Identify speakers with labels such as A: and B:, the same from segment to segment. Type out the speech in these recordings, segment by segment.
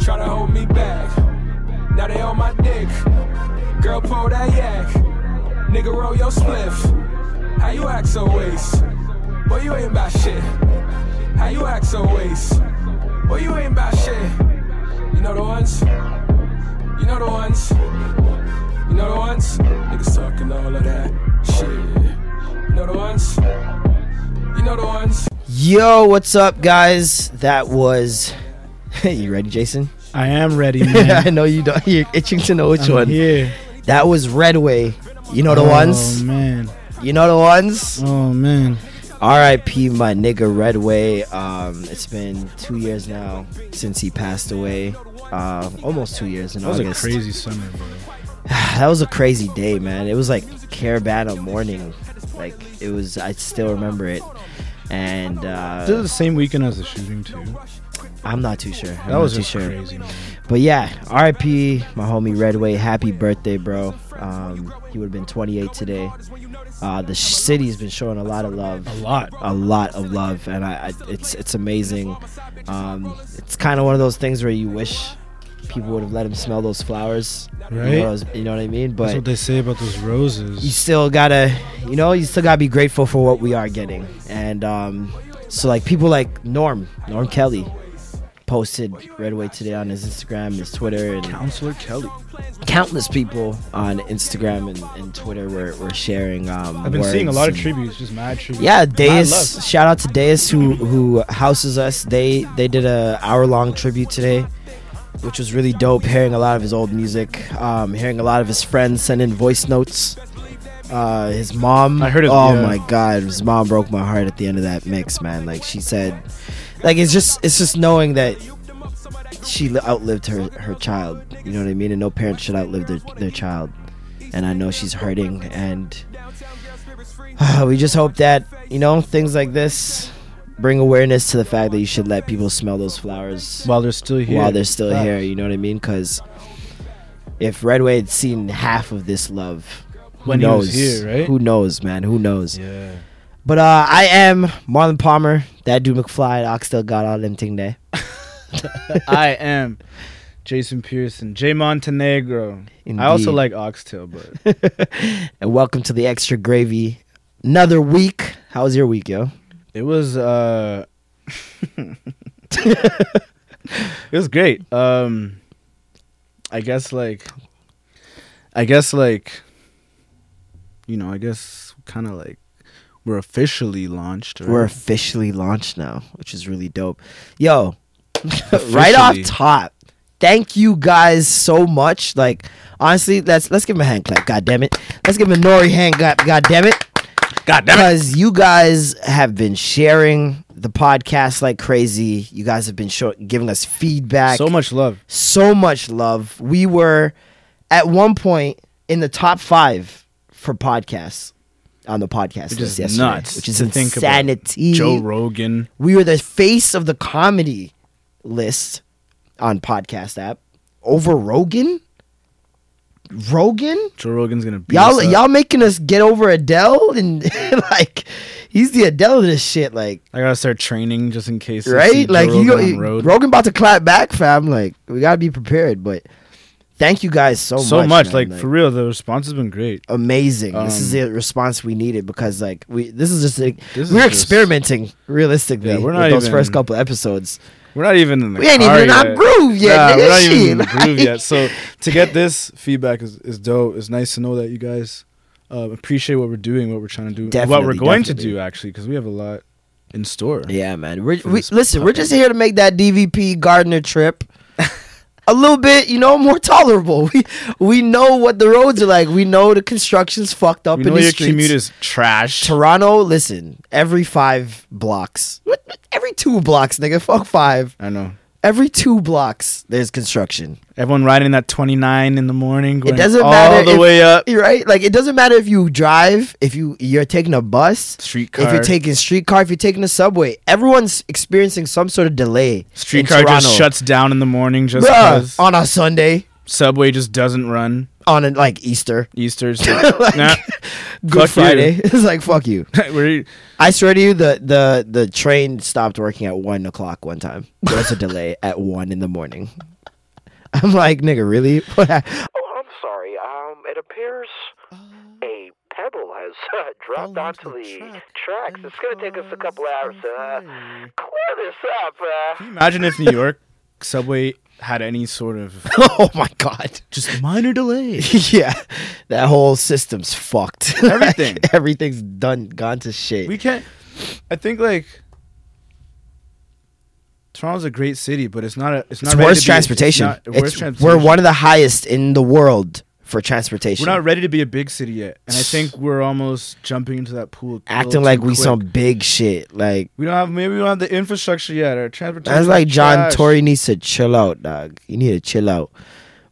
A: Try to hold me back. Now they on my dick. Girl, pull that yak. Nigga, roll your spliff. How you act so waste? Boy, you ain't about shit. How you act so waste? Boy, you ain't about shit. You know the ones? You know the ones? You know the ones? Niggas talking all of that shit. You know the ones? You know the ones?
B: Yo, what's up, guys? That was. you ready, Jason?
C: I am ready,
B: I
C: man.
B: know you don't. You're itching to know which
C: Mm-hmm. I'm
B: one.
C: Here.
B: That was Redway. You know the ones.
C: Oh man.
B: You know the ones.
C: Oh man.
B: R.I.P. My nigga Redway. Um, it's been two years now since he passed away. Uh, almost two years in
C: That was a
B: August.
C: crazy summer, bro.
B: that was a crazy day, man. It was like Caravana morning. Like it was. I still remember it. And
C: This is
B: uh,
C: the same weekend as the shooting too.
B: I'm not too sure. I'm
C: That was
B: not too
C: just
B: sure.
C: crazy, man.
B: But yeah, RIP, my homie Redway. Happy birthday, bro. Um, he would have been 28 today. Uh, the sh- city's been showing a lot of love,
C: A lot.
B: a lot of love, and I, I it's it's amazing. Um, it's kind of one of those things where you wish people would have let him smell those flowers, You know
C: Right.
B: those- You know, what I mean?
C: That's what
B: But
C: they say about those
B: you
C: roses.
B: still gotta, you know, you still gotta be grateful for what we are getting. And um, so, like people like Norm, Norm Kelly, posted Redway today on his Instagram, his Twitter, and
C: Counselor Kelly.
B: countless people on Instagram and, and Twitter were, were sharing. Um,
C: I've been seeing a lot of
B: words and-
C: tributes, just mad tributes.
B: Yeah,
C: Mad love.
B: Deus. Shout out to Deus who who houses us. They they did a hour long tribute today, which was really dope. Hearing a lot of his old music, um, hearing a lot of his friends send in voice notes. Uh, his mom.
C: I heard it,
B: Oh
C: yeah.
B: my god, his mom broke my heart at the end of that mix, man. Like she said, like it's just it's just knowing that she li- outlived her her child. You know what I mean? And no parent should outlive their their child. And I know she's hurting, and we just hope that you know things like this bring awareness to the fact that you should let people smell those flowers
C: While they're still here.
B: while they're still
C: Facts.
B: here. You know what I mean? Because if Redway had seen half of this love. who
C: When he
B: knows,
C: was here, right?
B: Who knows, man? Who knows?
C: Yeah.
B: But uh, I am Marlon Palmer. That dude McFly, Oxtail got all them thing there.
C: I am Jason Pearson, Jay Montenegro. I also
B: Indeed.
C: like oxtail, but
B: and welcome to the extra gravy. Another week. How was your week, yo?
C: It was uh It was great. Um I guess like I guess like you know, I guess kind of like we're officially launched. Right?
B: We're officially launched now, which is really dope. Yo, right off
C: Officially.
B: top, thank you guys so much. Like, honestly, let's let's give him a hand clap. God damn it, let's give him a Nori hand. God, God damn it.
C: God damn it.
B: Because you guys have been sharing the podcast like crazy. You guys have been show- giving us feedback
C: So much love.
B: so much love. We were at one point in the top five for podcasts on the podcast
C: Which
B: list
C: is
B: yesterday,
C: nuts.
B: which is
C: to think about.
B: insanity.
C: Joe Rogan.
B: we were the face of the comedy list on podcast app over Rogan. Rogan,
C: Joe Rogan's going to be
B: y'all y'all making us get over Adele and like he's the Adele of this shit. Like
C: I got to start training just in case. I see
B: right?
C: Joe
B: Like you,
C: Rogan on road.
B: Rogan, about to clap back, fam. Like we gotta be prepared. But thank you guys so,
C: so much,
B: man.
C: like, for real, the response has been great.
B: amazing. this
C: Um,
B: is the response we needed because like we this is just like
C: This is
B: we're
C: just-
B: experimenting realistically
C: Yeah, we're
B: with
C: not
B: those
C: even-
B: first couple episodes.
C: We're not even in the
B: We ain't
C: car
B: even in our
C: yet.
B: groove yet,
C: Nah,
B: nigga.
C: we're not even in the
B: Shit,
C: groove
B: like-
C: yet. So to get this feedback is, is dope. It's nice to know that you guys uh, appreciate what we're doing, what we're trying to do, what
B: Definitely,
C: we're going
B: definitely.
C: to do actually, because we have a lot in store.
B: Yeah, man. We're,
C: For
B: we
C: this
B: listen. We're
C: puppy.
B: just here to make that DVP Gardner trip. a little bit, you know, more tolerable. We we know what the roads are like. We know the construction's fucked up
C: We
B: in
C: know
B: the
C: your
B: streets.
C: commute is trash.
B: Toronto, listen, every five blocks, what- what- every two blocks, nigga, fuck five.
C: I know.
B: Every two blocks, there's construction.
C: Everyone riding that 29 in the morning, going
B: it doesn't
C: all
B: matter
C: the
B: if-
C: way up.
B: you're right? Like it doesn't matter if you drive, if you you're taking a bus,
C: Streetcar.
B: if you're taking streetcar, if you're taking a subway. Everyone's experiencing some sort of delay. in
C: Streetcar just
B: Toronto.
C: shuts down in the morning just
B: Bruh,
C: because.
B: on a Sunday,
C: Subway just doesn't run.
B: on a, like Easter,
C: Easter's like, nah,
B: Good
C: Fuck you.
B: Friday. it's like fuck you.
C: we're-
B: I swear to you, the the the train stopped working at one o'clock one time. There was a delay at one in the morning. I'm like, nigga, really? What hap-
D: Oh, I'm sorry. Um, it appears a pebble has uh, dropped onto the tracks. It's going to take us a couple hours to uh, clear this up. Uh,
C: imagine if New York subway had any sort of
B: oh my god!
C: just minor delay.
B: yeah, that whole system's fucked.
C: Everything.
B: Like, everything's done, gone to shit.
C: We can't. I think like Toronto's a great city, but it's not. A, it's not.
B: it's
C: ready
B: worse
C: to be-
B: transportation.
C: It's not,
B: It's-
C: worse transportation.
B: We're one of the highest in the world for transportation.
C: We're not ready to be a big city yet, and I think we're almost jumping into that pool. a little
B: acting
C: too
B: like we
C: quick.
B: some big shit. Like
C: We don't have. Maybe we don't have the infrastructure yet. Our transportation.
B: That's like
C: is
B: John
C: trash.
B: Tory needs to chill out, dog. You need to chill out.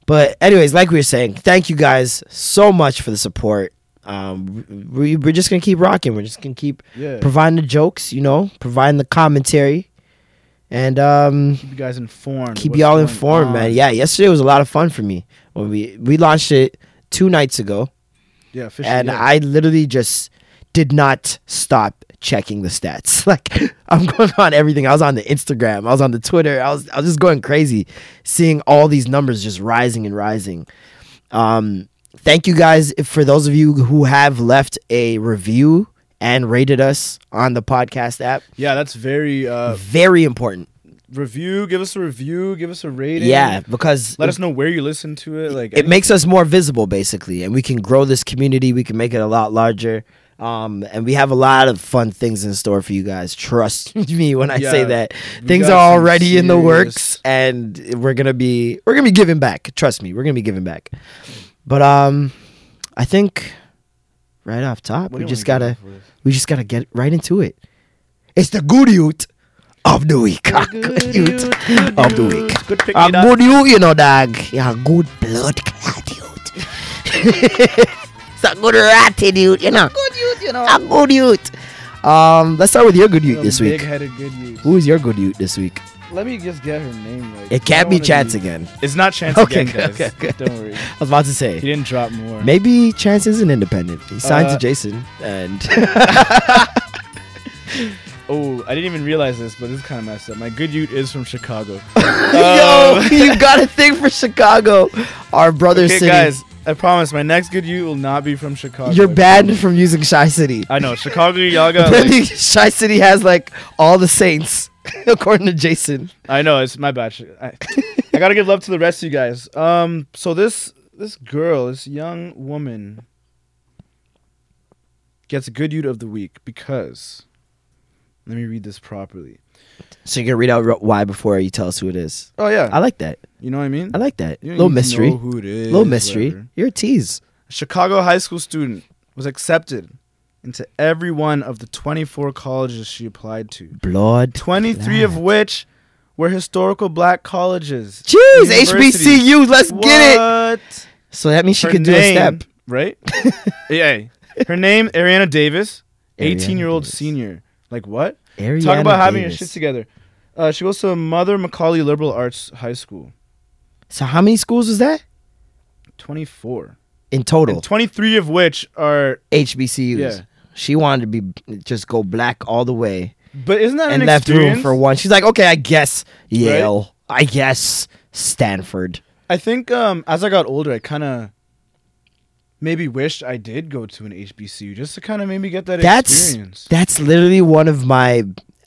B: But anyways, like we were saying, thank you guys so much for the support. Um, we, we're just gonna keep rocking. We're just gonna keep
C: Yeah.
B: providing the jokes, you know, providing the commentary, and um,
C: Keep you guys informed.
B: keep
C: what's
B: y'all
C: going
B: informed,
C: on.
B: man. Yeah, yesterday was a lot of fun for me when we we launched it two nights ago,
C: Yeah. Officially,
B: and
C: yeah.
B: I literally just did not stop checking the stats. Like I'm going on everything. I was on the Instagram. I was on the Twitter. I was I was just going crazy, seeing all these numbers just rising and rising. Um, thank you guys if- for those of you who have left a review and rated us on the podcast app.
C: Yeah, that's very uh,
B: Very important.
C: review. Give us a review. Give us a rating.
B: Yeah, because
C: Let us know where you listen to it. Like
B: it makes us more visible basically and we can grow this community we can make it a lot larger um, and we have a lot of fun things in store for you guys trust me when i say
C: Yeah,
B: that
C: we
B: things
C: got
B: are
C: some
B: already in the
C: serious-
B: works and we're gonna be we're gonna be giving back trust me we're gonna be giving back but um i think right off top
C: What do
B: we
C: you
B: just
C: wanna get
B: gotta
C: off with?
B: we just gotta get right into it it's the good youth of the week Good youth of the week
C: Good pick
B: a
C: me up.
B: good you, you know, dog. You're a good blood clot, dude. it's a good ratty, dude, you know. Good youth, you know. A good youth. Um, let's start with your good youth this
C: Some
B: week.
C: Big-headed good youth.
B: Who is your good youth this week?
C: Let me just get her name right.
B: It
C: I
B: can't
C: don't
B: be
C: wanna
B: Chance again.
C: It's not Chance
B: Okay,
C: again, guys.
B: okay, okay.
C: Don't worry.
B: I was about to
C: He
B: say.
C: didn't drop more.
B: Maybe Chance isn't independent. He signed to
C: Uh,
B: Jason, and
C: Oh, I didn't even realize this, but this is kind of messed up. My good youth is from Chicago.
B: yo, you got a thing for Chicago, our brother
C: Um. Okay,
B: city.
C: guys, I promise my next good youth will not be from Chicago.
B: You're banned from using Shy City.
C: I know Chicago. Y'all got. like-
B: Apparently, Shy City has like all the saints, according to Jason.
C: I know it's my bad. I, I gotta give love to the rest of you guys. Um, so this this girl, this young woman, gets a good youth of the week because. Let me read this properly.
B: So you can read out ro- why before you tell us who it is.
C: Oh yeah,
B: I like that.
C: you know what I mean.
B: I like that.
C: You don't
B: Little
C: even
B: mystery.
C: know who it is,
B: Little mystery.
C: whatever.
B: You're a tease.
C: Chicago high school student was accepted into every one of the 24 colleges she applied to.
B: Blood.
C: 23 of which were historical black colleges.
B: Jeez,
C: universities.
B: HBCU. Let's get it.
C: What?
B: So that means she
C: Her
B: could do a
C: name-
B: step.
C: Right? yeah. Her name, Ariana Davis,
B: Ariana
C: 18 year old
B: Davis.
C: senior. Like, what?
B: Ariana
C: Talk about having your
B: Davis.
C: shit together. Uh, she goes to Mother Macaulay Liberal Arts High School.
B: So how many schools was that
C: 24.
B: in total?
C: And 23 of which are.
B: HBCUs.
C: Yeah.
B: She wanted to be just go black all the way
C: But isn't that
B: and
C: an
B: left
C: experience?
B: room for one. She's like, okay, I guess Yale. I guess Stanford.
C: I think um, as I got older, I kind of maybe wished I did go to an HBCU just to kind of maybe get that
B: That's
C: experience.
B: that's literally one of my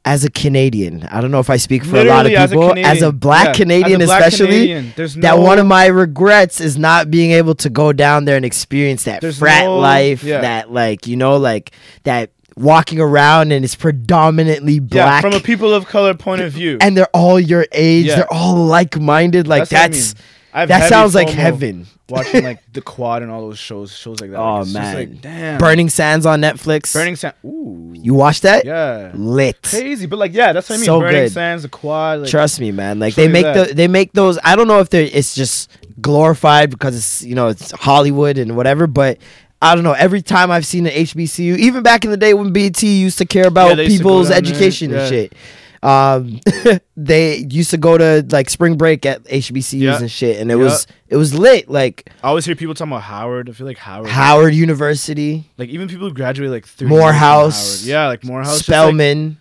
B: as a Canadian. I don't know if I speak for a lot of
C: Literally, as a
B: people. As a,
C: Canadian.
B: black
C: Yeah, as a
B: Canadian,
C: black
B: especially,
C: Canadian, there's
B: that
C: no-
B: one of my regrets is not being able to go down there and experience that
C: There's
B: frat
C: no-
B: life.
C: yeah.
B: That like you know like that walking around and it's predominantly
C: yeah,
B: black
C: from a people of color point of view.
B: and they're all your age,
C: Yeah.
B: they're all like-minded, like
C: what I
B: that's,
C: mean. I have
B: that
C: heavy
B: sounds like
C: FOMO
B: heaven.
C: Watching like the quad and all those shows, shows like that.
B: Oh,
C: Like, it's just
B: man.
C: like, damn,
B: Burning Sands on Netflix.
C: burning sand. Ooh,
B: You watch that?
C: yeah,
B: Lit.
C: crazy. But like, yeah, that's what I mean.
B: So
C: burning
B: good.
C: sands, the quad. Like,
B: Trust me, man. Like
C: Show
B: they
C: me
B: make
C: that.
B: the they make those. I don't know if they it's just glorified because it's you know it's Hollywood and whatever, but. I don't know. Every time I've seen an HBCU, even back in the day when BT used to care
C: Yeah,
B: about
C: they used to go
B: people's
C: down there,
B: education
C: yeah.
B: and shit, um, they used to go to like spring break at HBCUs
C: Yeah.
B: and shit, and it
C: Yeah.
B: was it was lit. Like
C: I always hear people talking about Howard. I feel like Howard.
B: Howard University,
C: Like even people who graduate like three.
B: Morehouse.
C: Yeah, like Morehouse. just, like,
B: Spelman.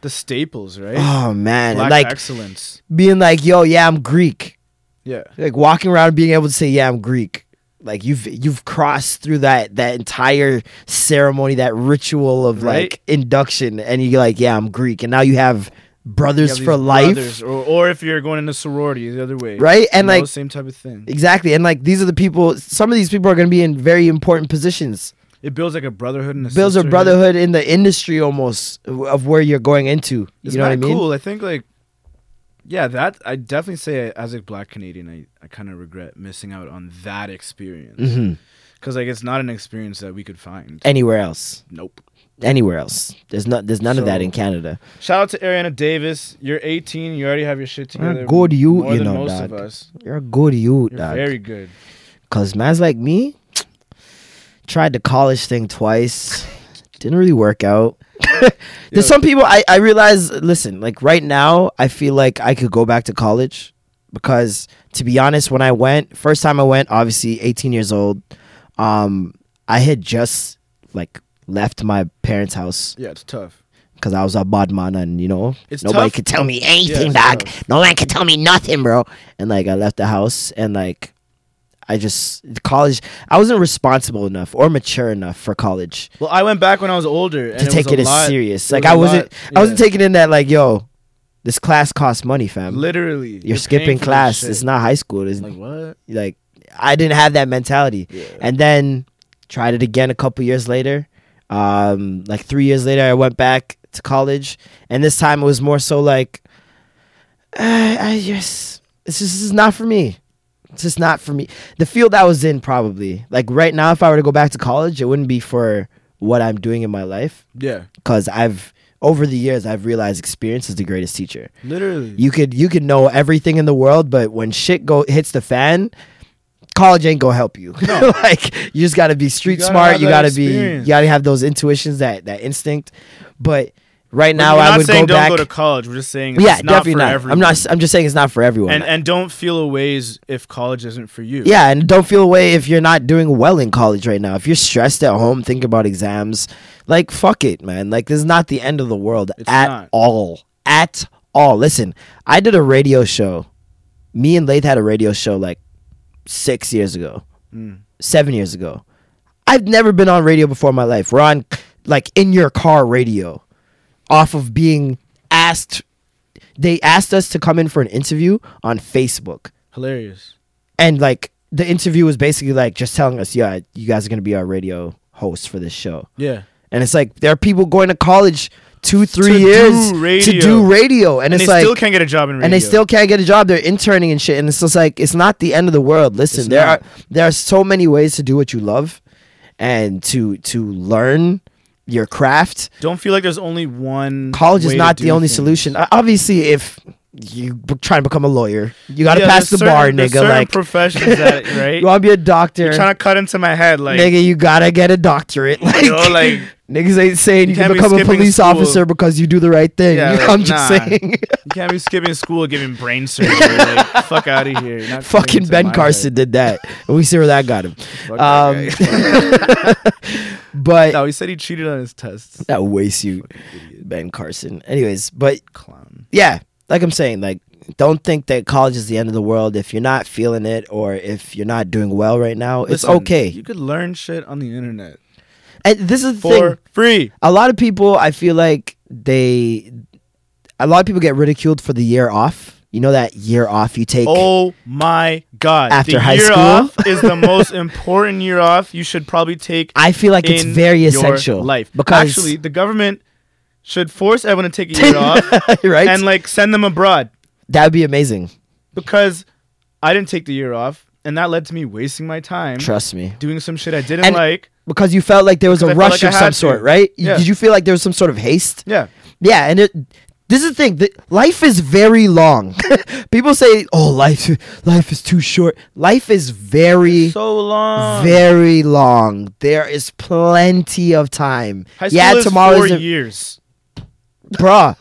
C: the staples, right?
B: oh man,
C: Black
B: like
C: excellence.
B: being like, "Yo, yeah, I'm Greek."
C: Yeah.
B: like walking around and being able to say yeah i'm greek like you've you've crossed through that that entire ceremony that ritual of
C: Right.
B: like induction and you're like yeah i'm greek and now you have
C: You
B: brothers
C: have these
B: for life
C: brothers, or, or if you're going into sorority, the other way.
B: right and
C: You know,
B: like
C: same type of thing.
B: exactly and like these are the people some of these people are going to be in very important positions
C: It builds like a brotherhood and a
B: builds a
C: sisterhood.
B: brotherhood in the industry almost of where you're going into
C: It's
B: you know what i
C: mad
B: mean
C: Cool. I think like, yeah, that I definitely say as a black Canadian, I, I kind of regret missing out on that experience because
B: Mhm.
C: like it's not an experience that we could find.
B: anywhere else
C: nope.
B: anywhere else there's not there's none of that
C: So-
B: in canada
C: Shout out to Ariana Davis. You're 18. You already have your shit
B: You're a
C: together.
B: good youth,
C: more
B: you
C: than
B: know,
C: most
B: dog.
C: of us.
B: you're a good youth
C: You're
B: dog.
C: very good.
B: Cause man's like me, tried the college thing twice, didn't really work out.
C: Yo.
B: There's some people I I realize. Listen, like right now, I feel like I could go back to college because, to be honest, when I went first time I went, obviously 18 years old, um, I had just like left my parents' house
C: Yeah, it's tough.
B: because I was a bad man and you know
C: It's
B: nobody
C: tough.
B: could tell me anything,
C: Yeah, it's
B: dog. No one could tell me nothing, bro. And like I left the house and like I just college. I wasn't responsible enough or mature enough for college
C: Well, I went back when I was older and
B: to take
C: was
B: it
C: a
B: as
C: lot-
B: serious.
C: it
B: Like
C: was
B: I
C: a
B: wasn't.
C: lot-
B: I wasn't
C: yeah.
B: taking in that like yo, this class costs money, fam.
C: literally.
B: you're,
C: paying
B: skipping
C: for this
B: class.
C: shit.
B: It's not high school. It's
C: like what?
B: like I didn't have that mentality. And then tried it again a couple years later. Um, like three years later, I went back to college, and this time it was more so like, uh, I just it's just this is not for me. It's just not for me. The field I was in probably like right now, if I were to go back to college, it wouldn't be for what I'm doing in my life
C: Yeah,
B: because I've over the years I've realized experience is the greatest teacher
C: literally.
B: you could you could know everything in the world, but when shit go hits the fan, college ain't gonna help you. like you just gotta be street
C: gotta
B: smart.
C: have
B: You
C: that
B: gotta be you
C: experience.
B: gotta have those intuitions that that instinct. But right
C: But
B: now,
C: we're not
B: I would
C: saying
B: go
C: don't
B: back.
C: go to college. We're just saying it's
B: yeah,
C: not
B: definitely
C: for
B: not.
C: Everyone.
B: I'm not. s- I'm just saying it's not for everyone.
C: and and don't feel a ways if college isn't for you.
B: yeah, and don't feel away if you're not doing well in college right now. If you're stressed at home, think about exams. Like fuck it, man. Like this is not the end of the world
C: It's
B: at
C: not.
B: all. At all. Listen, I did a radio show. Me and Lath had a radio show like six years ago,
C: Mm.
B: seven years ago. I've never been on radio before in my life. We're on like in your car radio, off of being asked. They asked us to come in for an interview on Facebook
C: hilarious.
B: and like the interview was basically like just telling us, yeah, you guys are gonna be our radio hosts for this show.
C: Yeah,
B: And it's like there are people going to college two, three
C: To do
B: years to
C: radio.
B: do radio, and,
C: and,
B: it's
C: they
B: like.
C: still can't get a job in radio.
B: and they still can't get a job. They're interning and shit. And it's just like it's not the end of the world. Listen,
C: It's
B: there
C: not.
B: are there are so many ways to do what you love, and to to learn your craft
C: don't feel like there's only one.
B: college is
C: way to
B: not
C: do
B: the only
C: things.
B: solution. O- Obviously, if you b- try and become a lawyer, you got to
C: Yeah,
B: pass the
C: there's
B: bar,
C: certain- there's
B: nigga.
C: certain
B: Like,
C: professions that right.
B: you want to be a doctor,
C: You're trying to cut into my head like
B: nigga, you gotta get a doctorate. Like,
C: you know, like
B: niggas ain't saying you,
C: you
B: can
C: can't be
B: become a
C: skipping
B: police
C: school.
B: officer because you do the right thing.
C: Yeah, like,
B: I'm just
C: nah.
B: saying.
C: you can't be skipping school giving brain surgery. like, fuck out of here. You're not cutting
B: Fucking
C: into
B: Ben
C: my
B: Carson did that, and we see where that got him.
C: head. Fuck
B: Um,
C: that guy.
B: But
C: no, he said he cheated on his tests.
B: that wastes you, Ben Carson. Anyways, but
C: Clown.
B: yeah, like I'm saying, like don't think that college is the end of the world if you're not feeling it or if you're not doing well right now.
C: Listen,
B: it's okay.
C: You could learn shit on the internet
B: and this is the
C: for
B: thing.
C: free.
B: a lot of people i feel like they a lot of people get ridiculed for the year off You know that year off you take.
C: Oh my god!
B: After
C: the
B: high
C: year
B: school?
C: off is the most important year off you should probably take.
B: I feel like it's
C: in
B: very
C: your
B: essential.
C: Life
B: because
C: actually, the government should force everyone to take a year off
B: right?
C: and like send them abroad
B: that would be amazing.
C: because I didn't take the year off, and that led to me wasting my time
B: Trust me.
C: doing some shit I didn't
B: And-
C: like.
B: Because you felt like there was a
C: Because I felt
B: rush
C: like I
B: of
C: had
B: some
C: to.
B: sort, right? You-
C: Yeah.
B: Did you feel like there was some sort of haste?
C: Yeah,
B: Yeah, and it, this is the thing. The, life is very long. People say, "Oh, life, life is too short." Life is very,
C: so long.
B: very long. There is plenty of time.
C: High school is four
B: a-
C: years.
B: bruh.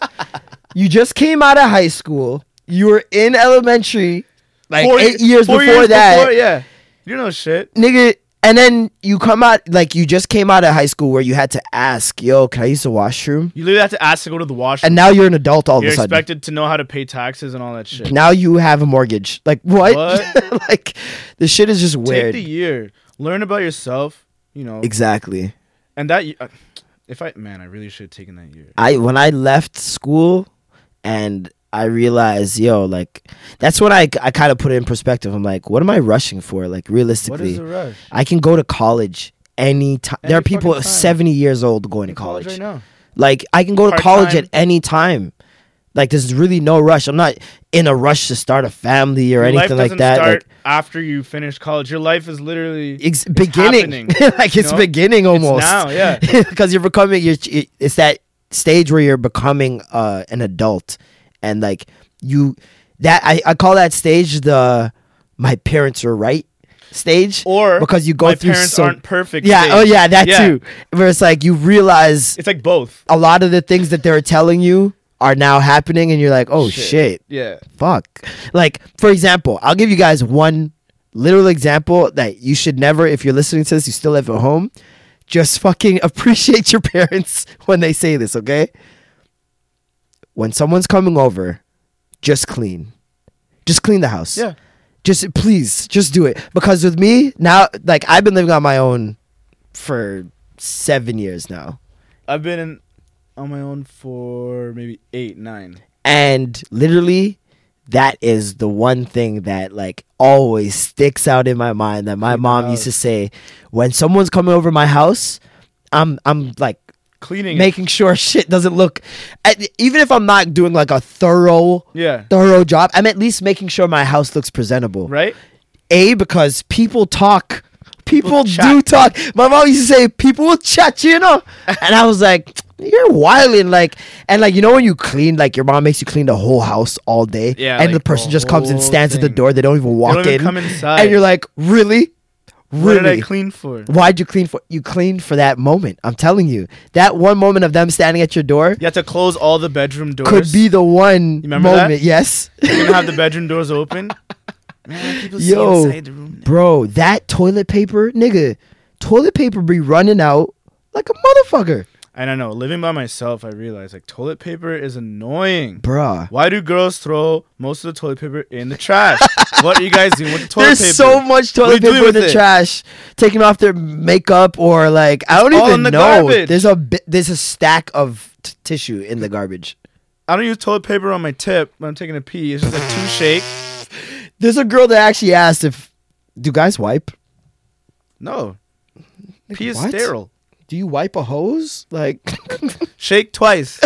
B: you just came out of high school. You were in elementary, like
C: Four
B: eight
C: ye-
B: years
C: four
B: before that,
C: before- yeah, you know shit.
B: nigga. And then you come out like you just came out of high school where you had to ask, "Yo, can I use the washroom?"
C: You literally have to ask to go to the washroom.
B: And now you're an adult all
C: You're
B: of a sudden.
C: expected to know how to pay taxes and all that shit.
B: now you have a mortgage. Like what?
C: What?
B: like the shit is just weird.
C: Take the year, learn about yourself. You know,
B: exactly.
C: and that. y- uh, If I man, I really should have taken that year.
B: I when I left school and I realized, yo, like that's when I I kind of put it in perspective. I'm like, what am I rushing for? Like
C: What
B: realistically,
C: is the rush?
B: I can go to college any time. There
C: Any
B: are people
C: fucking time.
B: 70 years old going to
C: In college
B: college.
C: right now.
B: Like I can go to
C: Part-time.
B: college at any time. Like there's really no rush. I'm not in a rush to start a family or
C: Your life
B: anything
C: doesn't
B: like that.
C: Start
B: Like
C: after you finish college, your life is literally
B: it's beginning.
C: happening,
B: like
C: you
B: it's
C: know?
B: beginning almost.
C: now, yeah.
B: Because you're becoming you're, it's that stage where you're becoming uh an adult and like you that I I call that stage the my parents are right stage
C: or
B: because you go
C: my
B: through
C: parents
B: so
C: aren't perfect.
B: Yeah,
C: stage.
B: oh yeah, that
C: Yeah.
B: too. Where it's like you realize
C: It's like both.
B: a lot of the things that they're telling you are now happening and you're like, "Oh shit.
C: Yeah,
B: Fuck." Like, for example, I'll give you guys one literal example that you should never if you're listening to this, you still live at home, just fucking appreciate your parents when they say this, okay? When someone's coming over, just clean. Just clean the house
C: yeah.
B: just please just do it because with me now like i've been living on my own for seven years now
C: I've been in, on my own for maybe eight, nine.
B: and literally that is the one thing that like always sticks out in my mind that my mom used to say when someone's coming over my house i'm i'm like
C: Cleaning, it.
B: making sure shit doesn't look I- even if i'm not doing like a thorough
C: yeah,
B: thorough job i'm at least making sure my house looks presentable
C: right.
B: A because people talk. People,
C: People
B: do
C: chat.
B: talk. My mom used to say, "People will chat," you know, and I was like, "You're wilding!" Like, and like you know when you clean, like your mom makes you clean the whole house all day,
C: Yeah,
B: and
C: like
B: the person
C: the
B: just comes and
C: whole
B: stands at the
C: thing.
B: door. They don't even walk
C: even
B: in,
C: come inside.
B: and you're like, "Really,
C: What
B: really?
C: did I clean for?
B: Why'd you clean for? You cleaned for that moment. I'm telling you, that one moment of them standing at your door
C: You have to close all the bedroom doors.
B: could be the one
C: remember that?
B: moment. Yes,
C: You can have the bedroom doors open. Man, people see
B: Yo.
C: inside the room.
B: Bro, that toilet paper, nigga, toilet paper be running out like a motherfucker.
C: I don't know. Living by myself, I realized like toilet paper is annoying.
B: Bruh.
C: Why do girls throw most of the toilet paper in the trash? what are you guys doing with the toilet
B: There's
C: paper?
B: so much toilet
C: What are you
B: paper in
C: doing
B: the
C: with it?
B: trash, taking off their makeup or like I don't
C: all
B: even
C: in the
B: know.
C: garbage.
B: There's a bi- there's a stack of t- tissue in the garbage.
C: I don't use toilet paper on my tip when I'm taking a pee. It's just like two shake.
B: There's a girl that actually asked if do guys wipe?
C: No.
B: Like,
C: pee is
B: what?
C: sterile.
B: Do you wipe a hose? Like
C: Shake twice.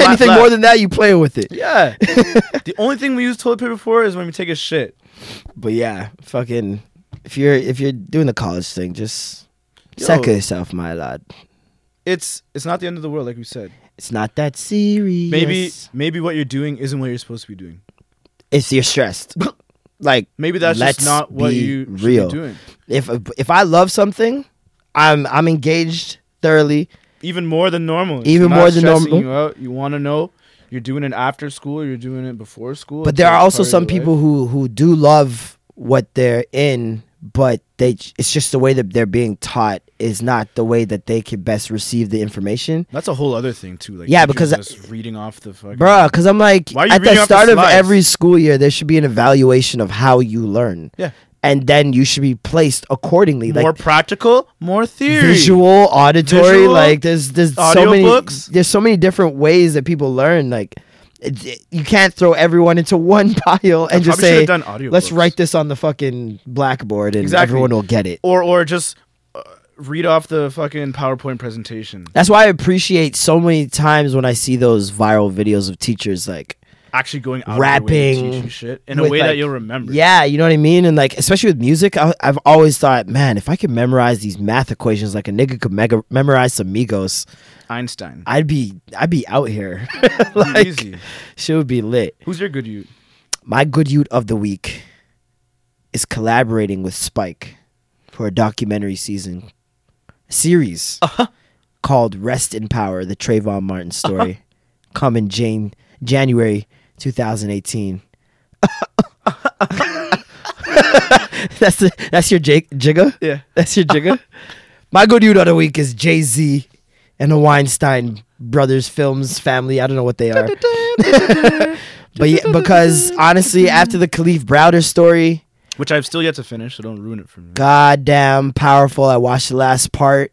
B: anything
C: flat.
B: more than that, you play with it.
C: yeah. the only thing we use toilet paper for is when we take a shit.
B: But yeah, fucking if you're if you're doing the college thing, just
C: Yo.
B: sucker yourself, my lad.
C: It's it's not the end of the world, like we said.
B: It's not that serious.
C: Maybe maybe what you're doing isn't what you're supposed to be doing.
B: it's you're stressed. like
C: Maybe that's
B: Let's
C: just not what
B: be
C: you should
B: real.
C: be doing.
B: if if I love something, I'm I'm engaged thoroughly.
C: Even more than normal. It's
B: Even
C: not
B: more than
C: stressing
B: normal.
C: You, out. you want to know. You're doing it after school. You're doing it before school.
B: But
C: it's
B: there
C: like
B: are also
C: part of
B: some
C: your life.
B: people who who do love what they're in, but they it's just the way that they're being taught is not the way that they can best receive the information.
C: That's a whole other thing too. Like
B: Yeah,
C: you're
B: because I-
C: just reading off the fucking.
B: Bruh, cause I'm like
C: Why are you
B: at
C: reading
B: the
C: off the
B: start of
C: slides?
B: every school year, there should be an evaluation of how you learn.
C: Yeah.
B: And then you should be placed accordingly.
C: More
B: like
C: practical, more theory.
B: visual, auditory.
C: Visual,
B: like there's there's so many
C: audiobooks.
B: there's so many different ways that people learn. Like It- it- you can't throw everyone into one pile and just
C: probably should've
B: say,
C: done audiobooks.
B: "Let's write this on the fucking blackboard, and
C: Exactly.
B: everyone will get it."
C: or or just uh, read off the fucking PowerPoint presentation.
B: That's why I appreciate so many times when I see those viral videos of teachers like
C: Actually going out of their way to
B: Rapping
C: teach you shit in a
B: with,
C: way that
B: like-
C: you'll remember.
B: Yeah, you know what I mean? And like, especially with music, I, I've always thought, man, if I could memorize these math equations like a nigga could mega, memorize some Migos,
C: Einstein.
B: I'd be I'd be out here. like,
C: Easy.
B: she would be lit.
C: Who's your good you?
B: My good youth of the week is collaborating with Spike for a documentary season series called "Rest in Power: The Trayvon Martin Story," coming Jane January 2018. that's the, that's your Jake Jigga.
C: Yeah.
B: that's your Jigga. My good dude of the week is Jay Z and the Weinstein brothers films family. I don't know what they are, but yeah, because honestly, after the Khalif Browder story,
C: Which I've still yet to finish, so don't ruin it for me.
B: goddamn powerful. I watched the last part,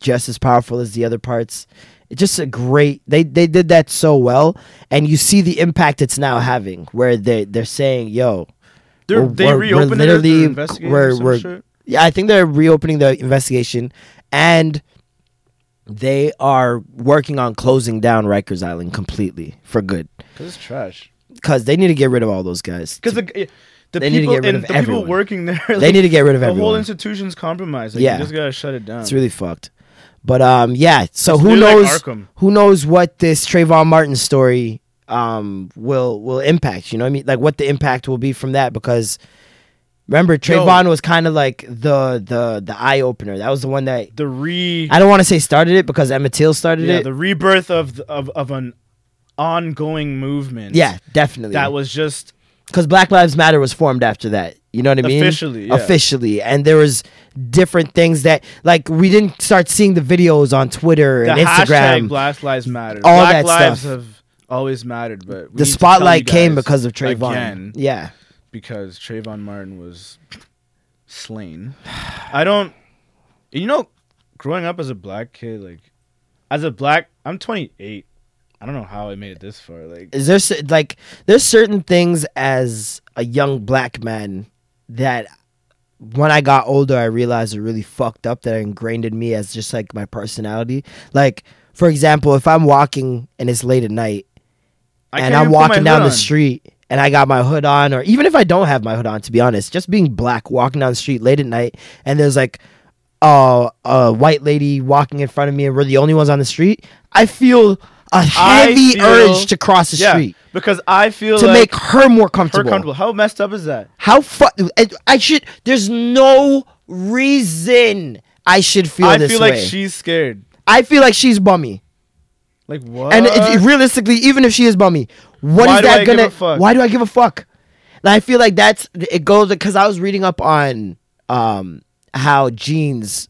B: just as powerful as the other parts. It's just a great. They they did that so well, and you see the impact it's now having, where they they're saying, "Yo,
C: They're,
B: we're-
C: they
B: we're- we're
C: reopened it. or
B: literally-
C: They're investigating or
B: we're-
C: some
B: we're-
C: shit?
B: yeah, I think they're reopening the investigation, and they are working on closing down Rikers Island completely for good,
C: Cause it's trash.
B: because they need to get rid of all those guys.
C: Because the, the
B: They need to
C: people
B: get rid
C: and
B: of
C: the
B: everyone.
C: people working there,
B: they need to get rid of
C: the whole
B: everyone.
C: institution's compromised. Like,
B: Yeah.
C: you just gotta shut it down.
B: It's really fucked. But um, yeah. So
C: It's
B: who
C: literally
B: knows?
C: like Arkham.
B: Who knows what this Trayvon Martin story um will will impact? You know what I mean? Like what the impact will be from that because remember Trayvon was kind of like the the the eye opener. That was the one that
C: the re
B: I don't want to say started it because Emmett Till started
C: yeah,
B: it.
C: the rebirth of the- of of an ongoing movement.
B: yeah, definitely.
C: that was just
B: because Black Lives Matter was formed after that. You know what I mean?
C: Officially, yeah.
B: officially, and there was different things that like we didn't start seeing the videos on Twitter
C: the
B: and Instagram.
C: hashtag Black Lives Matter.
B: all
C: Black
B: that
C: lives
B: stuff.
C: have always mattered, but we
B: the
C: need to tell you
B: spotlight came
C: guys
B: because of Trayvon.
C: again
B: Yeah,
C: because Trayvon Martin was slain. I don't. You know, growing up as a black kid, like as a black, I'm 28. I don't know how I made it this far. Like
B: is there cer- like there's certain things as a young black man that when I got older I realized are really fucked up that are ingrained in me as just like my personality. Like for example, if I'm walking and it's late at night
C: I can't
B: and I'm
C: even put my
B: walking down
C: hood
B: the
C: on.
B: street and I got my hood on, or even if I don't have my hood on, to be honest, just being black, walking down the street late at night, and there's like uh, a white lady walking in front of me, and we're the only ones on the street, I feel a
C: I
B: heavy
C: feel-
B: urge to cross the
C: yeah,
B: street
C: because I feel
B: to
C: like
B: make her more
C: her
B: comfortable.
C: comfortable. How messed up is that?
B: How fuck? I should. There's no reason I should feel
C: I
B: this
C: feel
B: way.
C: like she's scared.
B: I feel like she's bummy.
C: Like what?
B: And it, it- realistically, even if she is bummy, what is
C: Why do
B: that
C: I give
B: gonna?
C: a fuck?
B: Why do I give a fuck? And I feel like that's it goes because I was reading up on um how genes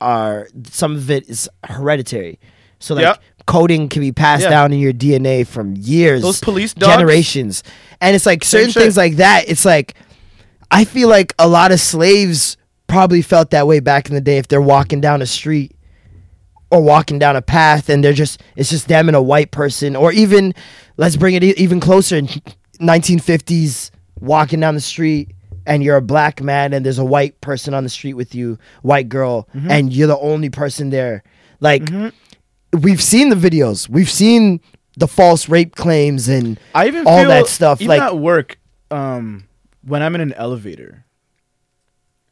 B: are some of it is hereditary, so like
C: Yeah.
B: coding can be passed
C: Yeah.
B: down in your DNA from years,
C: Those police dogs?
B: generations, and it's like certain
C: shit.
B: things like that. It's like I feel like a lot of slaves probably felt that way back in the day if they're walking down a street or walking down a path and they're just it's just them and a white person or even let's bring it e- even closer in 1950s walking down the street and you're a black man and there's a white person on the street with you white girl
C: Mm-hmm.
B: and you're the only person there like
C: Mm-hmm.
B: we've seen the videos we've seen the false rape claims and
C: I even
B: all
C: feel,
B: that stuff
C: Even
B: like
C: at work, um, when I'm in an elevator,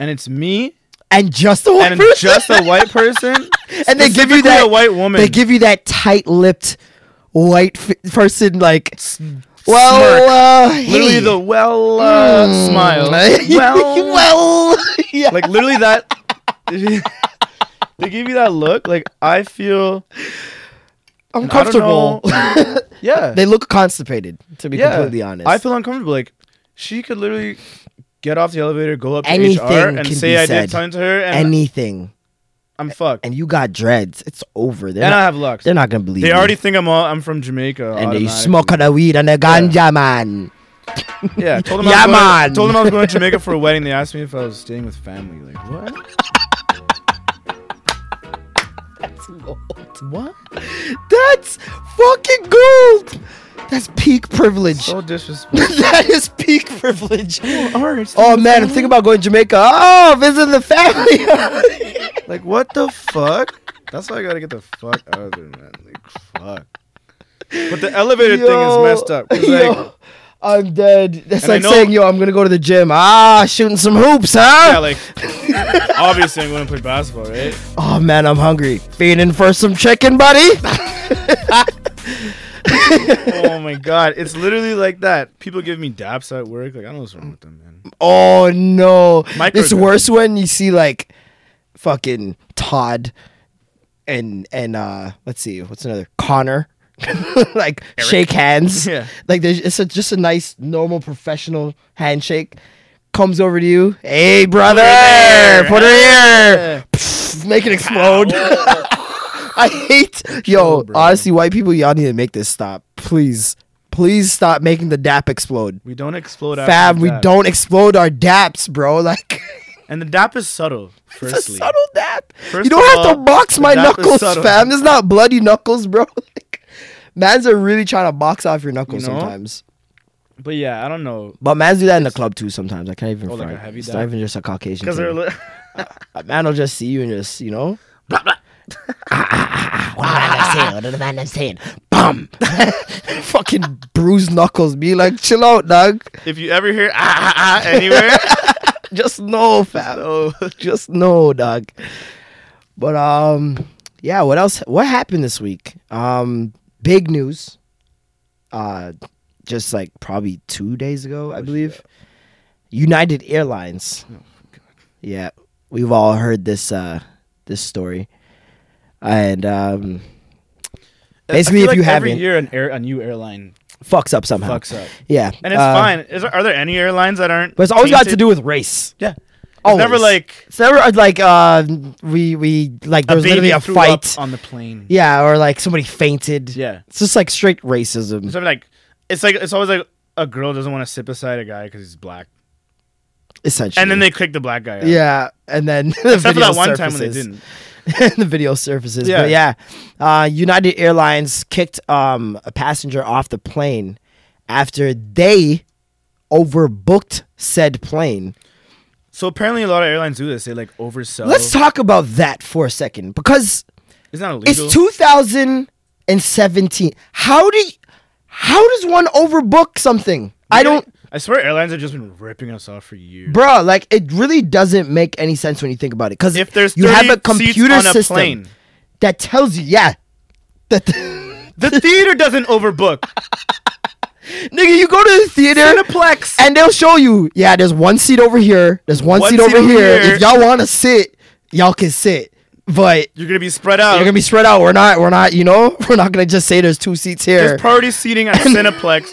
C: and it's me
B: and just the white
C: and
B: person.
C: just a white person,
B: and they give you
C: specifically
B: that
C: a white woman.
B: They give you that tight-lipped white f- person, like well, uh,
C: literally
B: hey. Hmm.
C: the well uh, smile. Well,
B: Mm. well, yeah.
C: like literally that. they give you that look. Like I feel
B: uncomfortable.
C: I don't know. yeah,
B: they look constipated, to be
C: yeah.
B: completely honest.
C: I feel uncomfortable. Like she could literally get off the elevator, go up to HR,
B: Anything
C: and
B: can
C: say
B: be
C: I
B: said.
C: did something to her, and
B: anything,
C: I'm fucked.
B: and you got dreads. It's over. They're
C: and I
B: not,
C: have locks.
B: they're not gonna believe.
C: They
B: you.
C: already think I'm all, I'm from Jamaica.
B: and they
C: automatically.
B: smoke the weed and the ganja, man.
C: Yeah, I told them
B: Yeah,
C: I was
B: man.
C: Going, told them I was going to Jamaica for a wedding. They asked me if I was staying with family. Like what?
B: What? That's fucking gold. That's peak privilege.
C: So disrespectful.
B: that is peak privilege.
E: Alright.
B: Oh
C: Um,
B: man, I'm thinking about going to Jamaica. Oh, visit the family.
C: Like what the fuck? That's why I gotta get the fuck out of there, man. Like fuck. But the elevator thing is
B: Yo,
C: messed up. 'cause,
B: yo,
C: like,
B: I'm dead. That's
C: And I
B: like
C: know-
B: saying, yo, I'm gonna go to the gym. Ah, shooting some hoops, huh?
C: yeah, like obviously I'm gonna play basketball, right?
B: oh man, I'm hungry. Feeding for some chicken, buddy.
C: Oh my god, it's literally like that. People give me daps at work. Like I don't know what's wrong with them, man.
B: Oh no. It's
C: Microaggression.
B: worse when you see like fucking Todd and and uh let's see, what's another Connor. like shake hands.
C: Yeah.
B: Like there's it's a, just a nice normal professional handshake. Comes over to you. Hey brother, put it here. Pff, Make it explode. I hate yo, honestly, white people, y'all need to make this stop. Please. Please stop making the dap explode.
C: We don't explode after
B: Fab,
C: the
B: we
C: dap.
B: don't explode our daps, bro. Like
C: And the dap is subtle.
B: it's a
C: Firstly,
B: subtle dap.
C: First
B: you don't
C: of
B: have to
C: all,
B: box
C: the
B: my
C: dap is
B: knuckles,
C: subtle.
B: fam. It's not bloody knuckles, bro. Like, mans are really trying to box off your knuckles
C: know?
B: sometimes.
C: but yeah, I don't know
B: But mans do that in the club too sometimes. I can't even
C: Oh, like
B: front.
C: a heavy
B: it's
C: dap?
B: not even just a Caucasian.
C: because they're
B: Thing.
C: li-
B: a man will just see you and just, you know.
F: What did the man saying?
B: Bum! Fucking bruised knuckles. Be like, chill out, dog.
C: if you ever hear ah ah ah anywhere,
B: just no, fam. just no, dog. But um, yeah. What else? What happened this week? Um, big news. Uh, just like probably two days
C: Oh,
B: ago, I believe. United Airlines. Yeah, we've all heard this uh this story, and um,
C: I- I
B: basically,
C: feel
B: if
C: like
B: you
C: every
B: haven't,
C: year an air a new airline
B: fucks up somehow.
C: fucks up,
B: Yeah,
C: and it's
B: uh,
C: fine. Is there, are there any airlines that aren't?
B: But it's always got to
C: tainted?
B: do with race.
C: Yeah.
B: Always.
C: Never like
B: It's never uh, like uh we we like there
C: a
B: was
C: baby
B: literally a
C: threw up
B: fight.
C: on the plane.
B: Yeah, or like somebody fainted.
C: Yeah.
B: It's just like straight racism.
C: So I'm like, it's like it's always like a girl doesn't want to sit beside a guy because he's black,
B: Essentially.
C: and then they click the black guy. Out.
B: Yeah, and then the
C: except for
B: video
C: that one time when they
B: surfaces.
C: didn't.
B: the video surfaces.
C: Yeah.
B: But yeah, uh, United Airlines kicked um, a passenger off the plane after they overbooked said plane.
C: So apparently, a lot of airlines do this. They like oversell.
B: Let's talk about that for a second because
C: it's not illegal.
B: It's 2017. How do y- how does one overbook something? I don't
C: I swear, airlines have just been ripping us off for years.
B: bruh, like it really doesn't make any sense when you think about it cuz
C: If there's
B: you have a
C: 30 seats
B: computer
C: on a
B: system
C: plane.
B: that tells you, yeah, that the-
C: The theater doesn't overbook.
B: Nigga, you go to the theater
C: Cineplex.
B: and they'll show you, yeah, there's one seat over here, there's one, seat, over here. If y'all want to sit, y'all can sit. But
C: You're gonna be spread out.
B: you're gonna be spread out. We're not. We're not. You know. We're not gonna just say there's two seats here.
C: There's priority seating at Cineplex,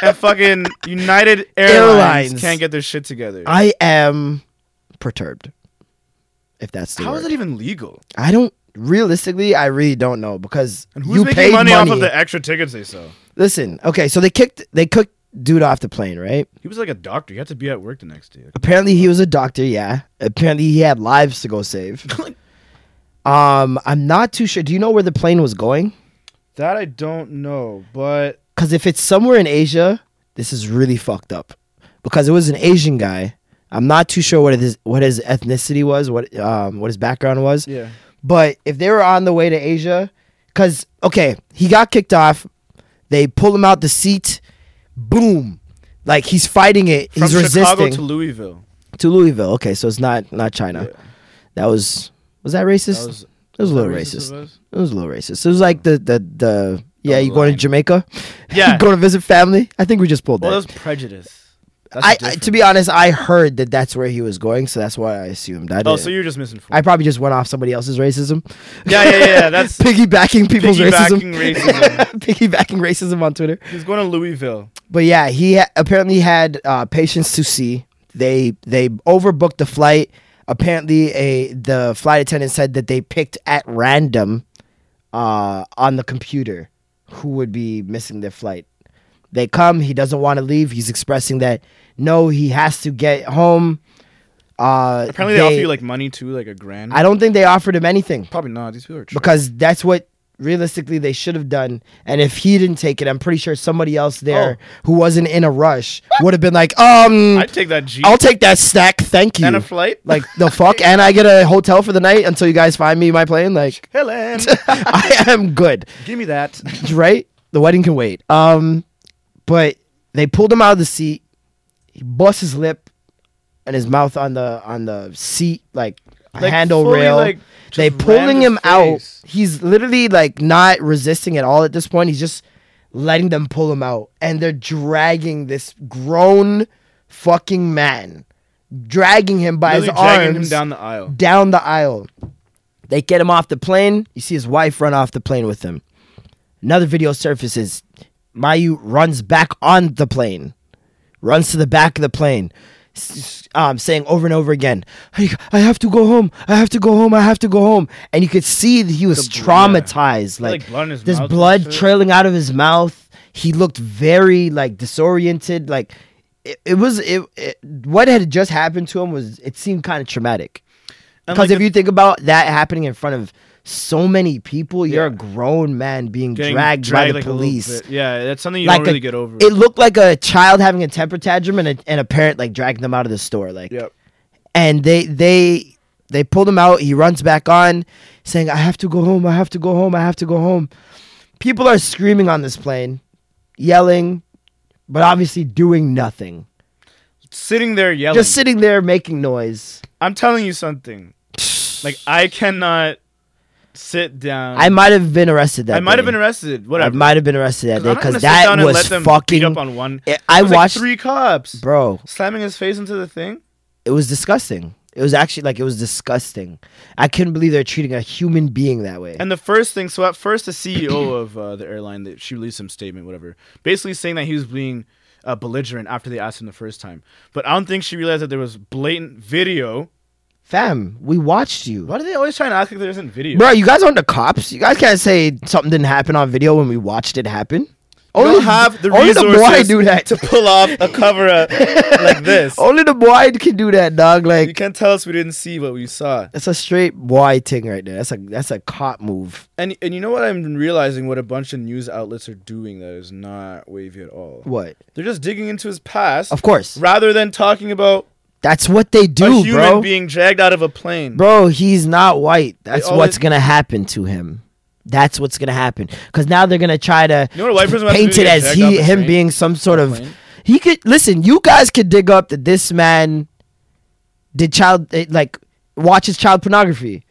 C: and fucking United airlines,
B: Airlines.
C: can't get their shit together.
B: I am perturbed. If that's the
C: How
B: word.
C: is it even legal?
B: I don't realistically I really don't know because
C: And who's
B: you paid
C: making money, off of the extra tickets they sell?
B: Listen, okay, so they kicked they kicked dude off the plane, right?
C: He was like a doctor. He had to be at work the next day.
B: Apparently he was a doctor, yeah. Apparently he had lives to go save. um I'm not too sure. Do you know where the plane was going?
C: That I don't know, but
B: Cuz if it's somewhere in Asia, this is really fucked up. Because it was an Asian guy. I'm not too sure what his what his ethnicity was, what um what his background was.
C: yeah.
B: But if they were on the way to Asia, because, okay, he got kicked off. They pull him out the seat. Boom. Like he's fighting it.
C: From
B: he's
C: Chicago
B: resisting
C: to
B: to,
C: Louisville.
B: Louisville. Okay, so it's not not China. That was was that racist?
C: That was-
B: it was a little
C: that racist
B: racist.
C: of us?
B: It was a little racist. It was like the the the yeah, you going to
C: line.
B: Jamaica?
C: Yeah.
B: you going to visit family? I think we just pulled
C: Well, that was
B: that.
C: prejudice. That's
B: I, I
C: different.
B: to be honest, I heard that that's where he was going, so that's why I assumed. I
C: Oh,
B: didn't.
C: so you're just misinformed.
B: I probably just went off somebody else's racism.
C: yeah, yeah, yeah. That's
B: piggybacking people's
C: piggybacking
B: racism.
C: racism.
B: piggybacking racism on Twitter.
C: He's going to Louisville.
B: But yeah, he ha- apparently had uh, patients to see. They they overbooked the flight. Apparently, a the flight attendant said that they picked at random uh, on the computer who would be missing their flight. They come. He doesn't want to leave. He's expressing that no, he has to get home. Uh,
C: Apparently, they, offer you like money too, like a grand.
B: I don't think they offered him anything
C: Probably not. These people are. Tri-
B: because that's what realistically they should have done. And if he didn't take it, I'm pretty sure somebody else there who wasn't in a rush would have been like, um,
C: I'd take that G
B: I'll take that snack, thank you.
C: and a flight.
B: like the fuck, and I get a hotel for the night until you guys find me my plane. Like
C: Helen,
B: I am good,
C: give me that.
B: right? The wedding can wait. Um, but they pulled him out of the seat. He busts his lip and his mouth on the on the seat, like,
C: Like,
B: handle
C: fully,
B: rail.
C: like, just
B: they
C: rammed
B: pulling
C: his
B: him out.
C: face.
B: He's literally like not resisting at all at this point. He's just letting them pull him out, and they're dragging this grown fucking man, dragging him by
C: Literally
B: his
C: dragging
B: arms
C: him down the aisle.
B: down the aisle. They get him off the plane. You see his wife run off the plane with him. Another video surfaces. Mayu runs back on the plane, runs to the back of the plane, s- s- um, saying over and over again, I, I have to go home. I have to go home. I have to go home. And you could see that he was traumatized. Like,
C: Like blood in his
B: there's
C: mouth and
B: blood
C: shit.
B: trailing out of his mouth. He looked very like disoriented. Like it, it was it, it what had just happened to him was it seemed kind of traumatic.
C: And,
B: Because
C: like,
B: if you think about that happening in front of so many people, you're a grown man being
C: Getting
B: dragged, by the
C: like, a little
B: police.
C: bit. Yeah, that's something you
B: Like
C: don't
B: a-
C: really get over.
B: It looked like a child having a temper tantrum and a, and a parent like dragging them out of the store. Like,
C: Yep.
B: and they they they pulled him out. He runs back on, saying, "I have to go home. I have to go home. I have to go home." People are screaming on this plane, yelling, but obviously doing nothing.
C: sitting there yelling.
B: Just sitting there making noise.
C: I'm telling you something. Like I cannot sit down.
B: I might have been arrested that.
C: I might have
B: day.
C: been arrested.
B: I
C: Whatever.
B: might have been arrested that
C: I'm
B: day
C: not gonna
B: because
C: sit down
B: that
C: and
B: was
C: let them beat
B: fucking.
C: up on one.
B: I- I
C: It was, like,
B: watched,
C: three cops
B: bro.
C: slamming his face into the thing.
B: It was disgusting. It was actually like it was disgusting. I couldn't believe they're treating a human being that way.
C: And the first thing, so at first, the CEO of uh, the airline, that she released some statement, whatever, basically saying that he was being uh, belligerent after they asked him the first time. But I don't think she realized that there was blatant video.
B: Fam, we watched you,
C: Why do they always try and act like there isn't video?
B: bro. You guys aren't the cops. You guys can't say something didn't happen on video when we watched it happen.
C: You don't have the
B: only
C: resources
B: the boy do that. Oh.
C: to pull off a cover up like this.
B: only the boy can do that, dog.
C: You
B: Like
C: can't tell us we didn't see what we saw.
B: that's a straight boy thing right there. That's a that's a cop move.
C: And and you know what I'm realizing? What a bunch of news outlets are doing that is not wavy at all.
B: What?
C: They're just digging into his past
B: Of course,
C: rather than talking about
B: that's what they do,
C: a human
B: bro.
C: being dragged out of a plane.
B: Bro, he's not white. That's
C: all
B: what's
C: it-
B: gonna happen to him. That's what's gonna happen. Cause now they're gonna try to
C: You know what a white person would have to
B: paint
C: do
B: it
C: to get
B: as
C: dragged off
B: he
C: the
B: him
C: train?
B: being some sort of
C: plane?
B: he could listen. You guys could dig up that this man did child eh, like watches child pornography.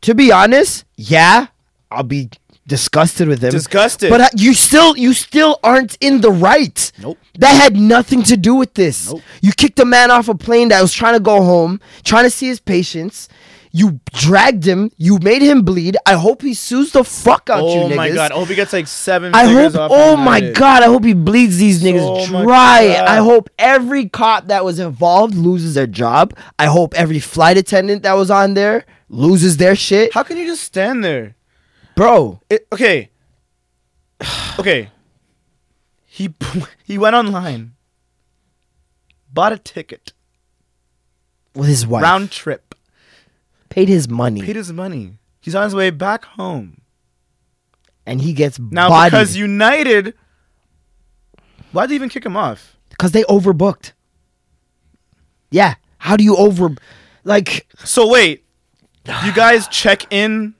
B: To be honest, yeah, I'll be disgusted with him.
C: Disgusted.
B: But uh, you still you still aren't in the right.
C: Nope.
B: That had nothing to do with this.
C: Nope.
B: You kicked a man off a plane that was trying to go home, trying to see his patients. You dragged him. You made him bleed. I hope he sues the fuck out you
C: oh
B: niggas.
C: my god! I hope he gets like seven.
B: I
C: figures
B: hope.
C: Off
B: Oh
C: on
B: my
C: that.
B: god! I hope he bleeds these
C: Oh
B: niggas
C: my
B: dry.
C: God.
B: I hope every cop that was involved loses their job. I hope every flight attendant that was on there loses their shit,
C: How can you just stand there?
B: bro.
C: It, okay. okay. He p- he went online, bought a ticket,
B: With his wife,
C: round trip,
B: paid his money,
C: paid his money. He's on his way back home
B: and he gets
C: now
B: bodied
C: because United. Why'd they even kick him off?
B: because they overbooked. Yeah, how do you over, like
C: So wait, you guys check in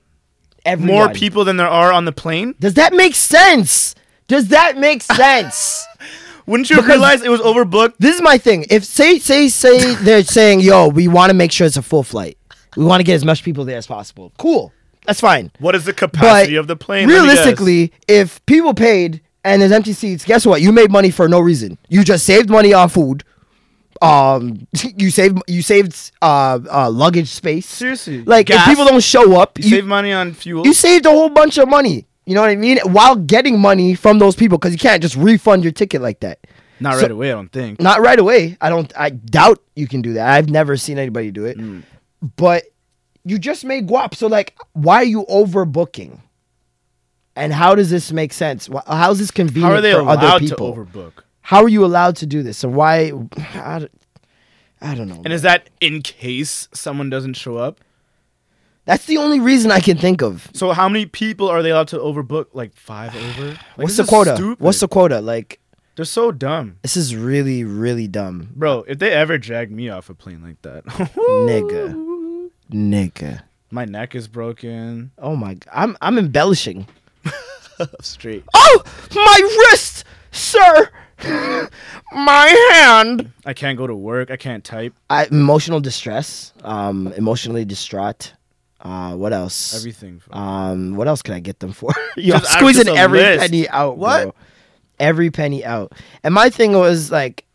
B: everyone?
C: more people than there are on the plane.
B: Does that make sense? Does that make sense?
C: Wouldn't you have
B: Because-
C: realized it was overbooked?
B: this is my thing. If say say say they're saying, "Yo, we want to make sure it's a full flight. We want to get as much people there as possible." Cool, that's fine.
C: What is the
B: But
C: capacity of the plane? Let me guess.
B: realistically, if people paid and there's empty seats, guess what? You made money for no reason. You just saved money on food. Um, you saved you saved uh, uh luggage space.
C: Seriously.
B: like
C: Gas.
B: if people don't show up,
C: you, save money on fuel.
B: you saved a whole bunch of money. You know what I mean? While getting money from those people, because you can't just refund your ticket like that.
C: Not
B: so-
C: right away, I don't think.
B: Not right away. I don't. I doubt you can do that. I've never seen anybody do it.
C: Mm.
B: But you just made guap. So like, why are you overbooking? And how does this make sense? Wh- How is this
C: How
B: convenient
C: are they
B: for other
C: allowed to
B: people?
C: overbook?
B: how are you allowed to do this? And why? I don't, I don't know.
C: And is that in case someone doesn't show up?
B: That's the only reason I can think of.
C: So how many people are they allowed to overbook? Like five over? Like,
B: What's
C: this
B: the
C: is
B: quota?
C: stupid.
B: What's the quota? Like
C: They're so dumb,
B: this is really really dumb,
C: bro. If they ever drag me off a plane like that,
B: nigga, nigga.
C: my neck is broken.
B: Oh my, g- I'm I'm embellishing.
C: Straight.
B: Oh, my wrist, sir. my hand.
C: I can't go to work. I can't type.
B: I, emotional distress. Um, emotionally distraught. Uh, what else?
C: Everything. bro.
B: Um, what else can I get them for? Yo, I'm
C: Just- I'm
B: squeezing
C: just a
B: every
C: list.
B: penny out.
C: What?
B: bro. Every penny out. And my thing was like,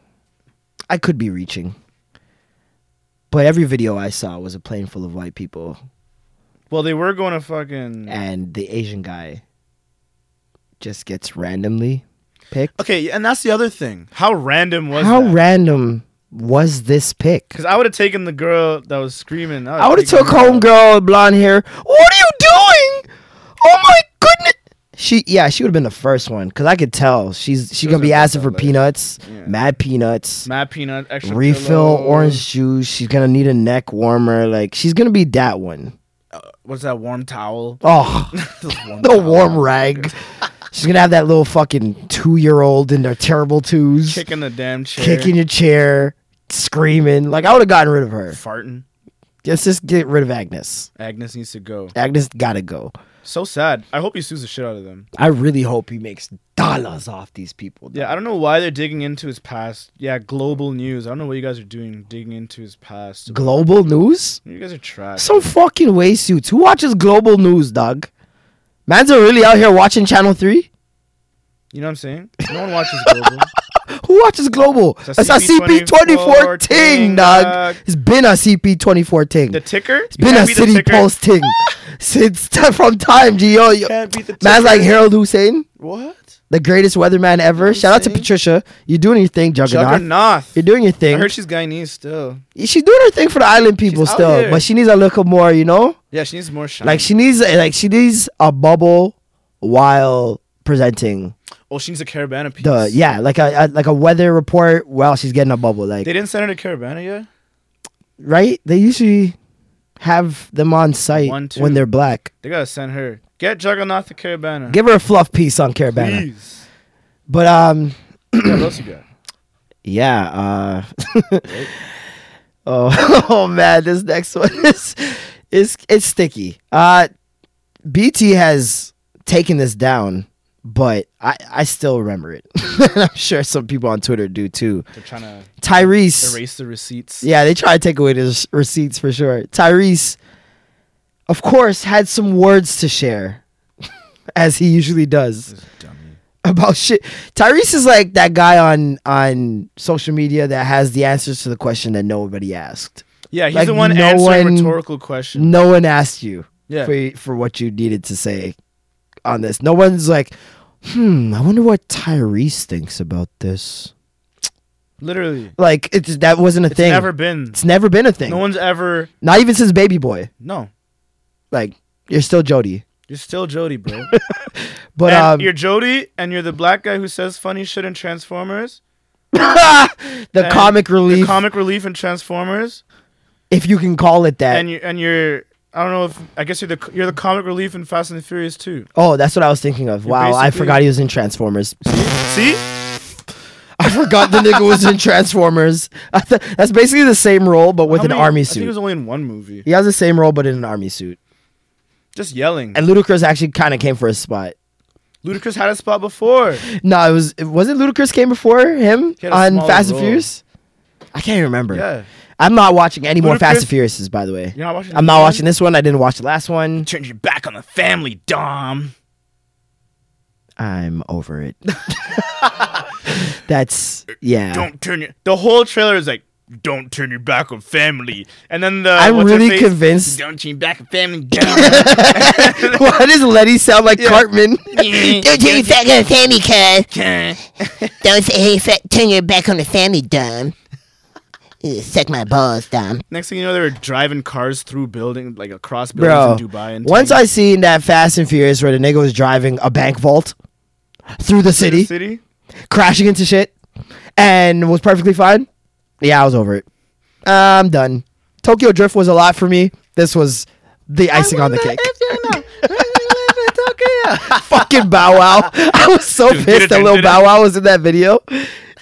B: I could be reaching, but every video I saw was a plane full of white people,
C: well, they were going to fucking.
B: and the Asian guy just gets randomly picked.
C: Okay, and that's the other thing. How random was
B: How
C: that?
B: random was this pick?
C: Because I would have taken the girl that was screaming.
B: I would have
C: taken
B: took
C: her
B: home
C: out.
B: girl with blonde hair. What are you doing? Oh my goodness. She yeah, she would have been the first one because I could tell she's she's gonna
C: was
B: be
C: a
B: asking for
C: bad
B: peanuts,
C: Yeah.
B: mad peanuts,
C: Mad peanut extra
B: refill
C: pillow.
B: orange juice. She's gonna need a neck warmer. Like she's gonna be that one.
C: What's that warm towel?
B: Oh, the warm rag. she's gonna have that little fucking two year old in their terrible twos,
C: Kicking the damn chair.
B: kicking your chair, screaming. Like I would have gotten rid of her.
C: Farting.
B: Let's just get rid of Agnes.
C: Agnes needs to go.
B: Agnes gotta go.
C: So sad. I hope he sues the shit out of them.
B: I really hope he makes dollars off these people.
C: Yeah, I don't know why they're digging into his past. Yeah, global news. I don't know what you guys are doing digging into his past.
B: Global news?
C: You guys are trash.
B: Some fucking wastesuits. Who watches global news, dog? Mans are really out here watching Channel 3?
C: you know what I'm saying? No one watches global.
B: Who watches global?
C: It's a
B: It's a CP24
C: CP24
B: ting,
C: ting,
B: dog.
C: dog.
B: It's been a CP24 ting.
C: The ticker?
B: It's been a City Post ting. Since t- from time, G. Yo, yo.
C: Can't beat the
B: Man's
C: ticker.
B: like Harold Hussein,
C: What?
B: the greatest weatherman ever. Shout out to
C: Hussein?
B: Patricia. You're doing your thing, Juggernaut.
C: Juggernaut.
B: You're doing your
C: I
B: thing.
C: heard she's Guyanese still.
B: She's doing her thing for the island people
C: She's out
B: still,
C: there.
B: but she needs a little more, you know?
C: Yeah, she needs more shine.
B: Like she needs like she needs a bubble while presenting
C: oh, she needs a Caravana piece.
B: the yeah like a, a like a weather report while she's getting a bubble like
C: They didn't send her to Caravana yet?
B: right they usually have them on site
C: One, two.
B: when they're black
C: They gotta send her. Get Juggernaut to Caravana.
B: give her a fluff piece on Carabana
C: Please.
B: but um
C: yeah, what else you got?
B: yeah uh oh oh man this next one is is it's sticky uh BT has taken this down but I I still remember it I'm sure some people on Twitter do too
C: They're trying to
B: Tyrese.
C: erase the receipts.
B: Yeah, they try to take away his receipts for sure. Tyrese, of course, had some words to share, as he usually does. About shit. Tyrese is like that guy on on social media that has the answers to the question that nobody asked.
C: Yeah, he's
B: Like,
C: the one
B: no
C: answering
B: one-
C: rhetorical questions.
B: No one asked you
C: Yeah.
B: for for what you needed to say on this. No one's like, hmm, I wonder what Tyrese thinks about this.
C: Literally.
B: Like it's that wasn't a
C: It's
B: thing.
C: never been.
B: it's never been a thing.
C: No one's ever.
B: Not even since Baby Boy.
C: No.
B: Like you're still Jody.
C: You're still Jody, bro.
B: But
C: And
B: um,
C: you're Jody, and you're the black guy who says funny shit in Transformers.
B: the
C: and
B: comic relief,
C: The comic relief in Transformers,
B: if you can call it that.
C: and you and you're. I don't know if I guess you're the you're the comic relief in Fast and the Furious too.
B: oh, that's what I was thinking of. Wow, I
C: basically-
B: forgot he was in Transformers.
C: See,
B: I forgot the nigga was in Transformers. I th- that's basically the same role, but with
C: How
B: an
C: many-
B: army
C: I think
B: suit.
C: it was only in one movie.
B: he has the same role, but in an army suit.
C: Just yelling.
B: And Ludacris actually kind of came for his spot.
C: Ludacris had a spot before.
B: No, it was it wasn't Ludacris came before him
C: He had a
B: on
C: smaller
B: Fast and
C: role.
B: Furious. I can't remember.
C: Yeah,
B: I'm not watching any more Fast
C: Ludacris-
B: and Furiouses, by the way.
C: you're not watching.
B: I'm
C: this
B: not
C: one?
B: watching this one. I didn't watch the last one.
C: Turn your back on the family, Dom.
B: I'm over it. That's yeah.
C: Don't turn your. The whole trailer is like, don't turn your back on family. And then the
B: I'm
C: what's her
B: really
C: face?
B: convinced.
C: Don't turn your back on family, Dom.
B: Why does Letty sound like Cartman?
F: Don't turn your back on the family, cuz. Don't say, hey, fa- turn your back on the family, dumb. Ugh, Suck my balls, dumb.
C: Next thing you know, they were driving cars through building like across
B: Bro,
C: buildings in Dubai. And
B: once
C: taking
B: I seen that Fast and Furious where the nigga was driving a bank vault through the
C: the
B: city,
C: city,
B: crashing into shit, and was perfectly fine. Yeah, I was over it. I'm done. Tokyo Drift was a lot for me. This was the icing on the cake. Fucking Bow Wow. I was so pissed that little Bow Wow was in that video.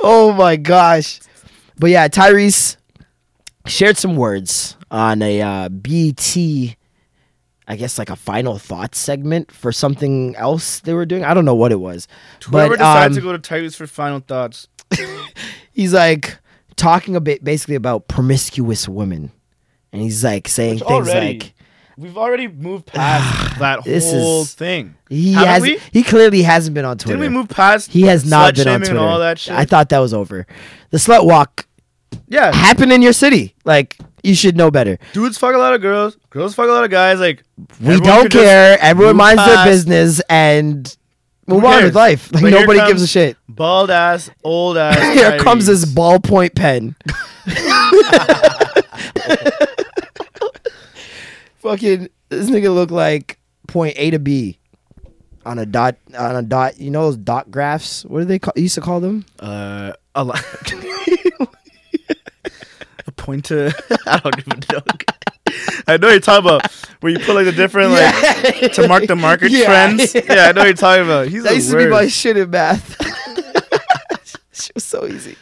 B: Oh my gosh. But yeah, Tyrese shared some words on a uh, BT, I guess like a final thoughts segment for something else they were doing. I don't know what it was.
C: Whoever
B: but um,
C: decides to go to Tyrese for final thoughts.
B: he's like talking a bit basically about promiscuous women. And he's like saying things
C: already-
B: like
C: We've already moved past that
B: This
C: whole
B: is-
C: thing.
B: he
C: Haven't
B: has
C: we?
B: he clearly hasn't been on Twitter.
C: Didn't we move past?
B: He has not
C: slut
B: been on
C: shaming
B: Twitter.
C: And all that shit.
B: I thought that was over. The slut walk
C: yeah,
B: happened in your city. Like you should know better.
C: dudes fuck a lot of girls. Girls fuck a lot of guys. Like
B: We don't care. Everyone
C: move
B: minds their
C: past-
B: business and move
C: Who
B: on
C: cares?
B: with life. Like
C: But here
B: nobody gives a
C: comes
B: shit.
C: Bald ass, old ass.
B: Here comes
C: Tyrese.
B: this ballpoint pen. Fucking this nigga look like point A to B on a dot on a dot. You know those dot graphs? What do they call, used to call them?
E: Uh, a lot. a pointer. I don't even know.
C: I know what you're talking about where you put like the different like to mark the market
B: Yeah.
C: trends. Yeah, I know what you're talking about. He's
B: That
C: the
B: used to be my
C: worst.
B: shit in math. she was so easy.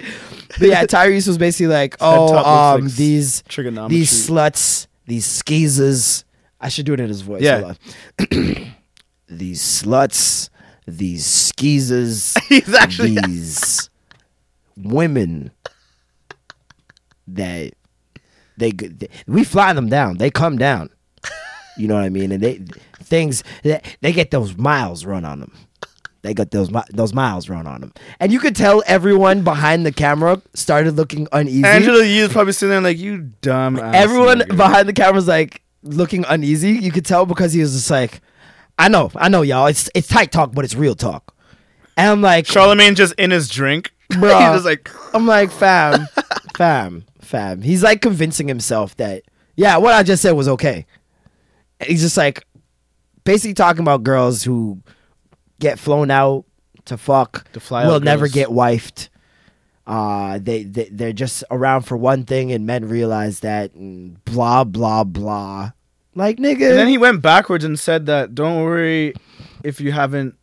B: But yeah, Tyrese was basically like, oh,
C: top looks
B: um,
C: like s-
B: these
C: trigonometry.
B: these sluts, these skeezers. I should do it in his voice.
C: Yeah.
B: Hold on. these sluts, these skeezers,
C: He's actually
B: these women that they, g- they we fly them down. They come down. You know what I mean? And they things they, they get those miles run on them. They got those mi- those miles run on them. And you could tell everyone behind the camera started looking uneasy.
C: Angela Yee is probably sitting there like you dumb. ass
B: Everyone
C: nigga."
B: behind the camera's like looking uneasy. You could tell because he was just like, I know, I know, y'all. It's it's tight talk, but it's real talk. And I'm like,
C: Charlemagne just in his drink.
B: Bruh.
C: He's just like
B: I'm like, fam, fam, fam. He's like convincing himself that, yeah, what I just said was okay. And he's just like basically talking about girls who get flown out to fuck,
C: The fly out
B: will never
C: girls.
B: get wifed. Uh, they, they they're just around for one thing, and men realize that, and blah blah blah. Like nigga,
C: And then he went backwards and said that don't worry if you haven't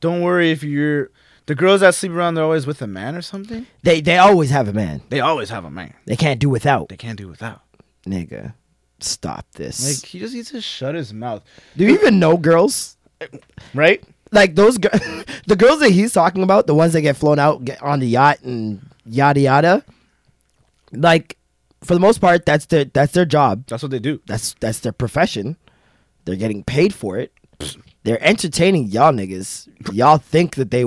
C: don't worry if you're the girls that sleep around they're always with a man or something.
B: they they always have a man.
C: They always have a man.
B: They can't do without.
C: They can't do without.
B: Nigga, stop this.
C: Like he just needs to shut his mouth.
B: do you even know girls?
C: Right?
B: like those gir- the girls that he's talking about, the ones that get flown out get on the yacht and yada yada. Like for the most part, that's their that's their job.
C: That's what they do.
B: That's that's their profession. They're getting paid for it. They're entertaining y'all niggas. Y'all think that they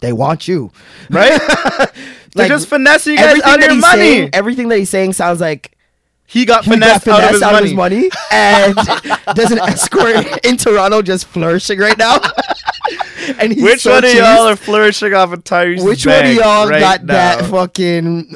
B: they want you.
C: Right? They're
B: Like,
C: just finessing you guys out of your
B: he's
C: money.
B: saying, everything that he's saying sounds like
C: he got
B: he
C: finessed,
B: got
C: out, of his,
B: finessed
C: money.
B: and there's an escort in Toronto just flourishing right now. and he's
C: Which
B: so
C: one of y'all
B: cheesed.
C: are flourishing off of Tyrese's
B: Which one
C: bag
B: of y'all
C: right
B: got that
C: now?
B: fucking?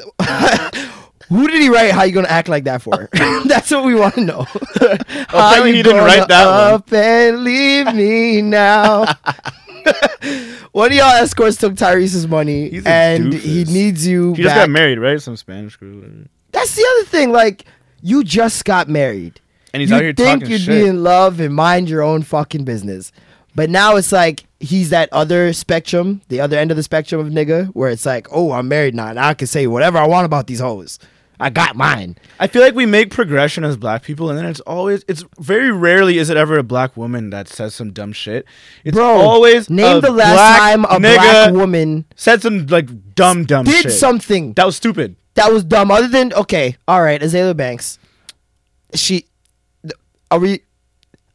B: Who did he write? How you gonna act like that for? That's what we want to know. How
C: Apparently he didn't write that one.
B: up and leave me now? one of y'all escorts took Tyrese's money,
C: He's a
B: and he
C: doofus.
B: needs you.
C: He just
B: back.
C: got married, right? Some Spanish girl. whatever.
B: That's the other thing. Like you just got married.
C: And he's
B: you
C: out here
B: think
C: talking
B: you'd
C: shit.
B: be in love and mind your own fucking business. But now it's like he's that other spectrum, the other end of the spectrum of nigga, where it's like, oh, I'm married now, and I can say whatever I want about these hoes. I got mine.
C: I feel like we make progression as black people, and then it's always, it's very rarely is it ever a black woman that says some dumb shit. It's
B: Bro,
C: always
B: name
C: a
B: the last
C: black
B: time a
C: nigga
B: black woman
C: said some like dumb dumb
B: did
C: shit.
B: something
C: that was stupid.
B: that was dumb. Other than okay, all right, Azalea Banks. She, th- are we?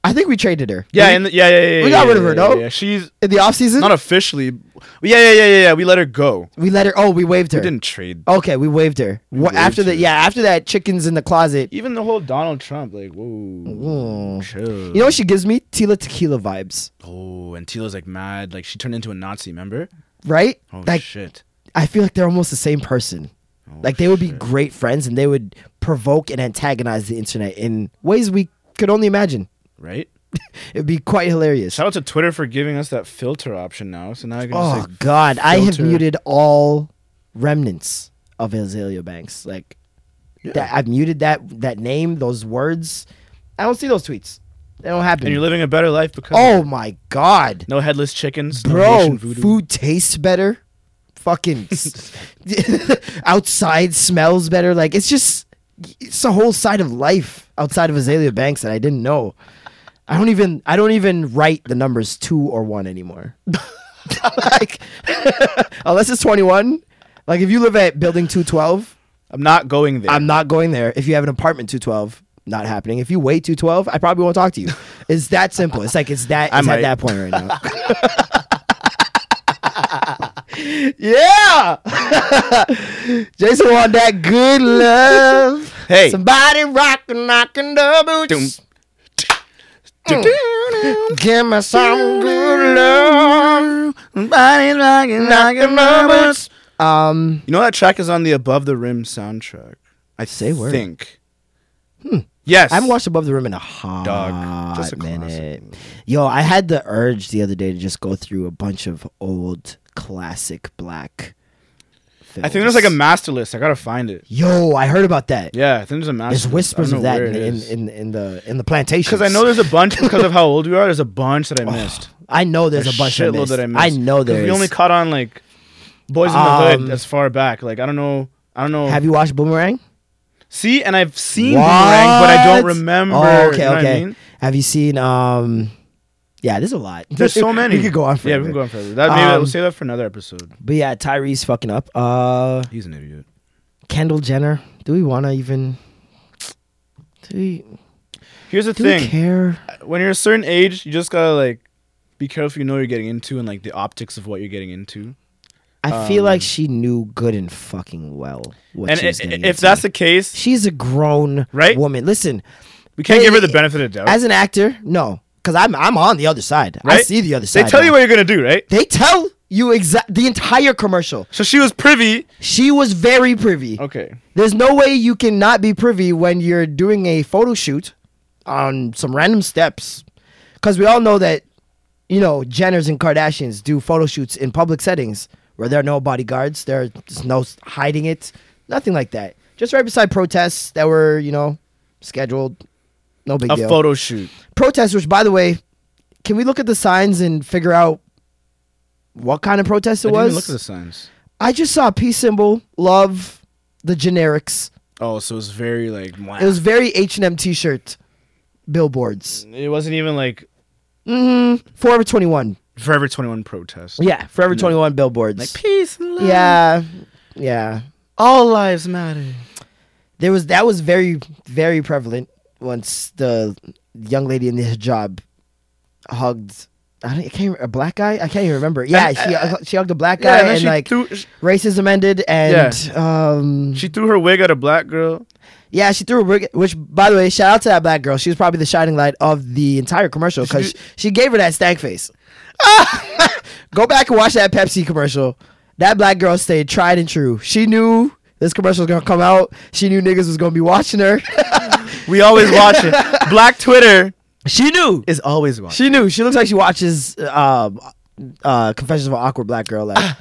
B: I think we traded her.
C: Yeah,
B: Did
C: and yeah, yeah, yeah.
B: we
C: yeah,
B: got
C: yeah,
B: rid of her,
C: yeah,
B: no?
C: yeah. she's
B: we? in the off season,
C: not officially. Yeah, yeah, yeah, yeah, yeah. We let her go.
B: we let her. Oh, we waived her.
C: We didn't trade.
B: Okay, we waived her. Wha-
C: waived
B: after
C: her.
B: that, yeah, after that, chickens in the closet.
C: Even the whole Donald Trump, like, whoa, chill.
B: Mm. You know what she gives me? Tila Tequila vibes,
C: Oh, and Tila's like mad. Like she turned into a Nazi. Remember?
B: right?
C: Oh
B: like
C: shit.
B: I feel like they're almost the same person. like they would be great friends, and they would provoke and antagonize the internet in ways we could only imagine.
C: Right.
B: It'd be quite hilarious.
C: Shout out to Twitter for giving us that filter option now. So now I can
B: Oh
C: just like
B: God, I have
C: filter.
B: muted all remnants of Azalea Banks. Like That I've muted that that name, those words. I don't see those tweets. They don't happen.
C: And you're living a better life because
B: oh my god,
C: no headless chickens, no
B: bro!
C: Haitian voodoo.
B: Food tastes better. Fucking s- outside smells better. Like it's just it's a whole side of life outside of Azalea Banks that I didn't know. I don't even I don't even write the numbers two or one anymore. like unless it's twenty one. Like if you live at building two twelve.
C: I'm not going there.
B: I'm not going there. If you have an apartment 212, not happening. If you wait 212, I probably won't talk to you. It's that simple. It's like it's that
C: I
B: it's at
C: might.
B: that point right now. yeah. Jason want that good love.
C: Hey.
B: Somebody rockin' knocking the boots. Mm. Give me some good love.
C: Body rocking, rocking numbers.
B: Um
C: You know that track is on the Above the Rim soundtrack. I
B: Say word.
C: think. Yes.
B: I haven't watched Above the Rim in a hot
C: Dog. Just a classic
B: minute. Yo, I had the urge the other day to just go through a bunch of old classic black. Films.
C: I think there's like a master list. I gotta find it.
B: Yo, I heard about that.
C: Yeah, I think there's a master.
B: there's
C: list.
B: whispers
C: I don't
B: of
C: know
B: that
C: where
B: in,
C: it
B: in,
C: is.
B: in in the in the plantation.
C: Because I know there's a bunch because of how old we are. There's a bunch that I missed.
B: I know there's a bunch of
C: shitload that I missed.
B: know
C: 'Cause
B: there's.
C: We only caught on like Boys in the
B: Um,
C: Hood as far back. Like I don't know. I don't know.
B: Have you watched Boomerang?
C: See, and I've seen Boomerang, but I don't
B: What?
C: remember.
B: Oh,
C: you
B: okay,
C: know what I
B: okay.
C: mean?
B: Have you seen? um Yeah, there's a lot.
C: There's so many.
B: we could go on forever.
C: Yeah, we can go on forever. That, maybe
B: Um,
C: we'll save that for another episode.
B: But yeah, Tyrese fucking up. Uh
C: He's an idiot.
B: Kendall Jenner. Do we want to even? Do we?
C: Here's the
B: Do we
C: thing:
B: care?
C: when you're a certain age, you just gotta like be careful. You know what you're getting into, and like the optics of what you're getting into.
B: I feel like she knew good and fucking well what
C: um, and
B: she
C: i-
B: was getting
C: i- if that's
B: into.
C: the case,
B: she's a grown
C: Right?
B: woman. Listen,
C: we can't
B: Hey,
C: give her the benefit of the doubt.
B: as an actor, no, because I'm I'm on the other side. I
C: Right?
B: see the other
C: they
B: side.
C: tell you
B: now.
C: what you're gonna do, right?
B: They tell you exact the entire commercial.
C: So she was privy.
B: She was very privy.
C: Okay.
B: There's no way you can not be privy when you're doing a photo shoot on some random steps. Because we all know that, you know, Jenners and Kardashians do photo shoots in public settings where there are no bodyguards, there's no s- hiding it, nothing like that. Just right beside protests that were, you know, scheduled. No big
C: A
B: deal.
C: photo shoot.
B: protests, which, by the way, can we look at the signs and figure out what kind of protest it
C: I didn't
B: was?
C: even look at the signs.
B: I just saw peace symbol, love, the generics.
C: Oh, so it's very like. mwah.
B: It was very H and M T-shirt billboards.
C: It wasn't even like Mm-hmm.
B: Forever Twenty One.
C: Forever 21 protest.
B: Yeah, Forever Twenty One billboards.
C: Peace and love.
B: yeah, yeah.
C: All lives matter.
B: There was that was very very prevalent once the young lady in the hijab hugged. I, don't, I can't a black guy. I can't even remember. Yeah, she she hugged a black guy
C: Uh, Yeah, and, then
B: and,
C: she
B: like
C: threw
B: racism ended and um
C: she threw her wig at a black girl.
B: yeah she threw a brick. Which by the way, shout out to that black girl. She was probably the shining light of the entire commercial because she, gave her that stank face. Go back and watch that Pepsi commercial. That black girl stayed tried and true. She knew this commercial was gonna come out. She knew niggas was gonna be watching her.
C: We always watch it. Black Twitter
B: she knew.
C: is always watching.
B: She knew. She looks like she watches um, uh, Confessions of an Awkward Black Girl. Like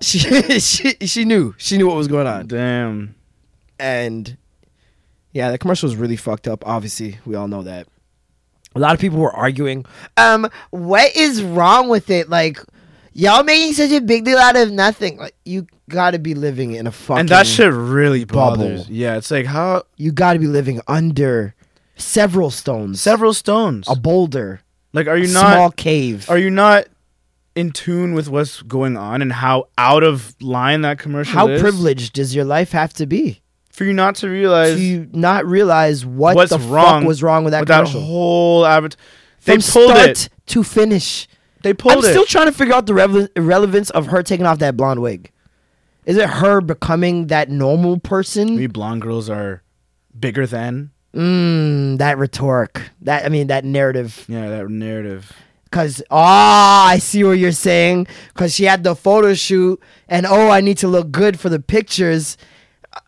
B: she, she, she knew. She knew what was going on.
C: Damn.
B: and yeah, the commercial was really fucked up. Obviously, we all know that. A lot of people were arguing, um, what is wrong with it? Like, y'all making such a big deal out of nothing. Like, you gotta be living in a fucking.
C: And that shit really bothers.
B: Bubble.
C: Yeah, it's like how
B: You gotta be living under several stones,
C: several stones.
B: a boulder,
C: Like, are
B: a
C: you
B: small
C: not?
B: cave.
C: Are you not in tune with what's going on and how out of line that commercial
B: How
C: is?
B: privileged does your life have to be
C: for you not to realize
B: to not realize what
C: what's
B: the
C: wrong
B: fuck was wrong with that
C: with
B: commercial?
C: that whole advert. They
B: From
C: pulled
B: start
C: it.
B: to finish.
C: They pulled
B: I'm
C: it.
B: still trying to figure out the revel- relevance of her taking off that blonde wig. Is it her becoming that normal person?
C: Maybe blonde girls are bigger than.
B: Mm, that rhetoric. That I mean, that narrative.
C: Yeah, that narrative.
B: Cause ah, I see what you're saying. Cause she had the photo shoot, and oh, I need to look good for the pictures.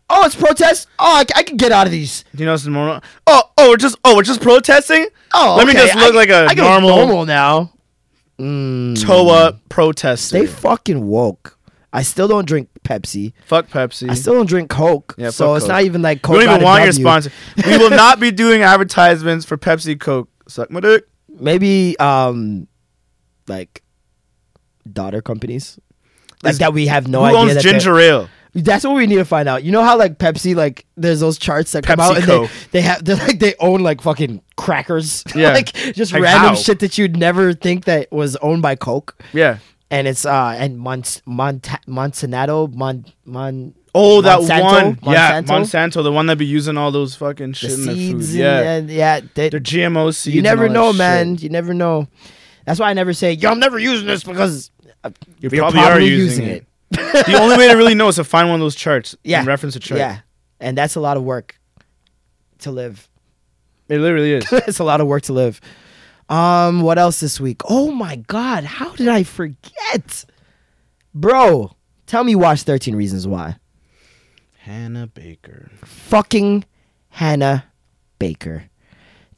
B: Oh, it's protest. Oh, I, c- I can get out of these.
C: Do you know what's normal? Oh, oh, we're just oh, we're just protesting.
B: Oh,
C: let me
B: okay,
C: just look
B: I-
C: like a
B: I can look
C: normal,
B: normal now.
C: Mm. toe up protester.
B: They fucking woke. I still don't drink Pepsi.
C: Fuck Pepsi.
B: I still don't drink Coke.
C: Mm-hmm. Yeah,
B: so
C: fuck
B: it's
C: Coke.
B: not even like
C: you
B: Coke.
C: don't even
B: got a
C: want your
B: W.
C: sponsor. we will not be doing advertisements for Pepsi Coke. Suck my dick.
B: Maybe um, like daughter companies. Like
C: Is-
B: that we have no
C: Who
B: idea.
C: owns
B: that they're-
C: ginger ale?
B: That's what we need to find out. You know how like Pepsi, like there's those charts that come out and
C: PepsiCo.
B: they, they have they're like they own like fucking crackers,
C: Yeah.
B: like just
C: Like
B: random
C: how?
B: shit that you'd never think that was owned by Coke.
C: Yeah.
B: And it's uh and Mont Mont Monsanto Mon Mon
C: Oh, that
B: Monsanto?
C: one. Yeah,
B: Monsanto?
C: Monsanto, the one that be using all those fucking
B: the
C: shit in their food.
B: seeds
C: Yeah.
B: and, and yeah they,
C: They're GMO seeds.
B: you
C: and
B: never
C: all that
B: know,
C: shit.
B: man. You never know. That's why I never say yo I'm never using this because
C: You
B: you're
C: probably, are using, it. the only way to really know is to find one of those charts.
B: Yeah,
C: And reference a chart.
B: Yeah, and that's a lot of work to live.
C: It literally is.
B: it's a lot of work to live. Um, what else this week? Oh my god, how did I forget? Bro, tell me you watched 13 Reasons Why.
C: Hannah Baker.
B: Fucking Hannah Baker.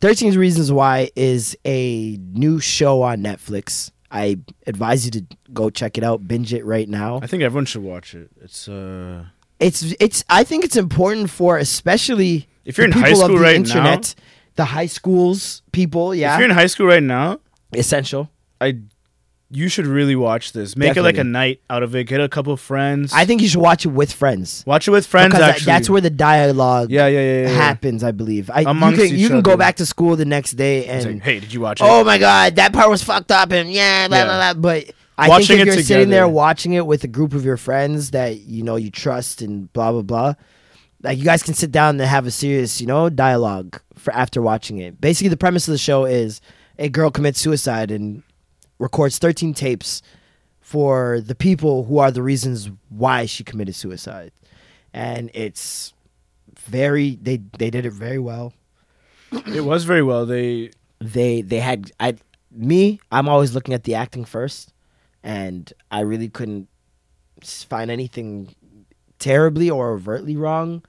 B: 13 Reasons Why is a new show on Netflix. I advise you to go check it out, binge it right now.
C: I think everyone should watch it. It's uh
B: It's it's I think it's important for especially
C: If you're
B: the
C: in high
B: people
C: school
B: of the
C: right
B: internet, the high schools people, yeah.
C: if you're in high school right now,
B: essential.
C: I you should really watch this. Make it like a
B: Definitely.
C: night out of it. Get a couple friends.
B: I think you should watch it with friends.
C: watch it with friends
B: because
C: actually.
B: that- that's where the dialogue
C: Yeah, yeah, yeah, yeah, yeah.
B: happens. I believe. I, you
C: Amongst
B: can, you
C: each
B: can go
C: other.
B: back to school the next day and
C: It's like, hey, did you watch it?
B: oh my god, that part was fucked up and yeah, blah
C: Yeah.
B: blah blah. But I
C: Watching
B: think if
C: it
B: you're sitting there
C: together.
B: watching it with a group of your friends that you know you trust and blah blah blah, like you guys can sit down and have a serious you know dialogue for after watching it. Basically, the premise of the show is a girl commits suicide and records 13 tapes for the people who are the reasons why she committed suicide, and it's very they they did it very well
C: It was very well. They
B: they they had I me I'm always looking at the acting first, and I really couldn't s- find anything terribly or overtly wrong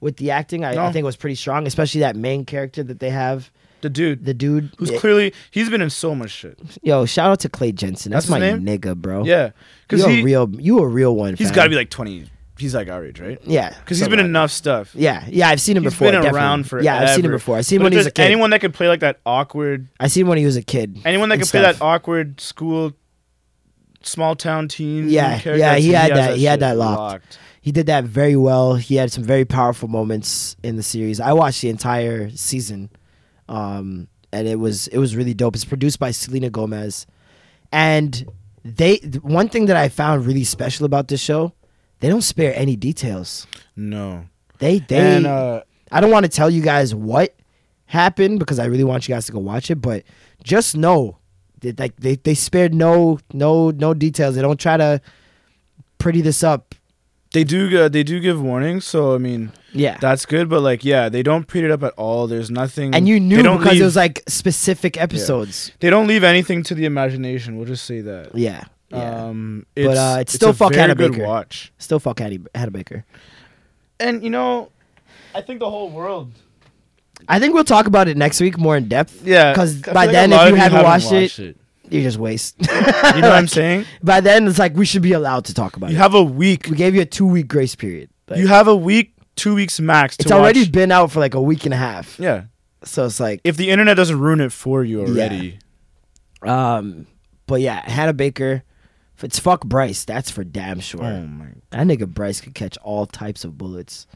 B: with the acting. I, I
C: No.
B: think it was pretty strong, especially that main character that they have,
C: the dude
B: the dude.
C: who's
B: Yeah,
C: clearly he's been in so much shit.
B: Yo, shout out to Clay Jensen. That's,
C: That's
B: my
C: his name?
B: nigga, bro.
C: Yeah, because
B: you Oh. a
C: he
B: real you a real one.
C: he's
B: fam.
C: got to be like twenty. He's like our age, right?
B: yeah,
C: Because he's been
B: something
C: in enough stuff.
B: like- Yeah, yeah, I've seen him
C: He's
B: before.
C: been
B: definitely.
C: around for.
B: Yeah, I've seen him before. I seen him
C: but
B: when
C: if
B: he was
C: there's
B: a kid.
C: Anyone that could play like that awkward,
B: I seen him when he was a kid.
C: anyone that
B: and
C: could play
B: stuff.
C: that awkward school, small town teen.
B: Yeah,
C: character,
B: yeah, he had
C: has
B: that- he had
C: shit
B: that locked. he did that very well. He had some very powerful moments in the series. I watched the entire season, um, and it was it was really dope. It's produced by Selena Gomez, and they th- one thing that I found really special about this show, they don't spare any details.
C: No,
B: They they
C: and uh,
B: I don't want to tell you guys what happened because I really want you guys to go watch it, but just know that like they, they spared no no no details. They don't try to pretty this up.
C: they do uh, they do give warnings. So I mean,
B: Yeah.
C: that's good. But like, yeah, they don't print it up at all. There's nothing,
B: and you knew
C: Mm. they don't
B: because
C: leave,
B: it was like specific episodes.
C: they don't leave anything to the imagination. We'll just say that.
B: Yeah, yeah.
C: Um,
B: But, uh, it's still
C: a
B: fuck
C: very
B: Hannah
C: good
B: Baker.
C: Watch.
B: Still fuck Hattie, Hattie Baker.
C: And you know, I think the whole world.
B: I think we'll talk about it next week more in depth.
C: Yeah,
B: because
C: I feel
B: by
C: like a
B: then, if
C: lot of
B: you haven't, watched, it,
C: it,
B: you just waste.
C: you know what I'm saying.
B: by then, it's like we should be allowed to talk about
C: You
B: it.
C: have a week.
B: we gave you a two week grace period. Like,
C: You have a week, two weeks max. To
B: it's already
C: watch-
B: been out for like a week and a half.
C: yeah.
B: So it's like,
C: If the internet doesn't ruin it for you already,
B: um, but yeah, Hannah Baker. If it's fuck Bryce, that's for damn sure.
C: oh my!
B: That nigga Bryce could catch all types of bullets.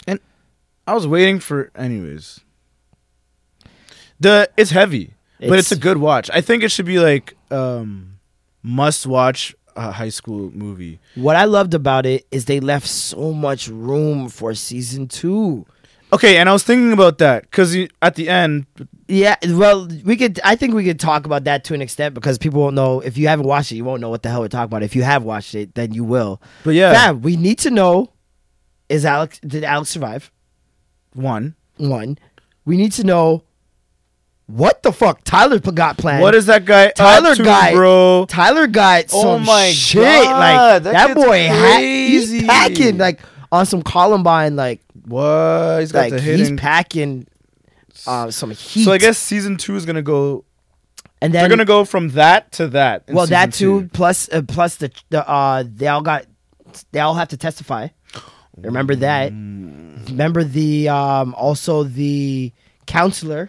C: I was waiting for anyways. The it's heavy, but
B: It's-
C: it's a good watch. I think it should be like um must watch a high school movie.
B: What I loved about it is they left so much room for season two.
C: Okay, and I was thinking about that because at the end,
B: Yeah, well, we could. I think we could talk about that to an extent because people won't know if you haven't watched it, you won't know what the hell we're talking about. If you have watched it, then you will.
C: but yeah,
B: Fam, we need to know: Is Alex? Did Alex survive?
C: one.
B: One. We need to know what the fuck Tyler p- got planned.
C: What is that guy? up
B: Tyler
C: to,
B: guy-
C: bro.
B: Tyler got
C: Oh
B: some
C: my
B: shit.
C: God,
B: like
C: that
B: that,
C: kid's
B: boy, ha- he's
C: crazy.
B: packing like on some Columbine. Like,
C: What? He's got
B: like
C: the
B: he's
C: hidden.
B: packing uh, some heat.
C: so I guess season two is gonna go.
B: and
C: They're
B: then
C: gonna go from that to that. in
B: Well,
C: season
B: that too.
C: two.
B: Plus, uh, plus the the uh, they all got they all have to testify. Remember that.
C: Mm.
B: Remember the um also the counselor.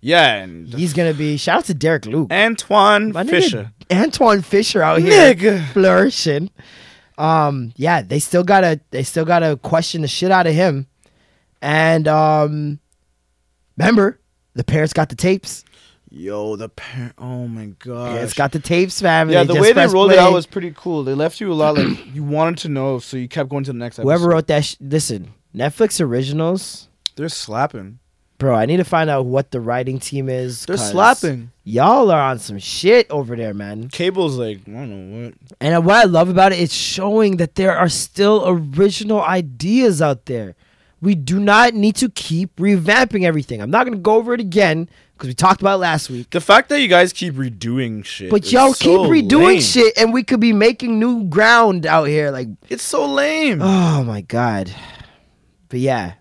C: Yeah, and
B: He's gonna be shout out to Derek Luke.
C: Antoine
B: My nigga
C: Fisher.
B: Antoine Fisher out here flourishing. Um, yeah, they still gotta they still gotta question the shit out of him. And um remember, the parents got the tapes.
C: Yo, the parent. Oh my god.
B: Parents got the tapes, fam.
C: yeah, the way they rolled it out was
B: was
C: pretty cool. They left you a lot like you wanted to know, so you kept going to the next episode.
B: whoever wrote that. Sh- listen, Netflix originals,
C: they're slapping.
B: bro. I need to find out what the writing team is.
C: They're
B: 'cause
C: slapping.
B: Y'all are on some shit over there, man.
C: Cable's like, I don't know what.
B: And uh, what I love about it, it's showing that there are still original ideas out there. We do not need to keep revamping everything. I'm not going to go over it again because we talked about it last week.
C: The fact that you guys keep redoing shit.
B: But
C: is
B: y'all
C: so
B: keep redoing
C: lame.
B: shit, and we could be making new ground out here. Like,
C: It's so lame.
B: oh my god! But yeah,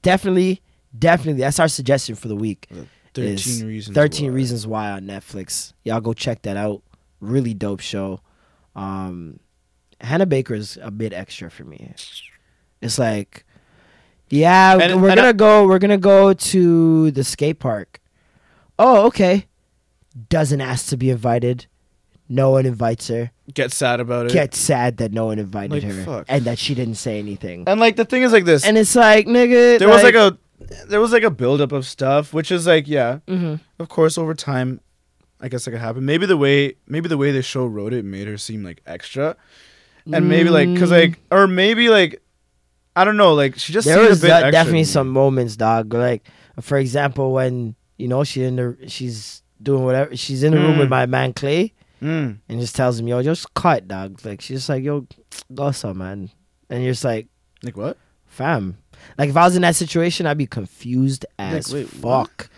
B: definitely, definitely. That's our suggestion for the week. is
C: 13 Uh, reasons.
B: 13
C: why.
B: reasons why on Netflix. Y'all go check that out. Really dope show. Um, Hannah Baker's a bit extra for me. It's like, yeah,
C: And-
B: we're
C: and
B: gonna
C: I-
B: go. We're gonna go to the skate park. Oh, okay. Doesn't ask to be invited. No one invites her.
C: Get sad about it.
B: Gets sad that no one invited
C: Like,
B: her
C: fuck.
B: and that she didn't say anything.
C: and like the thing is like this.
B: And it's like, nigga,
C: there was like a there was like a buildup of stuff, which is like yeah, of course over time, I guess that could happen. Maybe the way maybe the way the show wrote it made her seem like extra, and maybe like because like or maybe like I don't know like she just
B: there
C: seemed
B: was
C: a bit
B: de-
C: extra to
B: definitely
C: me.
B: some moments, dog. Like for example, when you know she in the she's doing whatever she's in the room with
C: Hmm.
B: my man Clay
C: Mm.
B: and just tells him, "Yo, just cut, dog." Like she's just like, "Yo, go some man," and you're just like,
C: like what
B: "Fam." Like if I was in that situation, I'd be confused as
C: wait,
B: fuck.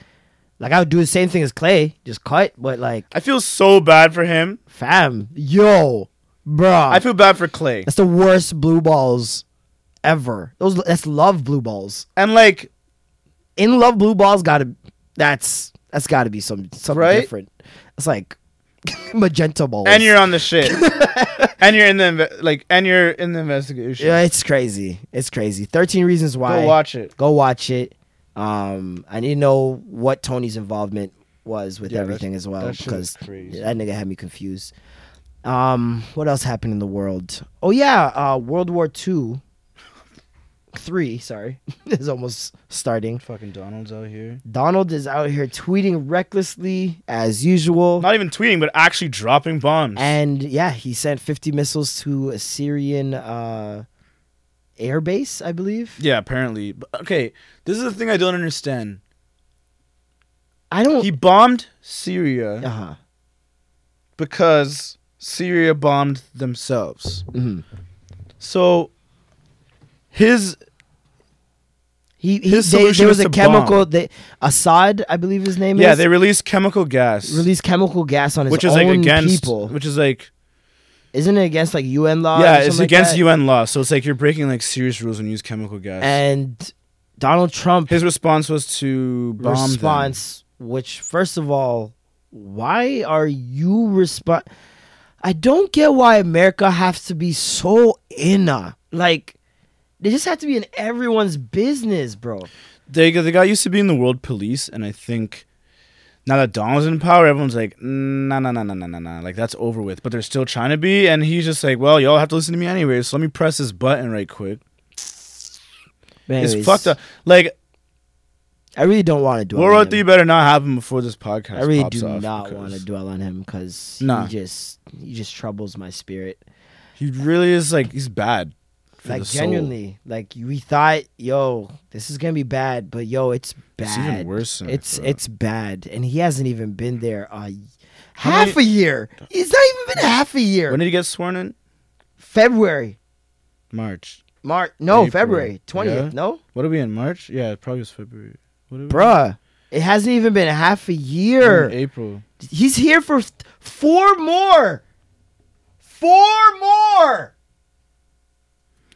B: Like I would do the same thing as Clay, just cut, but like,
C: I feel so bad for him.
B: fam, yo, bruh.
C: I feel bad for Clay,
B: that's the worst blue balls ever. Those that's love blue balls.
C: and like
B: in love blue balls gotta that's that's gotta be some something
C: Right?
B: different it's like magenta balls
C: and you're on the shit, and you're in the inve- like and you're in the investigation.
B: yeah it's crazy it's crazy 13 reasons why
C: Go watch it.
B: go watch it um i need to know what tony's involvement was with
C: Yeah, that-
B: everything as well
C: that shit
B: because
C: was crazy.
B: that nigga had me confused um what else happened in the world oh yeah uh world war two three sorry is almost starting
C: Fucking Donald's out here.
B: donald is out here tweeting recklessly as usual
C: Not even tweeting, but actually dropping bombs.
B: And yeah, he sent 50 missiles to a Syrian uh, air base, I believe.
C: Yeah, apparently. But, okay, this is the thing I don't understand.
B: I don't.
C: He bombed Syria
B: uh-huh.
C: because Syria bombed themselves.
B: Mhm.
C: So his
B: He, he
C: His
B: they-
C: solution
B: there was
C: is
B: a
C: to
B: chemical
C: bomb.
B: that Assad, I believe his name
C: yeah,
B: is.
C: they released chemical gas,
B: released chemical gas on his
C: which is
B: own
C: like against
B: people.
C: which is like
B: Isn't it against like UN law?
C: yeah, it's against
B: you.
C: UN law. So it's like you're breaking like serious rules when you use chemical gas.
B: And Donald Trump
C: his response was to bomb them.
B: response, which first of all, why are you respond? I don't get why America has to be so inna. Like, they just have to be in everyone's business, bro.
C: They the guy used to be in the world police, and I think now that Donald's in power, everyone's like, nah, nah, nah, nah, nah, nah, nah. Like that's over with. But they're still trying to be, and he's just like, well, y'all have to listen to me anyway. So let me press this button right quick.
B: But
C: It's
B: anyways,
C: fucked up. Like
B: I really don't want to dwell.
C: World War
B: on
C: Three
B: him.
C: better not happen before this podcast.
B: I really
C: pops
B: do
C: off
B: not
C: because
B: want to dwell on him because
C: Nah.
B: he just he just troubles my spirit.
C: He really is like he's bad. for
B: Like
C: the soul.
B: genuinely, like we thought, yo, this is gonna be bad, but yo, it's bad.
C: It's even worse than I
B: it's
C: thought.
B: it's bad, and he hasn't even been there a y- half a year. It's not even been half a year.
C: When did he get sworn in?
B: February,
C: March.
B: March, no,
C: April.
B: February twentieth,
C: Yeah.
B: no,
C: What are we in March? Yeah, it probably was February. What are we
B: bruh, it hasn't even been half a
C: We're
B: year.
C: in April.
B: He's here for th- four more. Four more.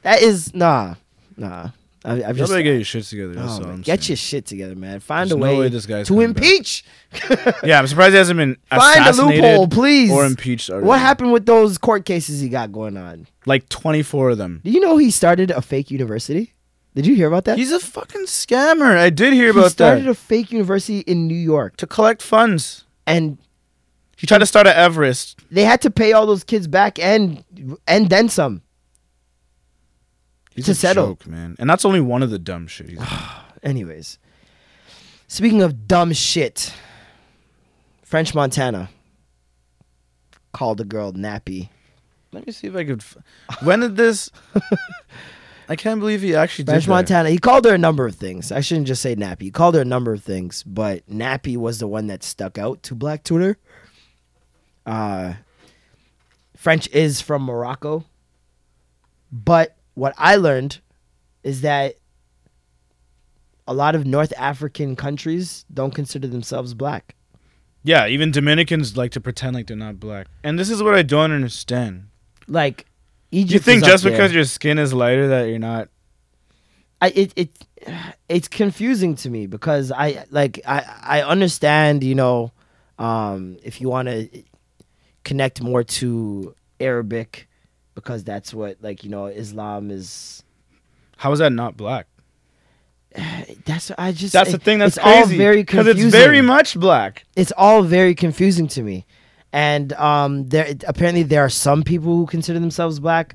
B: That is nah, nah. I've, I've
C: Y'all
B: just
C: better get your shit together. That's
B: Oh,
C: all
B: man,
C: I'm
B: get
C: saying.
B: your shit together, man. Find
C: There's
B: a
C: no
B: way,
C: way this guy's
B: to
C: coming back.
B: impeach.
C: Yeah, I'm surprised he hasn't been
B: Find a
C: assassinated
B: loophole, please.
C: or impeached. Already.
B: What happened with those court cases he got going on?
C: Like 24 of them.
B: Do you know he started a fake university? Did you hear about that?
C: He's a fucking scammer. I did hear
B: he
C: about
B: started
C: that.
B: a fake university in New York,
C: to collect funds.
B: and
C: He tried to start at Everest.
B: they had to pay all those kids back and and then some.
C: He's
B: To
C: a
B: settle.
C: joke, man. And that's only one of the dumb shit. He's
B: Anyways, speaking of dumb shit, French Montana called a girl nappy.
C: Let me see if I could. F- when did this? I can't believe he actually
B: French
C: did that.
B: Montana. He called her a number of things. I shouldn't just say Nappy. He called her a number of things, but Nappy was the one that stuck out to Black Twitter. Uh, French is from Morocco, but what I learned is that a lot of North African countries don't consider themselves black.
C: Yeah, even Dominicans like to pretend like they're not black. And this is what I don't understand.
B: Like Egypt.
C: You think
B: is up
C: just
B: there.
C: because your skin is lighter that you're not?
B: I it it it's confusing to me because I like I I understand you know um, if you want to connect more to Arabic because that's what like you know Islam is.
C: How is that not black?
B: That's I just
C: That's the
B: it-
C: thing. That's
B: it's
C: crazy.
B: all very confusing.
C: it's very much black.
B: it's all very confusing to me. And um, there apparently there are some people who consider themselves black.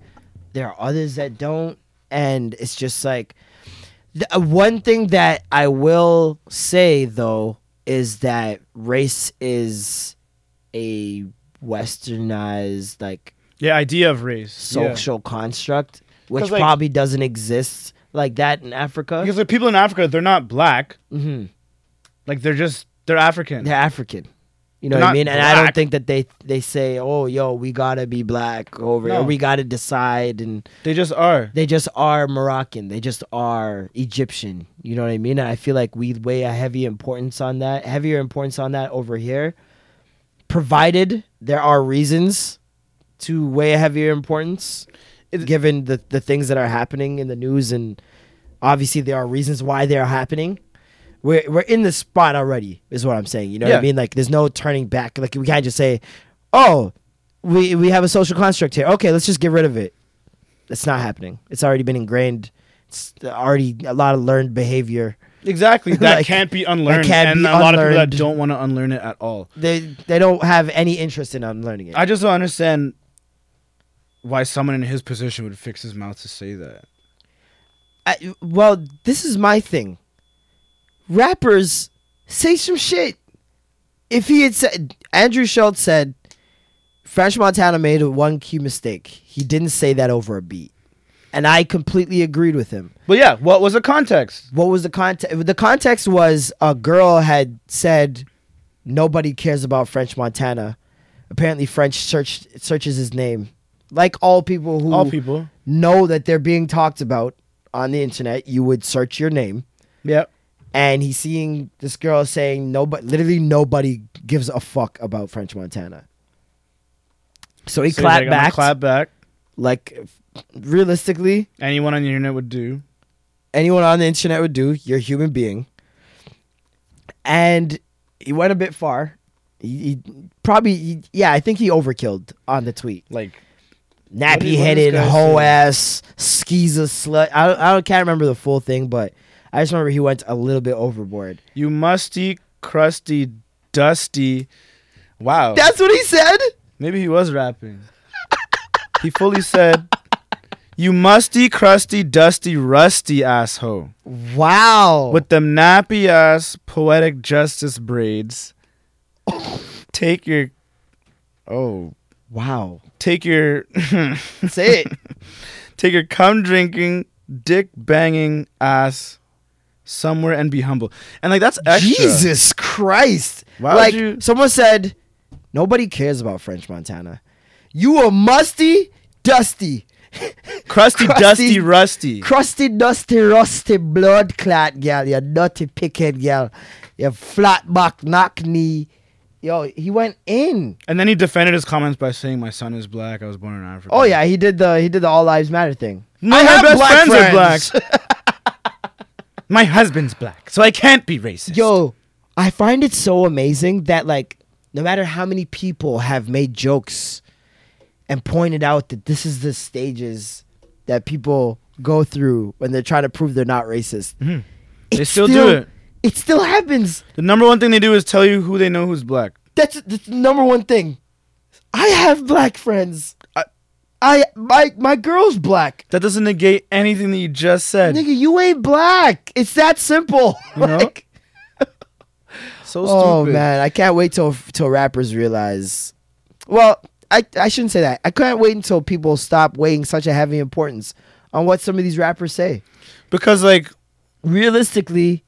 B: There are others that don't, and it's just like the, uh, one thing that I will say though is that race is a westernized like
C: Yeah, idea of race. Yeah.
B: social construct, which
C: 'Cause, like-
B: probably doesn't exist like that in Africa.
C: Because the people in Africa, they're not black.
B: Mhm.
C: Like they're just they're African.
B: They're African. You know
C: They're
B: what I
C: not
B: mean? And I don't
C: black.
B: think that they they say, "Oh, yo, we gotta be black over,
C: No.
B: or we gotta decide." And
C: They just are.
B: they just are Moroccan. They just are Egyptian. You know what I mean? And I feel like we weigh a heavy importance on that, heavier importance on that over here. Provided there are reasons to weigh a heavier importance,
C: It-
B: given the the things that are happening in the news, and obviously there are reasons why they are happening. We're we're in the spot already, is what I'm saying. You know what I
C: Yeah.
B: mean? Like there's no turning back. Like we can't just say, oh, we we have a social construct here. Okay, let's just get rid of it. It's not happening. It's already been ingrained. It's already a lot of learned behavior.
C: Exactly. That
B: Like,
C: can't be unlearned.
B: can't
C: and
B: be
C: a lot of people that
B: unlearned.
C: don't want to unlearn it at all.
B: They they don't have any interest in unlearning it.
C: I just don't understand why someone in his position would fix his mouth to say that.
B: I, well, this is my thing. Rappers say some shit. If he had said, Andrew Schultz said, French Montana made a one key mistake. He didn't say that over a beat, and I completely agreed with him.
C: But yeah, what was the context?
B: What was the context? The context was a girl had said, "Nobody cares about French Montana." Apparently, French search searches his name, like all people who
C: All people.
B: know that they're being talked about on the internet. You would search your name,
C: Yeah.
B: and he's seeing this girl saying nobody, literally nobody gives a fuck about French Montana. So he
C: So he's
B: clapped
C: like, "I'ma
B: back,
C: Clap back.
B: like realistically,
C: Anyone on the internet would do.
B: anyone on the internet would do. You're a human being. And he went a bit far. He, he probably, he- yeah, I think he overkilled on the tweet.
C: Like did- what
B: Nappy
C: did
B: headed,
C: this guy
B: hoe
C: say?
B: ass, skeezer slut. I don't, I don't, can't remember the full thing, but I just remember he went a little bit overboard.
C: you musty, crusty, dusty. Wow.
B: That's what he said?
C: Maybe he was rapping. he fully said, "You musty, crusty, dusty, rusty asshole."
B: Wow.
C: with them nappy ass poetic justice braids. take your oh,
B: Wow.
C: take your
B: Say it.
C: take your cum drinking, dick banging ass somewhere and be humble. And like that's extra.
B: Jesus Christ.
C: Why would
B: like
C: you-
B: someone said, nobody cares about French Montana. You are musty, dusty,
C: Crusty,
B: Crusty-
C: dusty, rusty.
B: crusty, dusty, rusty, blood clot gal. You dirty pickhead gal. You flat back, knock knee. Yo, he went in.
C: and then he defended his comments by saying, "My son is black. I was born in Africa."
B: Oh yeah, he did the he did the all lives matter thing.
C: my
B: I
C: my
B: have
C: best
B: black
C: friends,
B: friends.
C: are black. My husband's black, so I can't be racist.
B: Yo, I find it so amazing that like no matter how many people have made jokes and pointed out that this is the stages that people go through when they're trying to prove they're not racist.
C: Mm-hmm. They still do it.
B: It still happens.
C: the number one thing they do is tell you who they know who's black.
B: That's, that's the number one thing. I have black friends. I, I my my girl's black.
C: That doesn't negate anything that you just said.
B: Nigga, you ain't black. It's that simple.
C: You know?
B: Like-
C: So
B: Oh
C: stupid.
B: man, I can't wait till till rappers realize. Well, I I shouldn't say that. I can't wait until people stop weighing such a heavy importance on what some of these rappers say.
C: Because like
B: Realistically,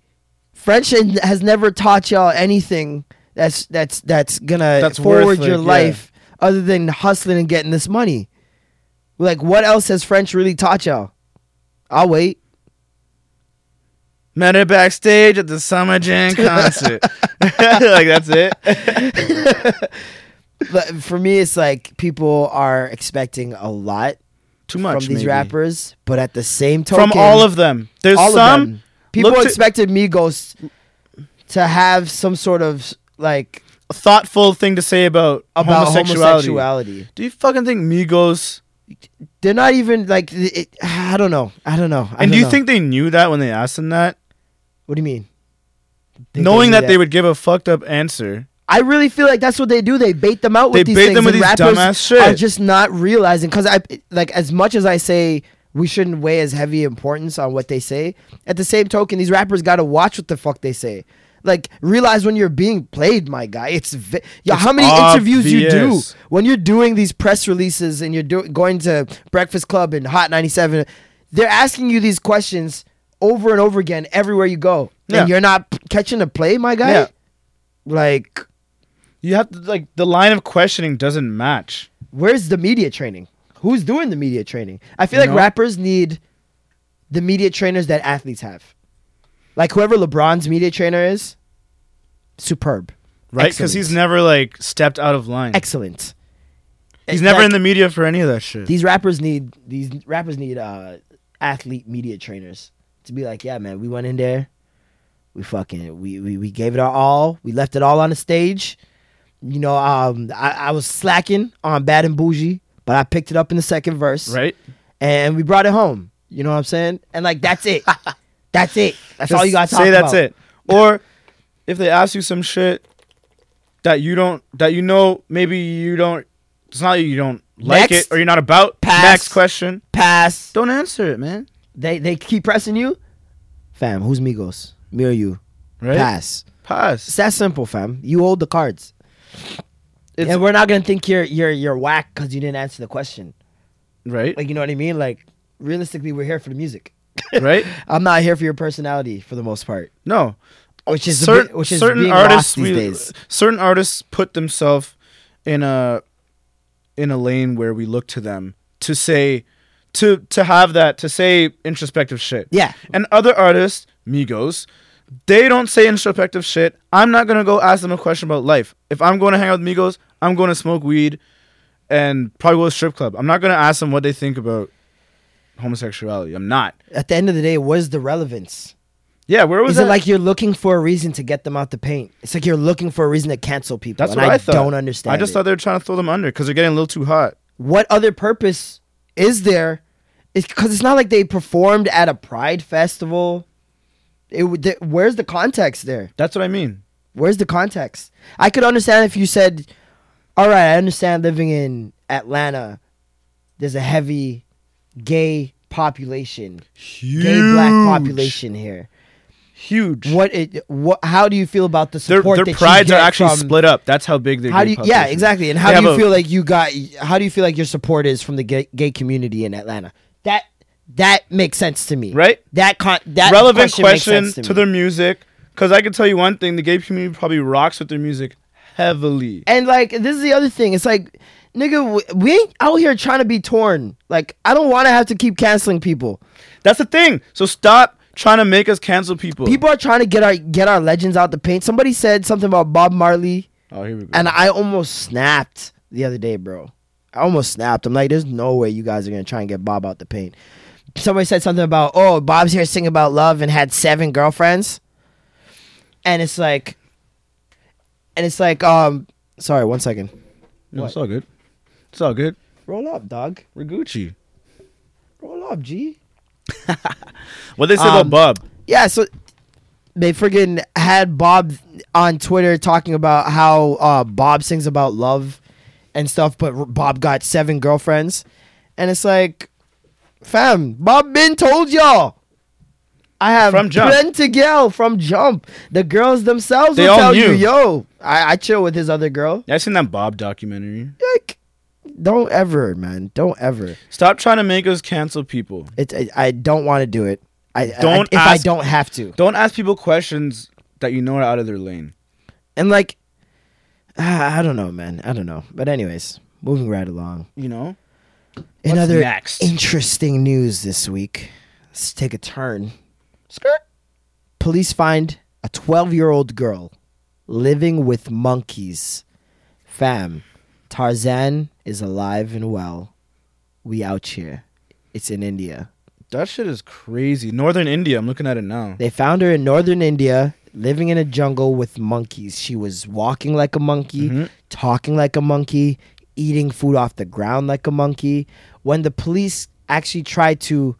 B: French n- has never taught y'all anything that's that's that's gonna
C: That's
B: forward
C: worth, like,
B: your
C: yeah.
B: life other than hustling and getting this money. Like, what else has French really taught y'all? I'll wait.
C: met her backstage at the Summer Jam concert. like that's it.
B: But for me, it's like people are expecting a lot
C: Too much
B: from these
C: maybe.
B: rappers, but at the same token,
C: From all of them. There's
B: all of
C: some
B: them, people
C: look to-
B: expected Migos to have some sort of like
C: thoughtful thing to say about,
B: about
C: homosexuality.
B: homosexuality.
C: Do you fucking think Migos?
B: They're not even like it, it- I don't know, I don't know. I don't
C: And do you
B: know.
C: think they knew that when they asked them that,
B: What do you mean? They
C: knowing
B: do
C: that, they would give a fucked up answer?
B: I really feel like that's what they do. They bait them out
C: They
B: with these
C: bait
B: things.
C: them with
B: and
C: these
B: rappers
C: dumbass shit.
B: Are just not realizing because I like as much as I say we shouldn't weigh as heavy importance on what they say. At the same token, these rappers got to watch what the fuck they say. Like realize when you're being played, my guy. It's vi- yeah. How many interviews you do
C: obvious.
B: when you're doing these press releases and you're do- going to Breakfast Club and Hot 97? They're asking you these questions over and over again everywhere you go,
C: Yeah.
B: and you're not p- catching a play, my guy.
C: Yeah.
B: Like
C: You have to like the line of questioning doesn't match.
B: where's the media training? Who's doing the media training? I feel like
C: No.
B: rappers need the media trainers that athletes have. Like whoever LeBron's media trainer is, superb.
C: Right? Because he's
B: Excellent.
C: never like stepped out of line.
B: excellent.
C: He's never
B: Like,
C: in the media for any of that shit.
B: These rappers need these rappers need uh athlete media trainers to be like, yeah, man, we went in there, we fucking we we, we gave it our all, we left it all on the stage. You know, um, I, I was slacking on Bad and Bougie, but I picked it up in the second verse.
C: right?
B: and we brought it home. You know what I'm saying? And like that's it. that's it. That's all you got to talk
C: say. That's
B: about.
C: it. Or if they ask you some shit that you don't, that you know, maybe you don't. It's not that you don't like
B: Next.
C: it or you're not about.
B: Pass.
C: Next question.
B: Pass.
C: Don't answer it, man.
B: They they keep pressing you. Fam, who's Migos? Me or you?
C: Right?
B: Pass. It's
C: Pass.
B: that simple, fam. You hold the cards.
C: It's-
B: and we're not gonna think you're you're you're whack because you didn't answer the question.
C: Right.
B: Like you know what I mean? Like realistically, we're here for the music.
C: right.
B: I'm not here for your personality for the most part,
C: No.
B: which is a
C: Cer-
B: bit- which is being lost these
C: we-
B: days.
C: certain artists put themselves in a in a lane where we look to them to say to to have that to say introspective shit.
B: Yeah.
C: And other artists, Migos, they don't say introspective shit. I'm not gonna go ask them a question about life. If I'm going to hang out with Migos, I'm going to smoke weed and probably go to a strip club. I'm not gonna ask them what they think about homosexuality. I'm not.
B: At the end of the day, what is the relevance?
C: Yeah, where was
B: Is
C: that?
B: it like you're looking for a reason to get them out the paint? It's like you're looking for a reason to cancel people.
C: That's
B: and
C: what I,
B: I,
C: thought.
B: don't understand.
C: I just
B: it.
C: thought they were trying to throw them under because they're getting a little too hot.
B: what other purpose is there? It's because it's not like they performed at a pride festival. It, would- th- where's the context there?
C: That's what I mean.
B: Where's the context? I could understand if you said, "All right, I understand living in Atlanta. There's a heavy gay population,
C: Huge.
B: gay black population here.
C: Huge.
B: What it? What? How do you feel about the
C: Their,
B: support?
C: their
B: that you
C: prides are
B: get
C: actually
B: from-
C: split up. That's how big they're.
B: how do you, yeah exactly and how
C: They
B: do you
C: have a-
B: feel like you got how do you feel like your support is from the gay, gay community in atlanta that that makes sense to me
C: Right?
B: that con that
C: relevant
B: question, makes
C: question,
B: sense
C: to,
B: to, me.
C: their music? Because I can tell you one thing: the gay community probably rocks with their music heavily.
B: and like this is the other thing it's like nigga we, we ain't out here trying to be torn like i don't want to have to keep canceling people
C: That's the thing. So stop trying to make us cancel people.
B: people are trying to get our get our legends out the paint somebody said something about bob marley
C: Oh, here we go.
B: and i almost snapped the other day bro i almost snapped i'm like there's no way you guys are gonna try and get bob out the paint somebody said something about oh Bob's here singing about love and had seven girlfriends, and it's like, and it's like um sorry one second
E: No, it's all good. It's all good.
B: roll up dog
E: We're Gucci.
B: roll up G
C: What they say
B: Um,
C: about Bob?
B: yeah so they friggin had Bob on Twitter talking about how uh Bob sings about love and stuff but R- Bob got seven girlfriends and it's like fam Bob been told y'all. I have
C: From Jump.
B: plenty girl from Jump. The girls themselves
C: They
B: will
C: all
B: tell you,
C: knew.
B: yo, I, I chill with his other girl.
C: I seen that Bob documentary.
B: like don't ever man don't ever
C: Stop trying to make us cancel people.
B: it i, I don't want to do it i don't
C: Don't
B: if i
C: ask-
B: don't have to
C: Don't ask people questions that you know are out of their lane.
B: and like ah, i don't know man i don't know but anyways moving right along
C: You know.
B: in other
C: next?
B: interesting news this week let's take a turn skirt police find a 12 year old girl living with monkeys fam tarzan is alive and well we out here it's in india
C: That shit is crazy. Northern India. I'm looking at it now.
B: They found her in northern India, living in a jungle with monkeys. She was walking like a monkey, talking like a monkey, eating food off the ground like a monkey. When the police actually tried to,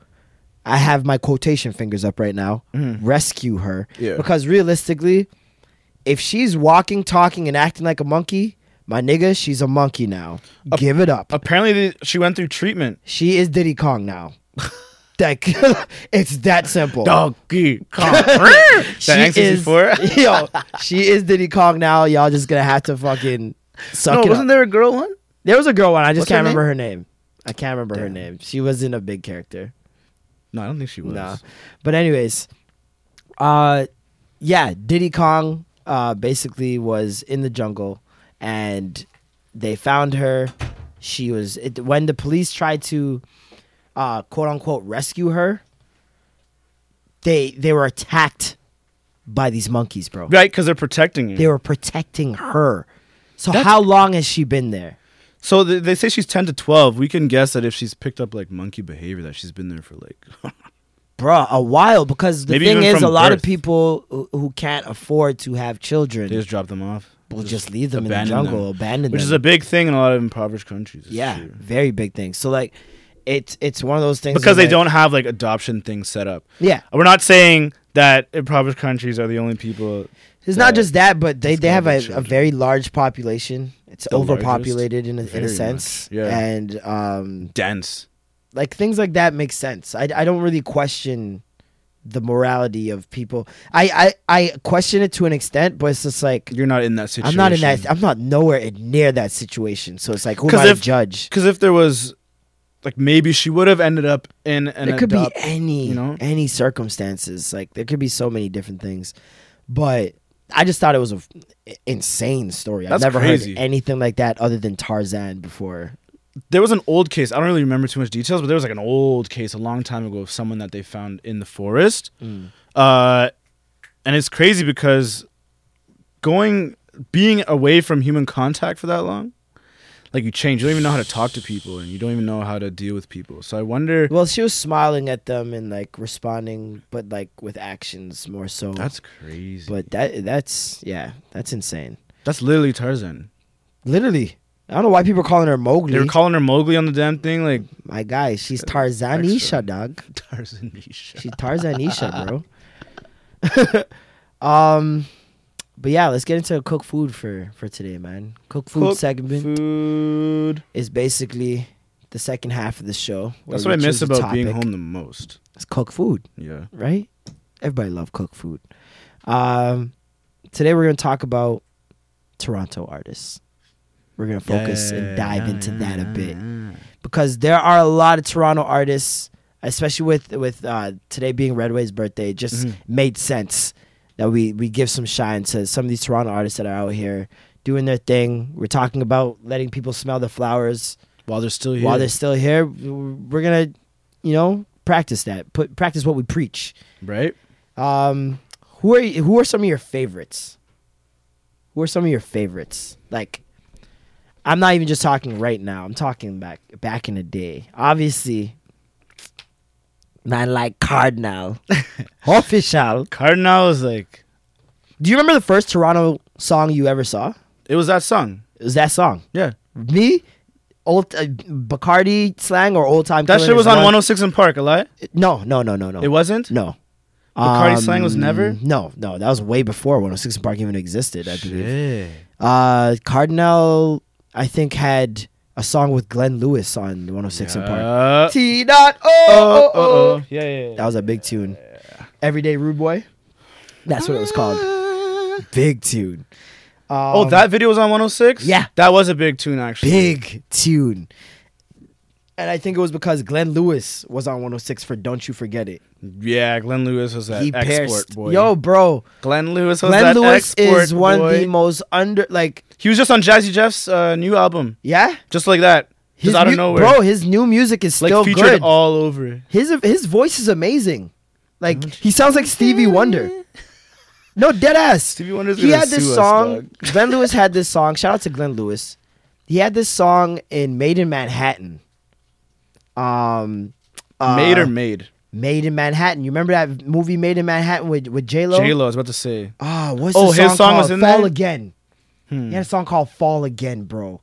B: I have my quotation fingers up right now, rescue her.
C: Yeah.
B: Because realistically, if she's walking, talking, and acting like a monkey, my nigga, she's a monkey now. Give it up.
C: Apparently, they, she went through treatment.
B: she is Diddy Kong now. like, it's that simple.
C: Donkey Kong. that N64.
B: is yo. She is Diddy Kong now. Y'all just gonna have to fucking suck
C: No,
B: it.
C: wasn't
B: up.
C: there a girl one?
B: There was a girl one. I just
C: What's
B: can't
C: her
B: remember her name. I can't remember her name. She wasn't a big character.
C: No, I don't think she was.
B: Nah. But anyways, uh, yeah, Diddy Kong uh basically was in the jungle, and they found her. She was it, when the police tried to, uh, quote unquote, rescue her. They they were attacked by these monkeys, bro.
C: Right, because they're protecting you.
B: They were protecting her. So how long has she been there?
C: so they, they say she's 10 to 12. We can guess that if she's picked up like monkey behavior, that she's been there for like.
B: Bruh, a while because the
C: Maybe
B: thing
C: even
B: is, a
C: from
B: lot of
C: birth.
B: people who- who can't afford to have children
C: they just drop them off.
B: will just leave them in the
C: abandon
B: jungle,
C: them.
B: abandon
C: Which
B: them.
C: is a big thing in a lot of impoverished countries. It's
B: yeah,
C: true.
B: very big thing. So like, it's it's one of those things
C: Because
B: where,
C: they don't have like adoption things set up.
B: Yeah,
C: We're not saying that impoverished countries are the only people.
B: it's not
C: that-
B: just that, but they they have
C: have
B: a, a
C: children.
B: very large population. It's
C: The largest?
B: overpopulated in a, in
C: Very
B: a
C: much,
B: sense,
C: yeah.
B: and um,
C: dense.
B: like things like that make sense. I, I don't really question the morality of people. I, I I question it to an extent, but it's just like
C: You're not in that situation.
B: I'm not in that. I'm not nowhere in- near that situation. So it's like who am
C: 'Cause
B: I to
C: if-
B: judge?
C: Because if there was, like, maybe she would have ended up in an.
B: There could be
C: adopt-
B: any
C: you know?
B: any circumstances. Like there could be so many different things, but. I just thought it was a f- insane story. I've
C: That's
B: never
C: crazy.
B: heard anything like that other than Tarzan before.
C: There was an old case. I don't really remember too much details, but there was like an old case a long time ago of someone that they found in the forest.
B: Mm.
C: Uh, and it's crazy because going, being away from human contact for that long, like you change. You don't even know how to talk to people, and you don't even know how to deal with people. So I wonder.
B: Well, she was smiling at them and like responding, but like with actions more so.
C: That's crazy.
B: But that that's yeah, that's insane.
C: That's literally Tarzan.
B: Literally. I don't know why people are calling her
C: They
B: Mowgli.
C: were calling her Mowgli on the damn thing, like
B: My guy, she's Tarzanisha, dog.
C: Tarzanisha.
B: She's Tarzanisha, bro. um but yeah, let's get into cook food for for today, man. Cook food
C: Cook
B: segment
C: Food.
B: is basically the second half of the show. where
C: That's
B: we
C: what I
B: choose
C: miss
B: a
C: about being
B: topic.
C: home the most.
B: It's cook food.
C: Yeah.
B: right? Everybody love cooked food. Um, today we're going to talk about Toronto artists. We're going to focus and dive into that a bit because there are a lot of Toronto artists, especially with with uh, today being Redway's birthday. It just made sense that we we give some shine to some of these Toronto artists that are out here doing their thing. We're talking about letting people smell the flowers
C: While they're still here.
B: while they're still here. We're gonna, you know, practice that. Put practice what we preach.
C: right?
B: Um, who are you, who are some of your favorites? Who are some of your favorites? Like, I'm not even just talking right now. I'm talking back back in the day. Obviously, Not like Cardinal. Official.
C: Cardinal was like,
B: Do you remember the first Toronto song you ever saw?
C: it was that song.
B: It was that song.
C: Yeah.
B: Me, old uh, Bacardi slang or old time.
C: That
B: Killer
C: shit was
B: is
C: on 106 in Park, a lot.
B: No, no, no, no, no.
C: It wasn't?
B: No. Um,
C: Bacardi slang was never?
B: No, no. That was way before 106 and Park even existed, I believe. Uh, Cardinal, I think, had a song with Glenn Lewis on 106 and Park.
C: Uh,
B: T dot oh, oh, oh.
C: Yeah, yeah, yeah.
B: That was a big tune. Everyday Rude Boy. That's what it was called. Big tune.
C: oh, that video was on 106?
B: yeah.
C: That was a big tune, actually.
B: Big tune. And I think it was because Glenn Lewis was on 106 for Don't You Forget It.
C: Yeah, Glenn Lewis was that
B: He
C: export
B: pairs.
C: boy.
B: Yo, bro.
C: Glenn Lewis was
B: Glenn
C: that
B: Lewis
C: export
B: is one of
C: boy.
B: the most under like
C: He was just on Jazzy Jeff's uh, new album,
B: yeah.
C: just like that,
B: His
C: just out of
B: mu-
C: nowhere,
B: bro. His new music is
C: like
B: still
C: featured
B: good.
C: all over. it.
B: his his voice is amazing. Like he sounds like Stevie Wonder. No dead ass.
C: Stevie Wonder's
B: He
C: gonna
B: had this
C: sue us,
B: song.
C: dog.
B: Glenn Lewis had this song. Shout out to Glenn Lewis. He had this song in Made in Manhattan. Um, uh,
C: Made or made?
B: Made in Manhattan. You remember that movie Made in Manhattan with with J Lo?
C: J Lo. I was about to say.
B: Ah, what's
C: Oh,
B: the
C: his song was
B: called?
C: in Hmm.
B: Fall
C: there?
B: Again. He had a song called Fall Again, bro.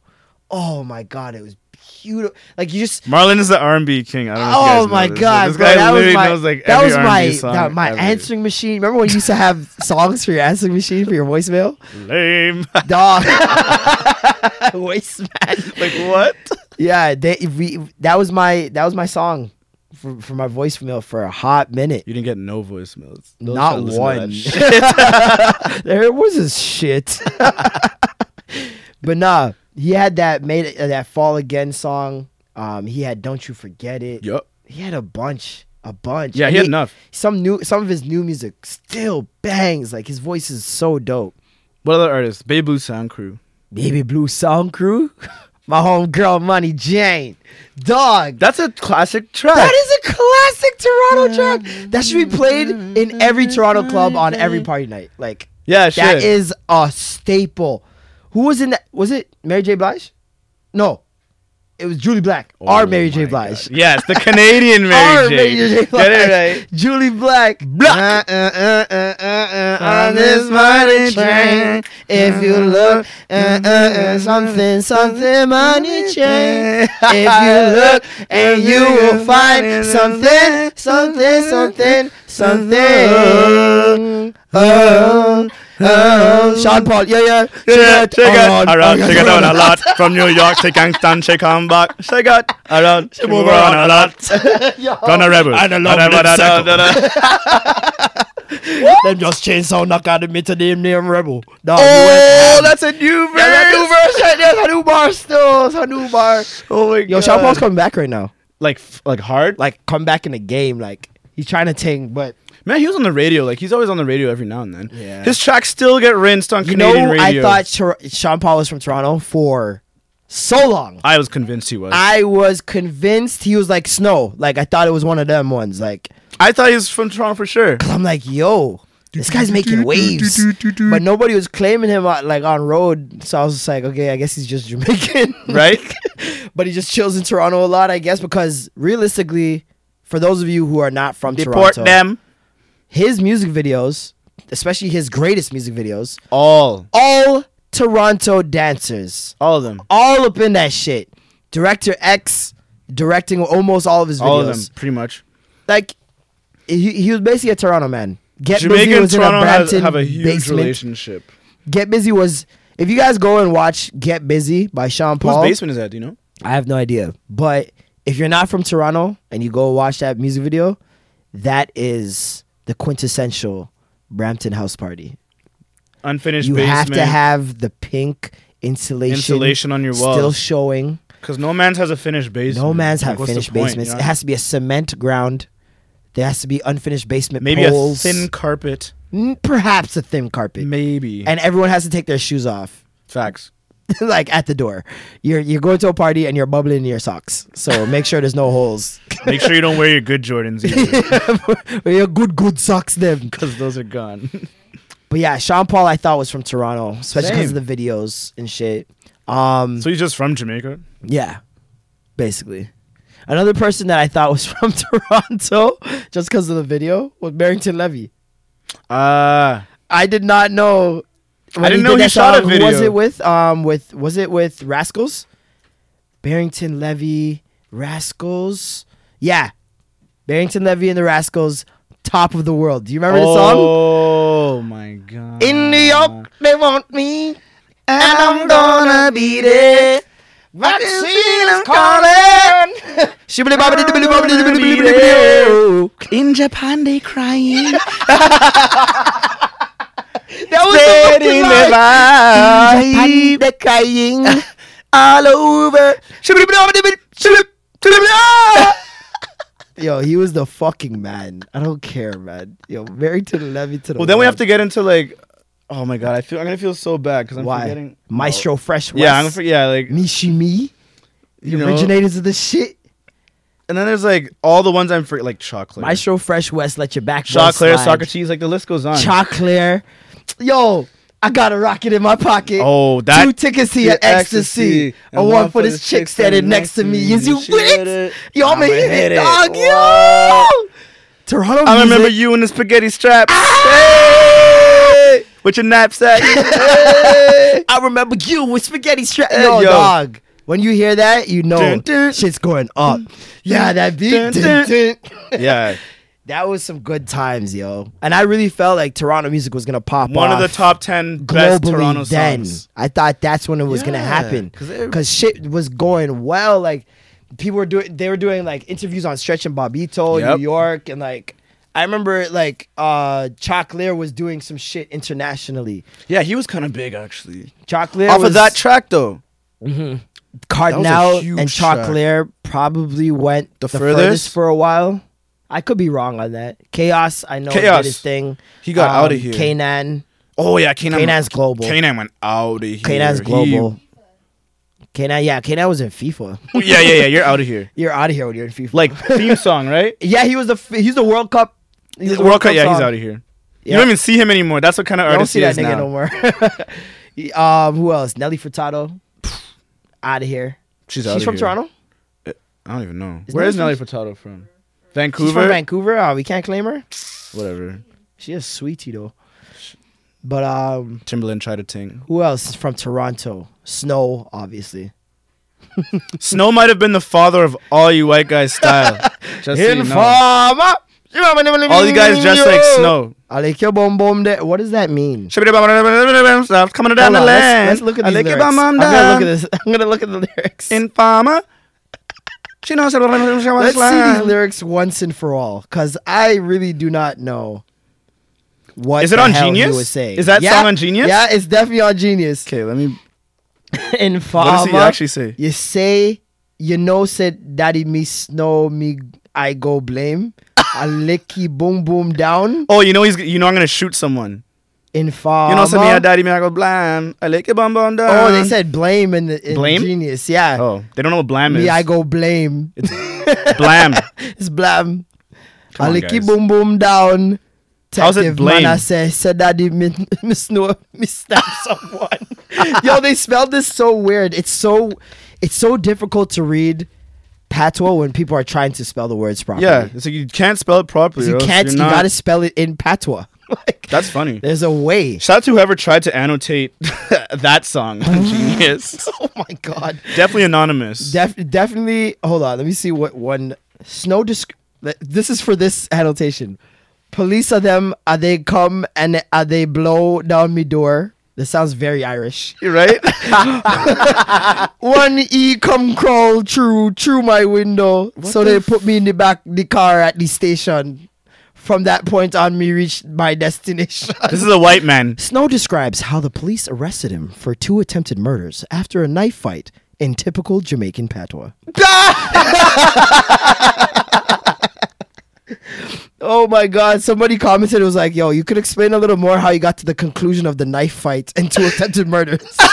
B: Oh my god, it was beautiful. Like you just
C: Marlon is the R&B king. I don't know if
B: Oh
C: you guys know
B: my
C: this, but
B: god,
C: this
B: bro,
C: guy
B: that was
C: literally
B: my
C: knows like
B: that
C: every
B: was my
C: R&B song
B: that- my
C: ever.
B: answering machine. Remember when you used to have songs for your answering machine for your voicemail?
C: Lame.
B: Dog, voicemail.
C: like what?
B: Yeah, they, if we that was my that was my song for, for my voicemail for a hot minute.
C: You didn't get no voicemails. No
B: Not
C: child listened to
B: one.
C: that shit.
B: There was this shit. but nah, he had that made uh, that fall again song. Um, he had don't you forget it.
C: yup.
B: He had a bunch, a bunch.
C: Yeah,
B: And
C: he had enough.
B: Some new, some of his new music still bangs. Like his voice is so dope.
C: What other artists? Bay Blue Sound Crew.
B: Baby Blue Sound Crew, my homegirl Money Jane, dog.
C: That's a classic track.
B: That is a classic Toronto track. That should be played in every Toronto club on every party night. Like
C: yeah, it
B: That
C: should.
B: is a staple. Who was in that? Was it Mary J. Blige? No, it was Julie Black
C: Oh
B: or Mary J. Blige.
C: Yes, the Canadian
B: Or
C: Mary J.
B: Mary J. Blige.
C: Get it right.
B: Julie Black.
C: Black.
B: Uh, uh, uh, uh, uh, uh,
C: On
B: on this money train, if you look, uh, uh, uh, something, something, money train. If you look, and you will find something, something, something, something. Um, um, Sean Paul, yeah, yeah.
C: Yeah, shake it
B: around,
C: around, shake it
B: around.
C: down a lot. From New York to Kingston, she come back. Shake it around, she move around a lot. Gonna rebel. I don't know.
B: Them just chainsaw knock out the me to them name Rebel. Dog,
C: Oh, that's a new verse.
B: Yeah, that's a new verse right there. It's a new bar still. It's a new bar.
C: Oh my god.
B: Yo, Sean Paul's coming back right now.
C: like f- like hard. Like
B: Like, come back in the game. Like, he's trying to ting, but
C: man, he was on the radio. Like he's always on the radio every now and then.
B: Yeah.
C: His tracks still get rinsed on
B: you
C: Canadian
B: know,
C: radio.
B: I thought Tor- Sean Paul was from Toronto for so long.
C: I was convinced he was. I,
B: I was convinced he was like Snow. Like, I thought it was one of them ones. Like,
C: thought he was from Toronto for sure.
B: I'm like, yo, this guy's making waves. But nobody was claiming him, uh, like, on road. So I was just like, okay, I guess he's just Jamaican.
C: Right?
B: but he just chills in Toronto a lot, I guess, because realistically, for those of you who are not from
C: Deport
B: Toronto,
C: them
B: his music videos, especially his greatest music videos,
C: all,
B: all Toronto dancers,
C: all of them,
B: all up in that shit. Director X directing almost all of his videos.
C: all of them, pretty much.
B: Like he, he was basically a Toronto man. Get
C: Jamaica
B: busy
C: and
B: was in
C: Toronto
B: a
C: has,
B: Brampton
C: have a huge
B: basement.
C: relationship.
B: Get busy was. If you guys go and watch Get Busy by Sean
C: Whose
B: Paul,
C: basement is that? Do you know?
B: I have no idea. But if you're not from Toronto and you go watch that music video, that is the quintessential Brampton house party.
C: Unfinished
B: you
C: basement.
B: have to have the pink insulation,
C: Insulation on your
B: still
C: walls.
B: showing.
C: because no man's has a finished basement.
B: No man's
C: Like,
B: have
C: what's the
B: finished
C: point,
B: basements.
C: you know?
B: It has to be a cement ground. There has to be unfinished basement
C: maybe
B: poles.
C: a thin carpet.
B: Mm, perhaps a thin carpet,
C: Maybe
B: and everyone has to take their shoes off.
C: facts.
B: like at the door, you're you're going to a party and you're bubbling in your socks. So make sure there's no holes.
C: Make sure you don't wear your good Jordans either,
B: your good good socks them.
C: because those are gone.
B: But yeah, Sean Paul I thought was from Toronto, especially because
C: Same.
B: of the videos and shit. Um,
C: so he's just from Jamaica.
B: yeah, basically. Another person that I thought was from Toronto, just because of the video, was Barrington Levy.
C: Ah,
B: I did not know. when
C: I didn't know
B: did
C: he
B: that
C: shot a
B: song, who Was
C: video.
B: it with um with was it with Rascals? Barrington Levy Rascals. Yeah, Barrington Levy and the Rascals. Top of the world. Do you remember the song?
C: oh my god.
B: In New York, they want me, and I'm gonna be there. Vaccine is calling. Shibbity bobbity dibbity bobbity dibbity
C: be
B: dibbity
C: there.
B: dibbity.
C: In Japan, they crying.
B: That was the fucking line.
C: Japan,
B: They're crying all over. Yo, he was the fucking man. I don't care, man. Yo, married to the levy to the.
C: Well, then we have
B: world.
C: to get into like, oh my god, I feel I'm gonna feel so bad because I'm
B: Why?
C: forgetting.
B: Maestro Fresh West.
C: Yeah, I'm for, yeah, like
B: Mishimi,
C: you know.
B: originators of the shit.
C: And then there's like all the ones I'm for, like chocolate,
B: Maestro Fresh West, let your back.
C: chocolate, Socrates, like the list goes on.
B: Chocolate. Yo, I got a rocket in my pocket.
C: oh,
B: Two
C: that
B: tickets here, ecstasy, and one for this chick standing next to me. Is you with it? Yo, I'ma hit it, dog. Yo, Toronto.
C: I
B: music.
C: remember you in the spaghetti strap. Hey! With your knapsack.
B: I remember you with spaghetti strap.
C: Hey,
B: Yo,
C: yo.
B: dog. When you hear that, you know
C: Dun, dun.
B: shit's going up. Yeah, that beat.
C: Dun,
B: dun,
C: dun.
B: dun.
C: yeah.
B: That was some good times, yo. And I really felt like Toronto music was gonna pop
C: One
B: off
C: of the top 10 best Toronto
B: globally. Then
C: songs.
B: I thought that's when it was gonna
C: Yeah,
B: happen
C: 'cause it-
B: because shit was going well. Like people were doing, they were doing like interviews on Stretch and Bobito,
C: Yep.
B: New York, and like I remember like uh Chocolate was doing some shit internationally.
C: Yeah, he was kind of big actually.
B: Chocolate
C: Off
B: was
C: of that track though.
B: Cardinal
C: huge
B: and Chocolate probably went the,
C: furthest?
B: for a while. I could be wrong on that. Chaos, I know
C: Chaos.
B: did his thing. Um,
C: He got outta here.
B: Kanan,
C: Oh yeah, K9.
B: Kanan's global.
C: K9 went out of here.
B: Kanan's
C: He-
B: global. Kanan, yeah, Kanan was in FIFA.
C: yeah, yeah, yeah. You're out of here.
B: You're out of here when you're in FIFA.
C: Like theme song, right?
B: yeah, he was the f- he's the World Cup. He's the
C: World Cup. Yeah, he's
B: song.
C: out of here.
B: Yeah.
C: You don't even see him anymore. That's what kind of
B: I don't
C: artist
B: see
C: he
B: that
C: is
B: nigga
C: now.
B: no more. um, who else? Nelly Furtado, out of here.
C: She's
B: She's
C: outta
B: from
C: here.
B: Toronto.
C: I don't even know.
B: Is
C: Where
B: Nelly
C: is
B: from-
C: Nelly Furtado from?
B: She's from
C: Vancouver.
B: Vancouver. Oh, we can't claim her.
C: Whatever.
B: She is sweetie though. But um,
C: Timberland tried to ting.
B: who else is from Toronto? Snow, obviously.
C: Snow might have been the father of all you white guys style. Just so you know.
B: Informer.
C: All you guys dressed like snow.
B: I like your bum bum. there. What does that mean?
C: Stop coming down
B: Hold
C: the
B: on,
C: lane.
B: Let's, let's look at
C: I
B: these
C: lick your
B: lyrics.
C: bum,
B: I'm
C: bum,
B: gonna look at
C: down.
B: this. I'm gonna look at the lyrics.
C: Informer. She knows what I'm doing.
B: Let's see these lyrics once and for all, because I really do not know what
C: Is it
B: the
C: on
B: hell he
C: Genius?
B: was saying.
C: Is that
B: yeah,
C: song on Genius?
B: Yeah, it's definitely on Genius.
C: Okay, let me.
B: In
C: What does he
B: Fama,
C: actually say?
B: You say you know said daddy me snow me I go blame. I licky boom boom down
C: Oh, you know he's. You know I'm gonna shoot someone.
B: in Fama.
C: You know something? Yeah, daddy, me I go blam. I lick your bum bum down.
B: Oh, they said blame in, the, in
C: Blame?
B: Genius. Yeah.
C: Oh, they don't know what blam is.
B: Me I go blame.
C: blam.
B: It's blam.
C: Come on,
B: Aliki
C: guys.
B: boom boom down.
C: How's it
B: Detective
C: blame?
B: Mana say said daddy miss me snow me stab someone. Yo, they spelled this so weird. It's so it's so difficult to read patois when people are trying to spell the words properly.
C: Yeah, it's like you can't spell it properly.
B: you
C: or else
B: can't.
C: you're
B: You
C: not-
B: gotta spell it in patois. like
C: That's funny.
B: there's a way.
C: Shout out to whoever tried to annotate that song on Genius.
B: Oh my god.
C: Definitely anonymous.
B: Def- definitely. Hold on. Let me see what one snow. Disc- this is for this annotation. Police are them. Are they come and are they blow down me door? This sounds very Irish.
C: You're right?
B: One e come crawl through through my window, so they put me in the back the car at the station. From that point on, me reached my destination.
C: this is a white man.
B: Snow describes how the police arrested him for two attempted murders after a knife fight in typical Jamaican patois. oh my god, somebody commented it was like, "Yo, you could explain a little more how you got to the conclusion of the knife fight and two attempted murders."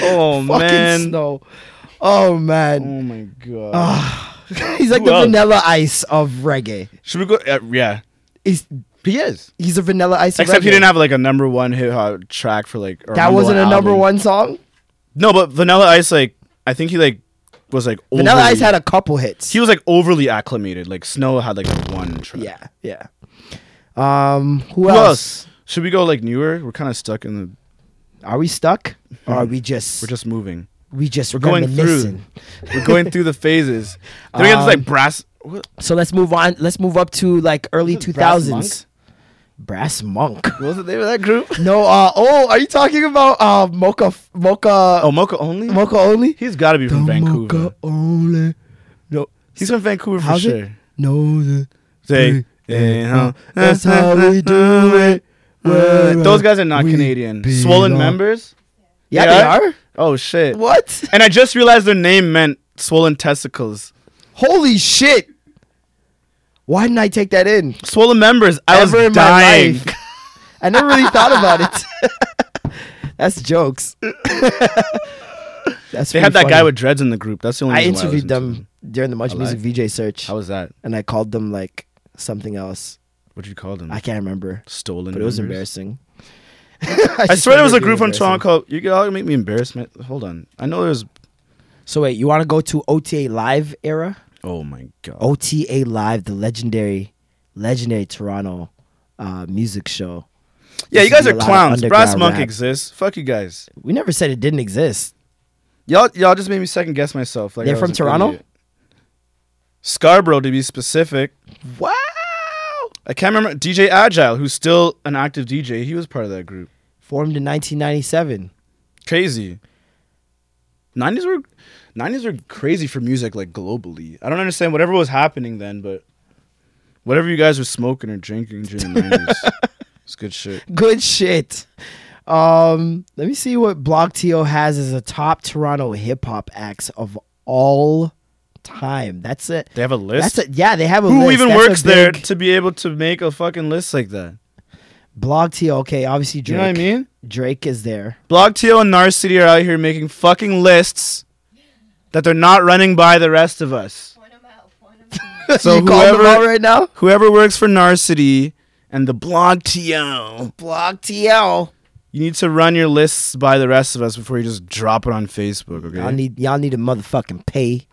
C: Oh man.
B: Fucking snow. Oh man.
C: Oh my god.
B: He's like
C: Who
B: the
C: else?
B: vanilla ice of reggae.
C: Should we go? Uh, yeah.
B: He's
C: He is.
B: he's a vanilla ice of
C: Except he
B: reggae.
C: didn't have like a number one hit uh, track for like. or
B: That wasn't a number
C: album.
B: one song?
C: No, but Vanilla Ice like I think he like was like overly,
B: Vanilla Ice had a couple hits.
C: he was like overly acclimated. Like Snow had like one track.
B: Yeah, yeah. Um, who,
C: Who
B: else?
C: else? Should we go like newer? We're kind of stuck in the.
B: Are we stuck? Or are we just
C: Mm-hmm. We're just moving.
B: we just
C: We're going through.
B: reminiscing?
C: We're going through the phases. Then we have this
B: Um,
C: like brass. What?
B: So let's move on. Let's move up to like early two thousands. Brass Monk.
C: What was the name of that group?
B: no. Uh, oh, are you talking about uh, Mocha Mocha
C: Oh, Mocha Only.
B: Mocha only?
C: He's got to be from
B: The
C: Vancouver.
B: Mocha only. No,
C: He's from Vancouver for
B: how's
C: sure.
B: it? No, the-
C: Say,
B: Hey,
C: hey, huh?
B: that's how we do it.
C: Uh,
B: Where
C: Those guys are not
B: we
C: Canadian.
B: belong.
C: Swollen members?
B: Yeah,
C: They
B: they
C: are?
B: are.
C: Oh shit!
B: What?
C: And I just realized their name meant swollen testicles.
B: Holy shit! Why didn't I take that in?
C: Swollen members. I
B: Ever in
C: was
B: my
C: dying.
B: life. I never really thought about it. That's jokes. That's
C: They
B: pretty
C: had that guy
B: funny.
C: with dreads in the group. That's the only.
B: I
C: reason why
B: interviewed
C: listened to
B: them during the Much Music VJ search,
C: How was that?
B: and I called them like something else.
C: What did you call them?
B: I can't remember,
C: Stolen.
B: but it was
C: members?
B: embarrassing.
C: I,
B: just
C: swear there was
B: remember
C: a
B: it
C: group
B: being
C: from Toronto called. You gotta make me embarrassment. Hold on. I know there's.
B: embarrassing. So wait, you want to go to OTA Live era?
C: Oh my god.
B: OTA Live, the legendary, legendary Toronto uh, music show.
C: yeah, you
B: this
C: guys
B: is
C: are
B: a lot of
C: clowns. Brass
B: underground
C: Monk
B: rap.
C: exists. Fuck you guys.
B: We never said it didn't exist.
C: Y'all, y'all just made me second guess myself. Like
B: They're
C: I
B: from
C: was an
B: Toronto?
C: idiot. Scarborough, to be specific.
B: Wow.
C: I can't remember DJ Agile, who's still an active DJ. He was part of that group.
B: Formed in 1997.
C: Crazy. Nineties were, nineties were crazy for music like globally. I don't understand whatever was happening then, but whatever you guys were smoking or drinking during the nineties, it's good shit.
B: Good shit. Um, let me see what Block TO has as a top Toronto hip hop acts of all time. That's it.
C: They have a list.
B: That's a yeah. They have a
C: Who
B: list.
C: even
B: That's a
C: works there
B: big-
C: to be able to make a fucking list like that?
B: Block TO. Okay, obviously Drake.
C: You know what I mean?
B: Drake is there.
C: Blog Teal and Narcity are out here making fucking lists that they're not running by the rest of us. So
B: you called them
C: whoever-
B: out right now.
C: Whoever works for Narcity and the Blog Teal,
B: Block TO.
C: you need to run your lists by the rest of us before you just drop it on Facebook, okay?
B: Y'all need y'all need a motherfucking pay.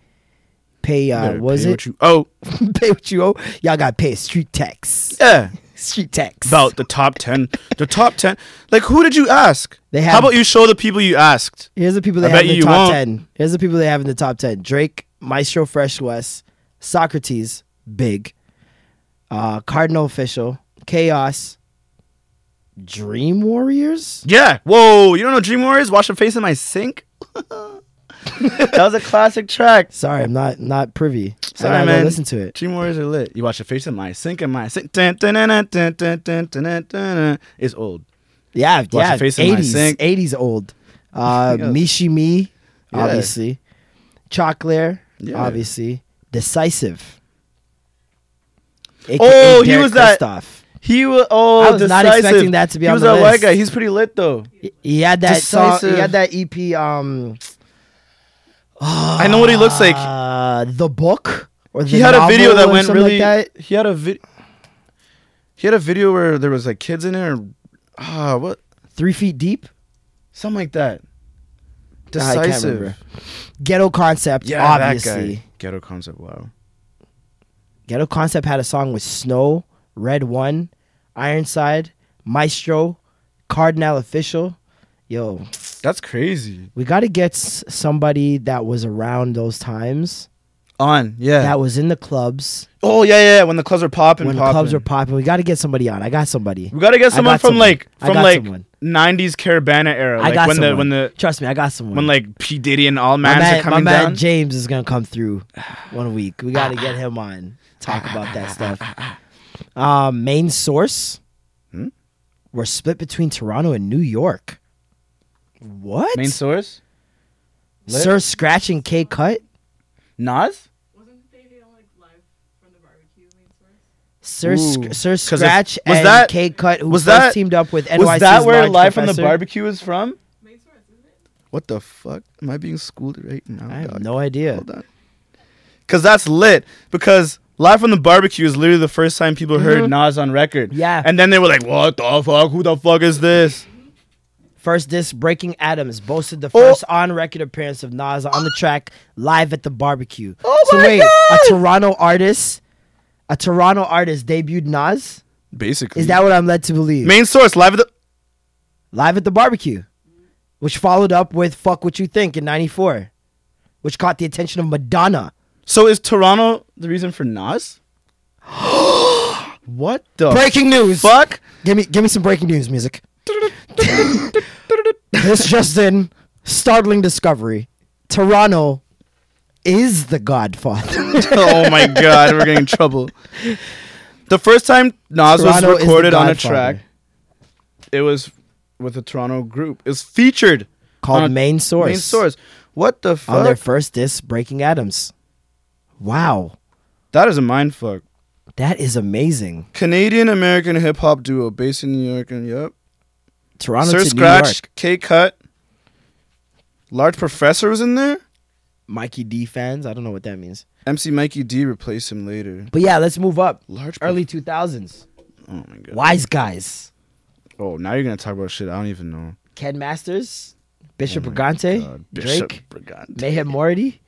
B: Pay.
C: You
B: Uh,
C: better
B: was
C: pay
B: it
C: what you- oh,
B: pay what you owe? Y'all got to pay street tax.
C: yeah.
B: Street tax.
C: About the top 10. The top 10. Like, who did you ask?
B: They
C: How
B: have-
C: about you show the people you asked?
B: Here's the people they
C: I
B: have
C: bet
B: in the
C: you
B: top
C: won't.
B: ten. Here's the people they have in the top ten: Drake, Maestro Fresh West, Socrates, Big, uh, Cardinal Official, Chaos, Dream Warriors.
C: Yeah. Whoa. You don't know Dream Warriors? Wash your face in my sink? that was a classic track.
B: Sorry, I'm not not privy.
C: Sorry,
B: I gotta go
C: man.
B: Listen to it.
C: Dream Warriors are lit. You watch your face in my sink and my sink. Dun, dun, dun, dun, dun, dun, dun, dun, dun, dun. It's old.
B: Yeah,
C: your
B: yeah.
C: face in my
B: Eighties,
C: sink.
B: eighties old. Uh,
C: Yeah.
B: Mishi Me,
C: Yeah.
B: obviously. Chocolare,
C: Yeah.
B: obviously. Decisive. AKA
C: Oh, he
B: Derek
C: was that-
B: Kristoff.
C: He was oh,
B: I was not
C: decisive.
B: expecting that to be
C: He
B: on
C: was
B: the
C: that white
B: list.
C: guy. He's pretty lit though.
B: He had that song. He
C: Decisive.
B: had that EP. Um,
C: I know what he looks like.
B: uh, the book or the
C: He had a video
B: novel
C: that
B: or
C: went
B: something
C: really.
B: like that.
C: He had a vid. He had a video where there was like kids in there. Ah, what?
B: Three feet deep.
C: Something like that.
B: Ah, I can't
C: Decisive.
B: remember. Ghetto concept.
C: yeah,
B: obviously.
C: that guy. Ghetto concept. Wow.
B: Ghetto concept had a song with Snow, Red One, Ironside, Maestro, Cardinal Official. Yo,
C: That's crazy.
B: we got to get s- somebody that was around those times,
C: On. Yeah.
B: that was in the clubs
C: oh yeah, yeah. yeah, When the clubs were popping.
B: when the
C: popping.
B: clubs were popping. We got to get somebody on. I got somebody.
C: We gotta get
B: I
C: someone
B: got
C: from
B: someone.
C: like
B: I
C: from
B: got
C: like
B: someone.
C: '90s Caravana era.
B: I
C: like
B: got
C: when
B: someone.
C: the when the
B: trust me, I got someone.
C: when like P Diddy and all
B: my
C: mans
B: man,
C: are coming
B: my man
C: down.
B: James is gonna come through one week. We got to get him on. Talk about that stuff. Um, main source.
C: Hmm?
B: We're split between Toronto and New York. What?
C: Main source. Lit?
B: Sir Scratch and K Cut.
C: Nas.
B: Sir
C: Ooh.
B: Sc- Sir
C: 'Cause if-
B: Scratch
C: was
B: and
C: that-
B: K Cut, who
C: was
B: first
C: that-
B: teamed up with NYC's
C: Was that where
B: Large
C: Live from the
B: Professor.
C: Barbecue is from? Main source, isn't it? What the fuck? Am I being schooled right now?
B: I have no idea.
C: Hold on. Cause that's lit. Because Live from the Barbecue is literally the first time people heard Nas on record.
B: Mm-hmm. Yeah.
C: And then they were like, "What the fuck? Who the fuck is this?"
B: First disc, Breaking Adams, boasted the first on record appearance of Nas on the track Live at the Barbecue. Oh so wait, a Toronto artist, a Toronto artist debuted Nas?
C: Basically,
B: Is that what I'm led to believe?
G: Main source live at the.
B: Live at the Barbecue, which followed up with Fuck What You Think in 94, which caught the attention of Madonna.
C: so? Is Toronto the reason for Nas? what the
B: Breaking news.
C: fuck?
B: Give me give me some breaking news music. this just in startling discovery. Toronto is the godfather.
C: oh my god, we're getting in trouble. The first time Nas
B: Toronto is
C: was
B: the
C: recorded on a
B: godfather.
C: track, it was with a Toronto group. It was featured
B: Called
C: on a-
B: Main Source.
C: Main source. What the
B: on their
C: fuck?
B: first disc, Breaking Adams. Wow.
C: that is a mind fuck.
B: That is amazing.
C: Canadian American hip hop duo based in New York and yep.
B: Toronto
C: Sir
B: to New
C: Scratch,
B: York.
C: K Cut, Large Professor was in there.
B: Mikey D fans. I don't know what that means.
C: MC Mikey D replaced him later.
B: But yeah, let's move up.
C: Large
B: Early 2000s.
C: Oh my god.
B: Wise guys.
C: Oh, now you're gonna talk about shit I don't even know.
B: Ken Masters. Bishop Brigante.
C: Oh God, Bishop
B: Eh, Drake.
C: Brigante.
B: Mayhem Morty.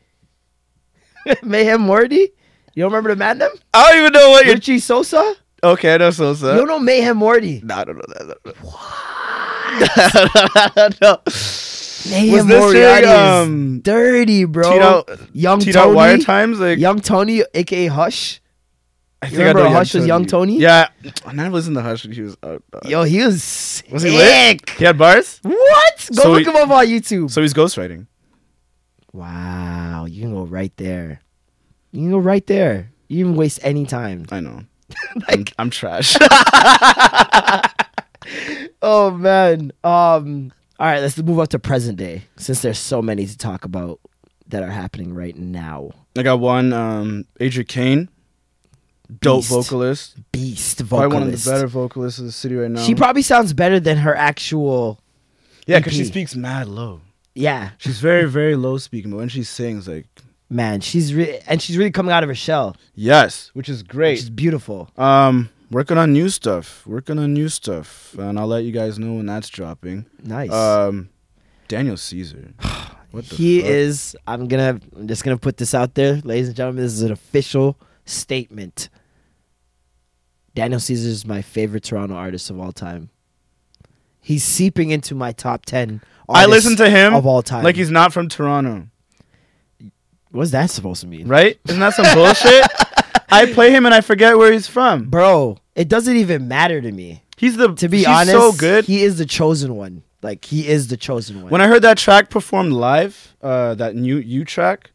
B: Mayhem Morty. You don't remember the Madam?
C: I don't even know what you're.
B: Richie Sosa.
C: Okay, I know so
B: You
C: so.
B: don't know Mayhem Morty.
C: No, I don't know that. I don't know. no.
B: Mayhem
C: this
B: Morty.
C: thing,
B: that is
C: um,
B: dirty, bro.
C: T-Dot-
B: young
C: T dot
B: Tony.
C: wire times like
B: Young Tony, aka Hush.
C: I
B: you remember
C: know
B: Hush was Young Tony?
C: Yeah, and I listened to Hush when he was out. uh,
B: Yo, he was sick.
C: was he lit? He had bars,
B: What? Go
C: So
B: look
C: he-
B: him up on YouTube.
C: so he's ghostwriting.
B: wow, you can go right there. You can go right there. You didn't waste any time.
C: I know. I'm, I'm trash.
B: Oh man. Um. All right, let's move up to present day since there's so many to talk about that are happening right now.
C: I got one. Um, Adrian Kane, dope
B: Beast.
C: vocalist,
B: Beast
C: probably one of
B: vocalist.
C: the better vocalists of the city right now.
B: She probably E sounds better than her actual.
C: yeah, because she
B: EP.
C: speaks mad low.
B: Yeah,
C: She's very very low speaking, but when she sings, like
B: man, she's re- and she's really coming out of her shell.
C: yes, which is great.
B: She's beautiful.
C: Um, working on new stuff. Working on new stuff, and I'll let you guys know when that's dropping.
B: Nice.
C: Um, Daniel Caesar. What the
B: he
C: fuck?
B: is. I'm gonna. I'm just gonna put this out there, ladies and gentlemen. This is an official statement. Daniel Caesar is my favorite Toronto artist of all time. He's seeping into my top ten.
C: I
B: artists
C: listen to him
B: of all time.
C: Like he's not from Toronto,
B: What's that supposed to mean,
C: right? Isn't that some bullshit? I play him and I forget where he's from.
B: bro? It doesn't even matter to me.
C: He's the
B: To be
C: he's
B: honest,
C: so good.
B: He is the chosen one. Like he is the chosen one.
C: when I heard that track performed live, uh, that new U track,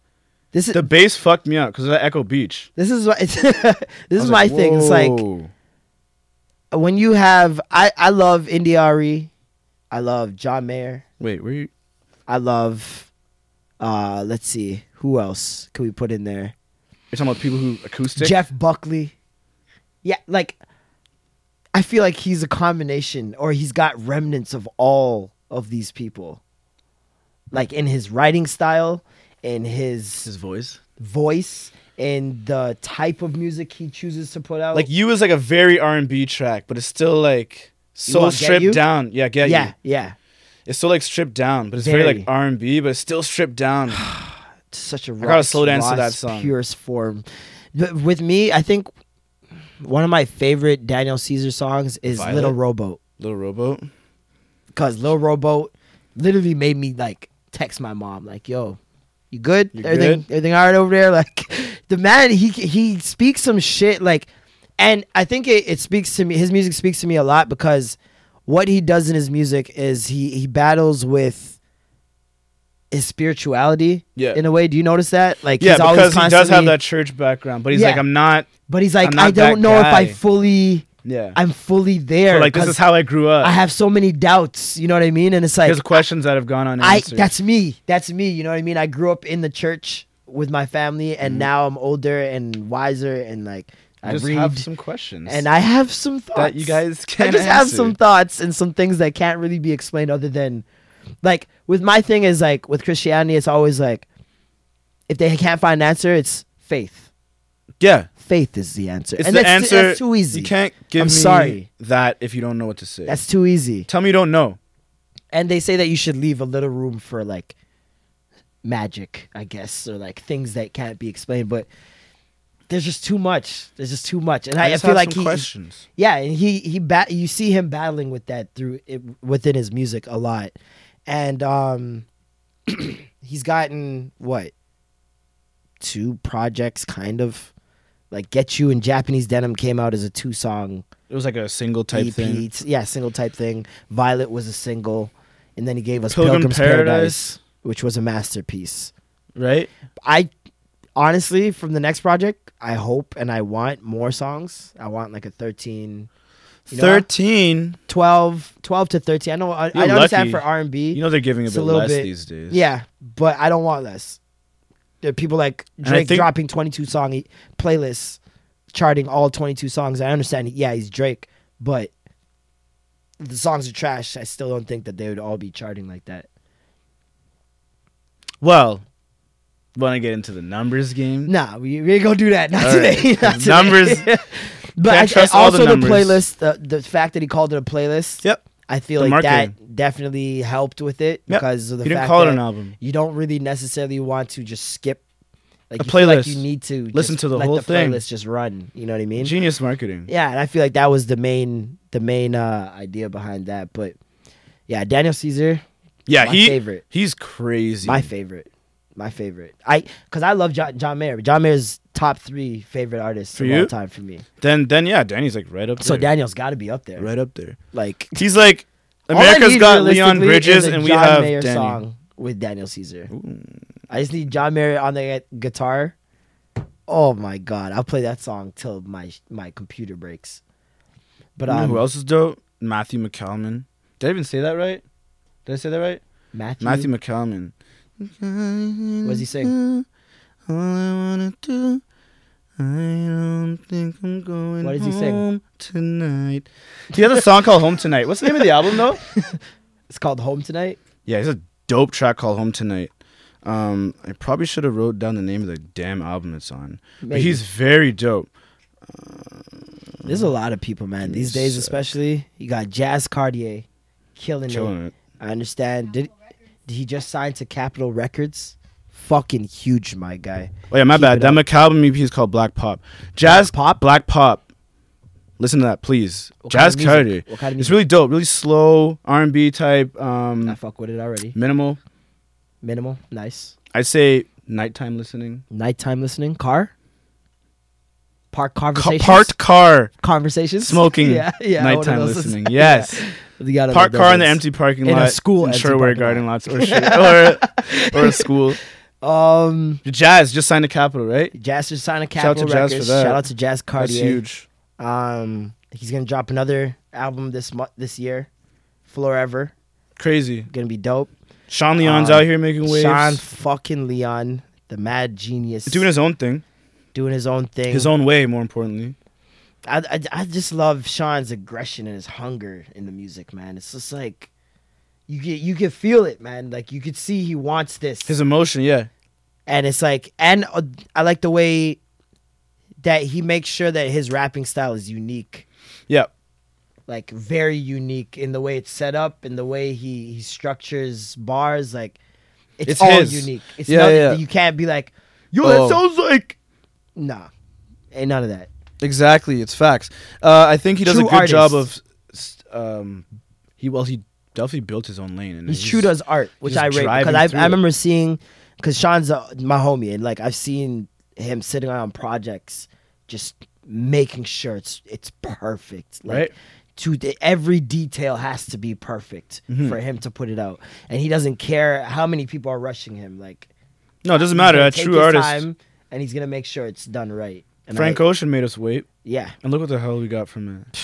B: this is
C: the bass fucked me up because of Echo Beach.
B: this is what it's, this
C: I
B: is
C: was
B: my
C: like,
B: thing. It's like
C: whoa.
B: when you have I I love Indiari, I love John Mayer,
C: wait, where you?
B: I love uh let's see who else can we put in there?
C: You're talking about people who acoustic.
B: Jeff Buckley. Yeah, like I feel like he's a combination or he's got remnants of all of these people. Like in his writing style, in his
C: his voice.
B: voice, in the type of music he chooses to put out.
C: Like you is like a very R and B track, but it's still like so
B: want Get
C: stripped
B: You?
C: down. Yeah, get yeah.
B: yeah, yeah.
C: It's still like stripped down, but it's very,
B: Very.
C: like R and B, but it's still stripped down.
B: such a raw,
C: gotta slow dance to
B: raw,
C: that song.
B: purest form. But with me, I think one of my favorite Daniel Caesar songs is
C: Violet?
B: Little Rowboat
C: Little rowboat.
B: because Little Rowboat literally made me like text my mom like, "Yo, you good? everything
C: good?"
B: everything all right over there?" Like the man, he he speaks some shit like, and I think it, it speaks to me. His music speaks to me a lot because what he does in his music is he he battles with his spirituality
C: Yeah.
B: in a way do you notice that like
C: Yeah,
B: he's always
C: because he does have
B: constantly-
C: that church background, but he's
B: Yeah.
C: like, I'm not.
B: But he's
C: I'm
B: like,
C: not
B: I don't
C: that
B: know if I
C: guy."
B: fully,
C: Yeah,
B: I'm fully there.
C: But, like this
B: 'cause
C: is how I grew up.
B: I have so many doubts. You know what I mean? And it's like,
C: Here's questions that have gone
B: I
C: unanswered.
B: that's me. That's me. You know what I mean? I grew up in the church with my family, and now I'm older and wiser, and like I
C: Mm-hmm. just
B: read,
C: have some questions.
B: and I have some thoughts
C: that you guys
B: I
C: can
B: just have some
C: answer.
B: thoughts and some things that can't really be explained other than, like, with my thing is like with Christianity, it's always like, if they can't find an answer, it's faith.
C: yeah,
B: Faith is the answer,
C: it's
B: and
C: the
B: that's,
C: answer.
B: that's too easy.
C: You can't give
B: I'm
C: me
B: sorry.
C: that if you don't know what to say.
B: That's too easy.
C: Tell me you don't know.
B: and they say that you should leave a little room for like magic, I guess, or like things that can't be explained. But there's just too much. There's just too much, and I, I
C: just
B: feel
C: have
B: like
C: some
B: he,
C: questions.
B: yeah, and he he bat. You see him battling with that through it, within his music a lot, and um, he's gotten what two projects kind of like get you in Japanese denim came out as a two song
C: It was like a single type
B: EP,
C: thing.
B: It's- E yeah, single type thing. Violet was a single, and then he gave us
C: Pilgrim
B: Pilgrim's Paradise,
C: Paradise.
B: which was a masterpiece.
C: right?
B: I honestly, from the next project, I hope and I want more songs. I want like a 13, you know,
C: 13.
B: 12, 12 to 13. I know I, I
C: You're
B: understand
C: lucky.
B: for R&B.
C: You know they're giving a
B: It's
C: bit
B: a little
C: less
B: bit-
C: these days.
B: yeah, but I don't want less. There are people like
C: I
B: Drake
C: think-
B: dropping 22 song e- playlists, charting all 22 songs. I understand, yeah, he's Drake, but the songs are trash. I still don't think that they would all be charting like that.
C: Well, want to get into the numbers game?
B: Nah, we, we ain't gonna do that. Not
C: All right.
B: today. Not today.
C: Numbers.
B: but I,
C: trust all the
B: also the,
C: numbers.
B: playlist, the, the fact that he called it a playlist.
C: Yep.
B: I feel
C: The
B: like
C: marketing.
B: that definitely helped with it
C: Yep.
B: because of the
C: He didn't
B: fact
C: call it
B: that
C: an album.
B: you don't really necessarily want to just skip like
C: A
B: you feel like
C: playlist.
B: you need to just
C: Listen to the
B: let
C: whole
B: the
C: thing.
B: playlist just run. You know what I mean?
C: Genius marketing.
B: Yeah, and I feel like that was the main the main uh, idea behind that. But yeah, Daniel Caesar,
C: Yeah,
B: My
C: he
B: favorite.
C: he's crazy.
B: my favorite, my favorite. I because I love John, John Mayer. John Mayer's top three favorite artists
C: For
B: of all
C: you?
B: time for me.
C: then then yeah, Danny's like right up
B: So
C: there.
B: Daniel's got to be up there.
C: right up there.
B: Like
C: He's like
B: all I
C: America's
B: need
C: got Leon
B: realistically
C: Bridges
B: is a
C: and we
B: John
C: have
B: Mayer
C: Danny.
B: song with Daniel Caesar. I just need John Mayer on the gu- guitar. Oh my god, I'll play that song till my my computer breaks. But
C: You know
B: um,
C: who else is dope? Matthew McCallman. Did I even say that right? Did I say that right?
B: Matthew,
C: Matthew McCallman.
B: what does he sing?
C: All I wanna do, I don't think I'm going
B: What does he sing?
C: home tonight. He has a song called Home Tonight. What's the name of the album though?
B: It's called Home Tonight.
C: Yeah, it's a dope track called Home Tonight. Um, I probably should have wrote down the name of the damn album it's on. But
B: Maybe.
C: he's very dope.
B: There's a lot of people, man, these days especially. You got Jazz Cartier, killing,
C: Killing
B: it.
C: it.
B: I understand. Did, did he just sign to Capitol Records? Fucking huge, my guy.
C: Oh yeah, my
B: Keep it
C: bad. That
B: up.
C: McAlbum EP is called Black Pop. Jazz
B: Pop?
C: Black Pop. Listen to that, please.
B: What kind
C: Jazz
B: of music?
C: Cartier.
B: What kind of
C: It's
B: music? Ah,
C: really dope. Really slow R and B type.
B: I
C: Um,
B: fuck with it already.
C: minimal.
B: Minimal, nice.
C: I'd say nighttime listening.
B: Nighttime listening, car, park
C: Ca-
B: conversations,
C: parked car
B: conversations,
C: smoking.
B: yeah, yeah, one of
C: Nighttime
B: those.
C: listening. Yes.
B: You gotta
C: Park
B: love
C: car in the
B: those.
C: empty parking
B: In a
C: lot.
B: school
C: in
B: empty
C: Sherway
B: parking
C: Garden lots or shit, or or a school.
B: Um,
C: Jazz just signed the Capitol, right?
B: Jazz just signed a
C: Shout out
B: Capitol
C: to Jazz
B: Records.
C: for that.
B: Shout out to Jazz Cartier.
C: That's huge.
B: Um, he's gonna drop another album this month, this year, Forever.
C: Crazy.
B: Gonna be dope.
C: Sean Leon's
B: Um,
C: out here making waves.
B: Sean fucking Leon, the mad genius,
C: doing his own thing,
B: doing his own thing.
C: his own way. More importantly,
B: I, I, I just love Sean's aggression and his hunger in the music, man. It's just like you get you can feel it, man. Like you could see he wants this,
C: his emotion. Yeah,
B: and it's like, and uh, I like the way that he makes sure that his rapping style is unique,
C: yeah.
B: like very unique in the way it's set up, in the way he he structures bars. Like it's,
C: It's
B: all
C: his.
B: unique. It's
C: Yeah,
B: not,
C: yeah.
B: You can't be like,
C: Yo,
B: Oh.
C: sounds like
B: nah, ain't none of that.
C: exactly. It's facts. Uh, I think he does
B: True
C: a good job of.
B: artist.
C: s- Um, he well, he definitely built his own lane, and
B: He's true to his art, which
C: just
B: I rate
C: driving
B: because I,
C: through
B: I
C: it.
B: remember seeing because Sean's a, my homie and like I've seen him sitting on projects, just making sure it's it's perfect. Like,
C: Right.
B: To the, every detail has to be perfect
C: Mm-hmm.
B: for him to put it out, and he doesn't care how many people are rushing him. Like
C: No, it
B: he's
C: doesn't matter.
B: gonna
C: A
B: take
C: true
B: his
C: artist.
B: time, and he's gonna make sure it's done right. And I-
C: Frank Ocean made us wait,
B: yeah,
C: and look what the hell we got from it.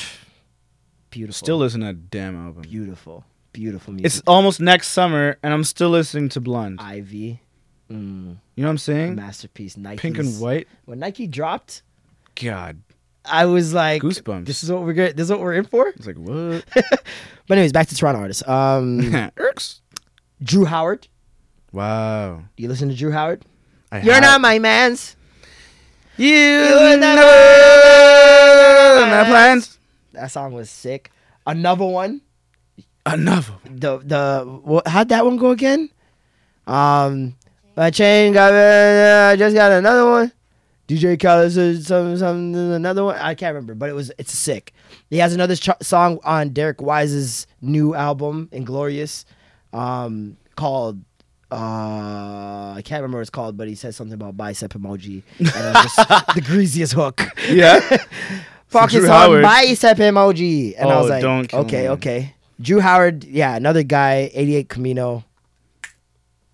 B: beautiful,
C: Still listen to that damn album.
B: beautiful, beautiful music.
C: It's almost next summer, and I'm still listening to Blonde.
B: Ivy, mm,
C: You know what I'm saying?
B: masterpiece. Nike,
C: Pink and white.
B: When Nike dropped,
C: God,
B: I was like,
C: Goosebumps.
B: This is what we're good. This is what we're in for.
C: it's like what?
B: But anyways, back to Toronto artists. Um,
C: Irks.
B: Drew Howard.
C: Wow.
B: You listen to Drew Howard?
C: I
B: You're
C: have-
B: not my man's.
C: You
B: never
C: never
B: That song was sick. Another one.
C: Another.
B: the the what, how'd that one go again? Um, my chain got uh, I just got another one. DJ Khaled said something something another one. I can't remember, but it was it's sick. He has another ch- song on Derek Wise's new album, Inglorious, um, called. Uh, I can't remember what it's called, but he says something about bicep emoji. And it was just the greasiest hook.
C: Yeah.
B: Focus
C: Drew
B: on
C: Howard.
B: bicep emoji. And I
C: Oh,
B: was like,
C: don't kill
B: okay,
C: me.
B: okay. Drew Howard, yeah, another guy, 88 Camino.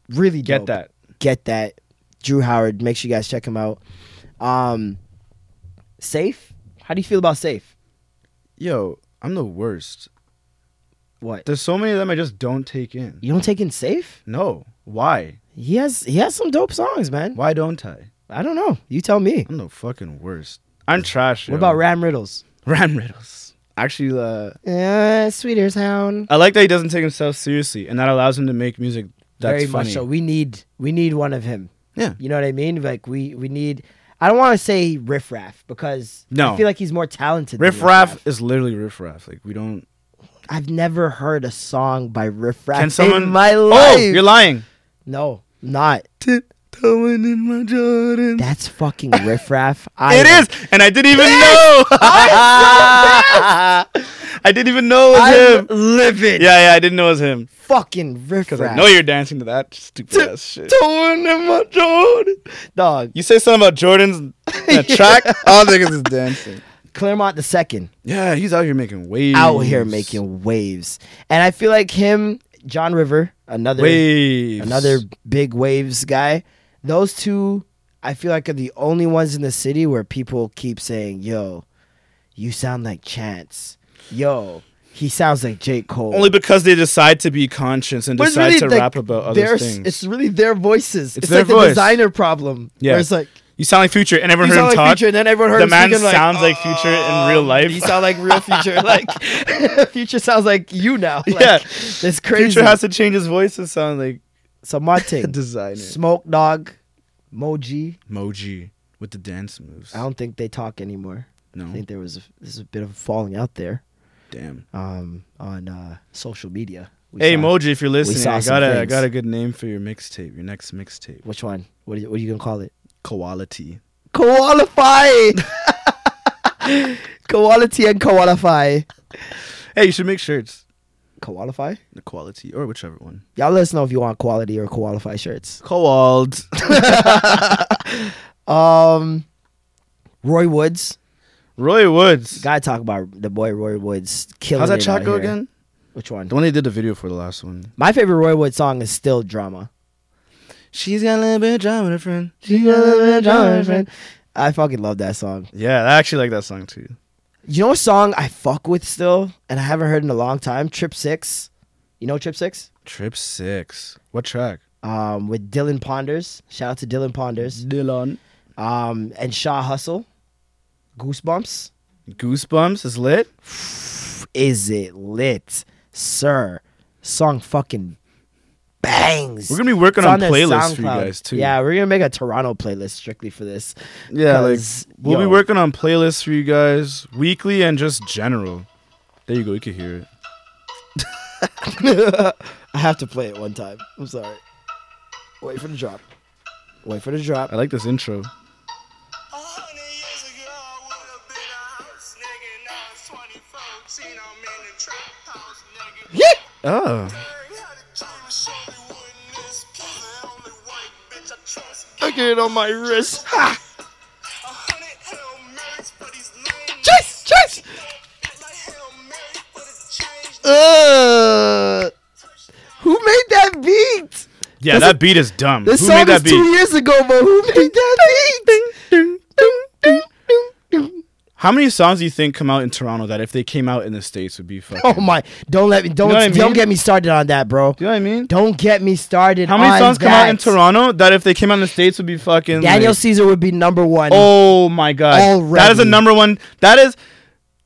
B: Really
C: Get
B: dope.
C: that.
B: Get that. Drew Howard. Make sure you guys check him out. Um, safe? How do you feel about safe?
C: Yo, I'm the worst.
B: What?
C: There's so many of them I just don't take in.
B: You don't take in safe?
C: No. Why?
B: He has he has some dope songs, man.
C: Why don't I?
B: I don't know. You tell me.
C: I'm the fucking worst. I'm trash.
B: What about Ram Riddles?
C: Ram Riddles? Actually, uh,
B: Uh, Sweeter Sound.
C: I like that he doesn't take himself seriously, and that allows him to make music that's
B: Very
C: funny.
B: much so. We need we need one of him.
C: Yeah.
B: You know what I mean? Like we we need. I don't want to say riff raff because I
C: No.
B: feel like he's more talented. than
C: Riff Raff is literally Riff Raff. Like we don't.
B: I've never heard a song by Riff Raff
C: Can someone?
B: in my
C: Oh,
B: life.
C: you're lying.
B: no, not.
C: Tiptoeing in my Jordan.
B: That's fucking Riff Raff. I
C: It is, and I didn't even know. I didn't even know it was
B: I'm
C: him.
B: livid.
C: Yeah, yeah, I didn't know it was him.
B: Fucking Riff
C: Cause I
B: Raff.
C: know you're dancing to that stupid ass shit.
B: Throwing in my Jordan. Dog.
C: You say something about Jordan's that track, all niggas is dancing.
B: Claremont the second.
C: Yeah, he's out here making waves.
B: out here making waves. And I feel like him, John River, another
C: waves.
B: another big waves guy. Those two, I feel like are the only ones in the city where people keep saying, "Yo, you sound like Chance." Yo, he sounds like J. Cole.
C: only because they decide to be conscious and
B: But it's
C: decide
B: really
C: to
B: like
C: rap about other
B: their-
C: things.
B: It's really their voices. It's,
C: their
B: like the
C: voice.
B: designer problem.
C: Yeah.
B: where it's like
C: you sound like Future, and everyone
B: you
C: heard
B: sound
C: him
B: like
C: talk.
B: Future, and then everyone heard
C: the
B: him
C: man
B: speaking like, "Oh,
C: sounds like Future in real life.
B: You sound like real future. Like future sounds like you now. Like,
C: Yeah.
B: it's crazy.
C: Future has to change his voice to sound like
B: so
C: a
B: Martin,
C: designer.
B: Smoke Dog, Moji.
C: Moji with the dance moves.
B: I don't think they talk anymore. I
C: no,
B: think there was a, there's a bit of falling out there
C: damn.
B: um, on uh, social media. We
C: Hey
B: saw-
C: Moji, if you're listening,
B: saw
C: I
B: some
C: got a I
B: things.
C: got a good name for your mixtape. Your next mixtape,
B: which one? What are you, what are you gonna call it?
C: Quality.
B: Qualify. Quality and qualify.
C: Hey, you should make shirts.
B: Qualify.
C: The quality or whichever one.
B: Y'all let us know if you want quality or qualify shirts.
C: Cold.
B: Um, Roy Woods.
C: Roy Woods.
B: Gotta talk about the boy Roy Woods killing.
C: How's that
B: it
C: track
B: out
C: go
B: here.
C: again?
B: Which one?
C: The one they did the video for the last one.
B: My favorite Roy Woods song is still Drama.
C: She's got a little bit of drama, her friend.
B: I fucking love that song.
C: Yeah, I actually like that song too.
B: You know a song I fuck with still, and I haven't heard in a long time. Trip Six. You know Trip Six?
C: Trip Six. What track?
B: Um, with Dylan Ponders. Shout out to Dylan Ponders.
C: Dylan.
B: Um, and Shaw Hustle. Goosebumps.
C: Goosebumps is lit.
B: Is it lit, sir? Song fucking bangs.
C: We're gonna be working
B: It's
C: on
B: their
C: playlists for you
B: SoundCloud.
C: guys too.
B: Yeah, we're gonna make a Toronto playlist strictly for this.
C: yeah. Like
B: 'cause,
C: we'll be
B: yo.
C: working on playlists for you guys weekly and just general. There you go. You can hear it.
B: I have to play it one time. I'm sorry. Wait for the drop. Wait for the drop.
C: I like this intro.
B: Yeah.
C: Oh,
B: I get it on my wrist.
H: Chase!
B: Chase. Uh, who made that beat?
C: yeah.
B: This-
C: that beat is dumb.
B: This
C: Who
B: song
C: made that
B: is two
C: beat?
B: years ago, but who made that beat?
C: How many songs do you think come out in Toronto that if they came out in the states would be fucking?
B: Oh my! Don't let me. Don't
C: know what I
B: don't
C: mean?
B: get me started on that, bro.
C: Do you know what I mean?
B: Don't get me started.
C: How many
B: on
C: songs come out in
B: that.
C: Toronto that if they came out in the states would be fucking?
B: Daniel
C: like-
B: Caesar would be number one.
C: Oh my god. That is a
B: Already.
C: number one. That is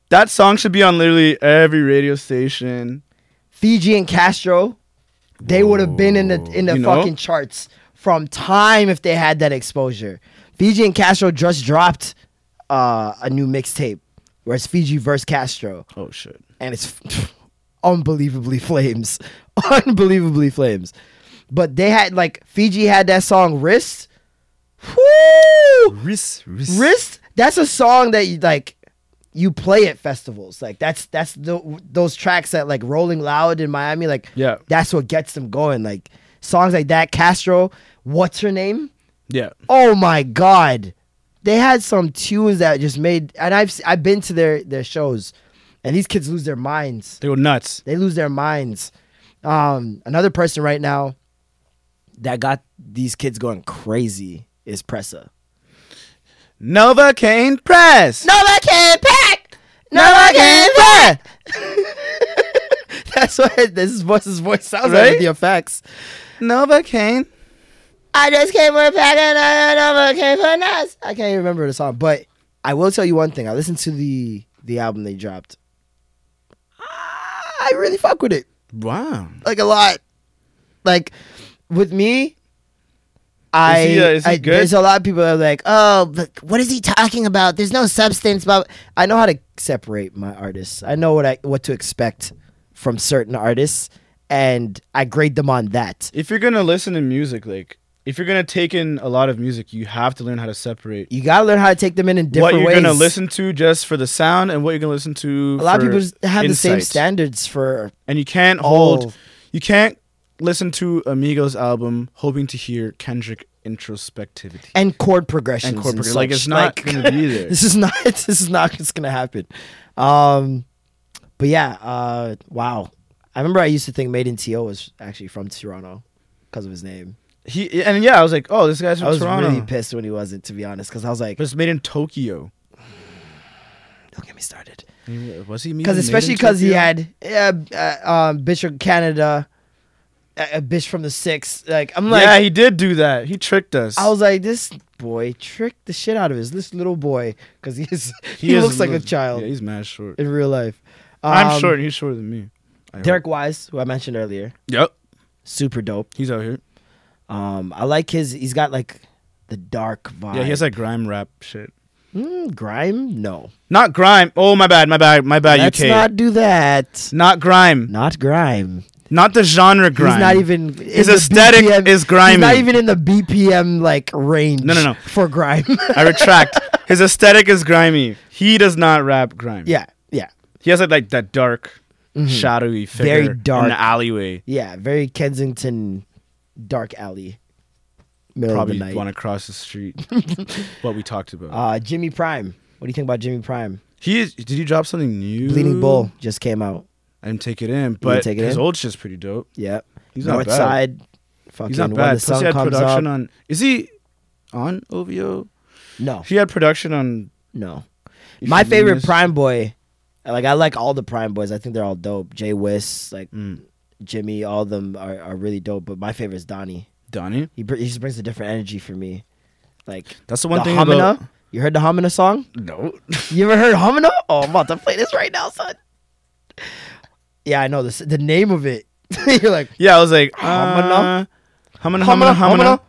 C: that song should be on literally every radio station.
B: Fiji and Castro, they would have been in the in the
C: You know?
B: fucking charts from time if they had that exposure. Fiji and Castro just dropped uh, a new mixtape where it's Fiji versus Castro,
C: Oh shit.
B: and it's unbelievably flames, unbelievably flames. But they had like Fiji had that song "Wrist." Woo!
C: Wrist, wrist.
B: Wrist. That's a song that you like. You play at festivals. Like that's that's the, those tracks that like Rolling Loud in Miami. Like
C: Yeah.
B: that's what gets them going. Like songs like that. Castro. What's her name?
C: Yeah.
B: Oh my god, they had some tunes that just made. And I've s- I've been to their their shows, and these kids lose their minds.
C: They go nuts.
B: They lose their minds. Um, another person right now that got these kids going crazy is Pressa.
C: Novocaine Press.
B: Nova can pack. Nova can pack. That's what this is what his voice sounds like with
C: Right?
B: the effects.
C: Novocaine.
B: I just came with pack and I Nova came for us. I can't even remember the song, but I will tell you one thing. I listened to the the album they dropped. Ah, I really fuck with it.
C: Wow.
B: like a lot. Like with me, I,
C: he, uh, is he
B: I
C: good?
B: there's a lot of people that are like, oh, but what is he talking about? There's no substance. But I know how to separate my artists. I know what I what to expect from certain artists, and I grade them on that.
C: If you're gonna listen to music, like if you're gonna take in a lot of music, you have to learn how to separate
B: You gotta learn how to take them in in
C: what
B: different
C: you're
B: ways.
C: gonna listen to just for the sound and what you're gonna listen to.
B: a lot of
C: for
B: people just have the same
C: insight.
B: standards for
C: and you can't hold.
B: Oh.
C: You can't listen to Amigos album hoping to hear Kendrick introspectivity.
B: and chord progressions
C: chord
B: and
C: progr- like, it's
B: such.
C: not gonna be there.
B: this is not this is not what's gonna happen um but yeah uh wow i remember i used to think Maiden to was actually from toronto because of his name
C: He and yeah, I was like, oh, this guy's from
B: i was
C: Toronto.
B: really pissed when he wasn't to be honest because i was like
C: but it's made in Tokyo.
B: don't get me started
C: Was he?
B: because especially because he had uh, uh, um bitch from canada a a bitch from the six like i'm like
C: yeah, he did do that. He tricked us.
B: I was like, this boy tricked the shit out of his this little boy because he is he,
C: is
B: looks like a
C: little-
B: child
C: Yeah, he's mad short.
B: in real life.
C: I'm
B: Um,
C: short. and He's shorter than me. I
B: Derek Wise, who I mentioned earlier,
C: Yep.
B: super dope.
C: He's out here.
B: Um, I like his. He's got like the dark vibe.
C: Yeah, he has like grime rap shit.
B: Mm, grime. No,
C: Not grime. Oh my bad, my bad, my bad.
B: let's
C: UK.
B: not do that.
C: Not grime.
B: Not grime.
C: Not the genre grime.
B: He's not even. in
C: His
B: the
C: aesthetic
B: BPM
C: is grimy.
B: He's not even in the BPM like range.
C: No, no, no.
B: For grime.
C: I retract. His aesthetic is grimy. He does not rap grime.
B: yeah, yeah,
C: He has like, like that dark, shadowy figure
B: Very
C: in
B: dark.
C: the alleyway.
B: yeah. Very Kensington, dark alley. Middle
C: Probably
B: of the night.
C: want to cross the street. what we talked about.
B: uh, Jimmy Prime. What do you think about Jimmy Prime?
C: he is, did he drop something new?
B: Bleeding Bull just came out.
C: I didn't take it in, but
B: take it
C: his
B: in?
C: old shit's pretty dope.
B: Yep.
C: He's not
B: North
C: bad.
B: Side. Fucking
C: He's not
B: When
C: bad.
B: the
C: Plus
B: sun
C: he had
B: comes
C: production
B: up.
C: on. Is he on OVO?
B: no,
C: He had production on.
B: no. My favorite
C: Euphemism.
B: Prime Boy. Like I like all the Prime Boys. I think they're all dope. Jay Wiss, like
C: Mm.
B: Jimmy, all of them are, are really dope. But my favorite is Donnie.
C: Donnie.
B: He br- he just brings a different energy for me. Like
C: That's the one
B: the
C: thing.
B: Homina.
C: About,
B: You heard the Homina song?
C: no.
B: You ever heard Homina? Oh, I'm about to play this right now, son. Yeah, I know this. The name of it. You're like
C: yeah, I was like uh,
B: Homina?
C: Homina. Homina.
B: Humana,
C: Homina.
B: humana,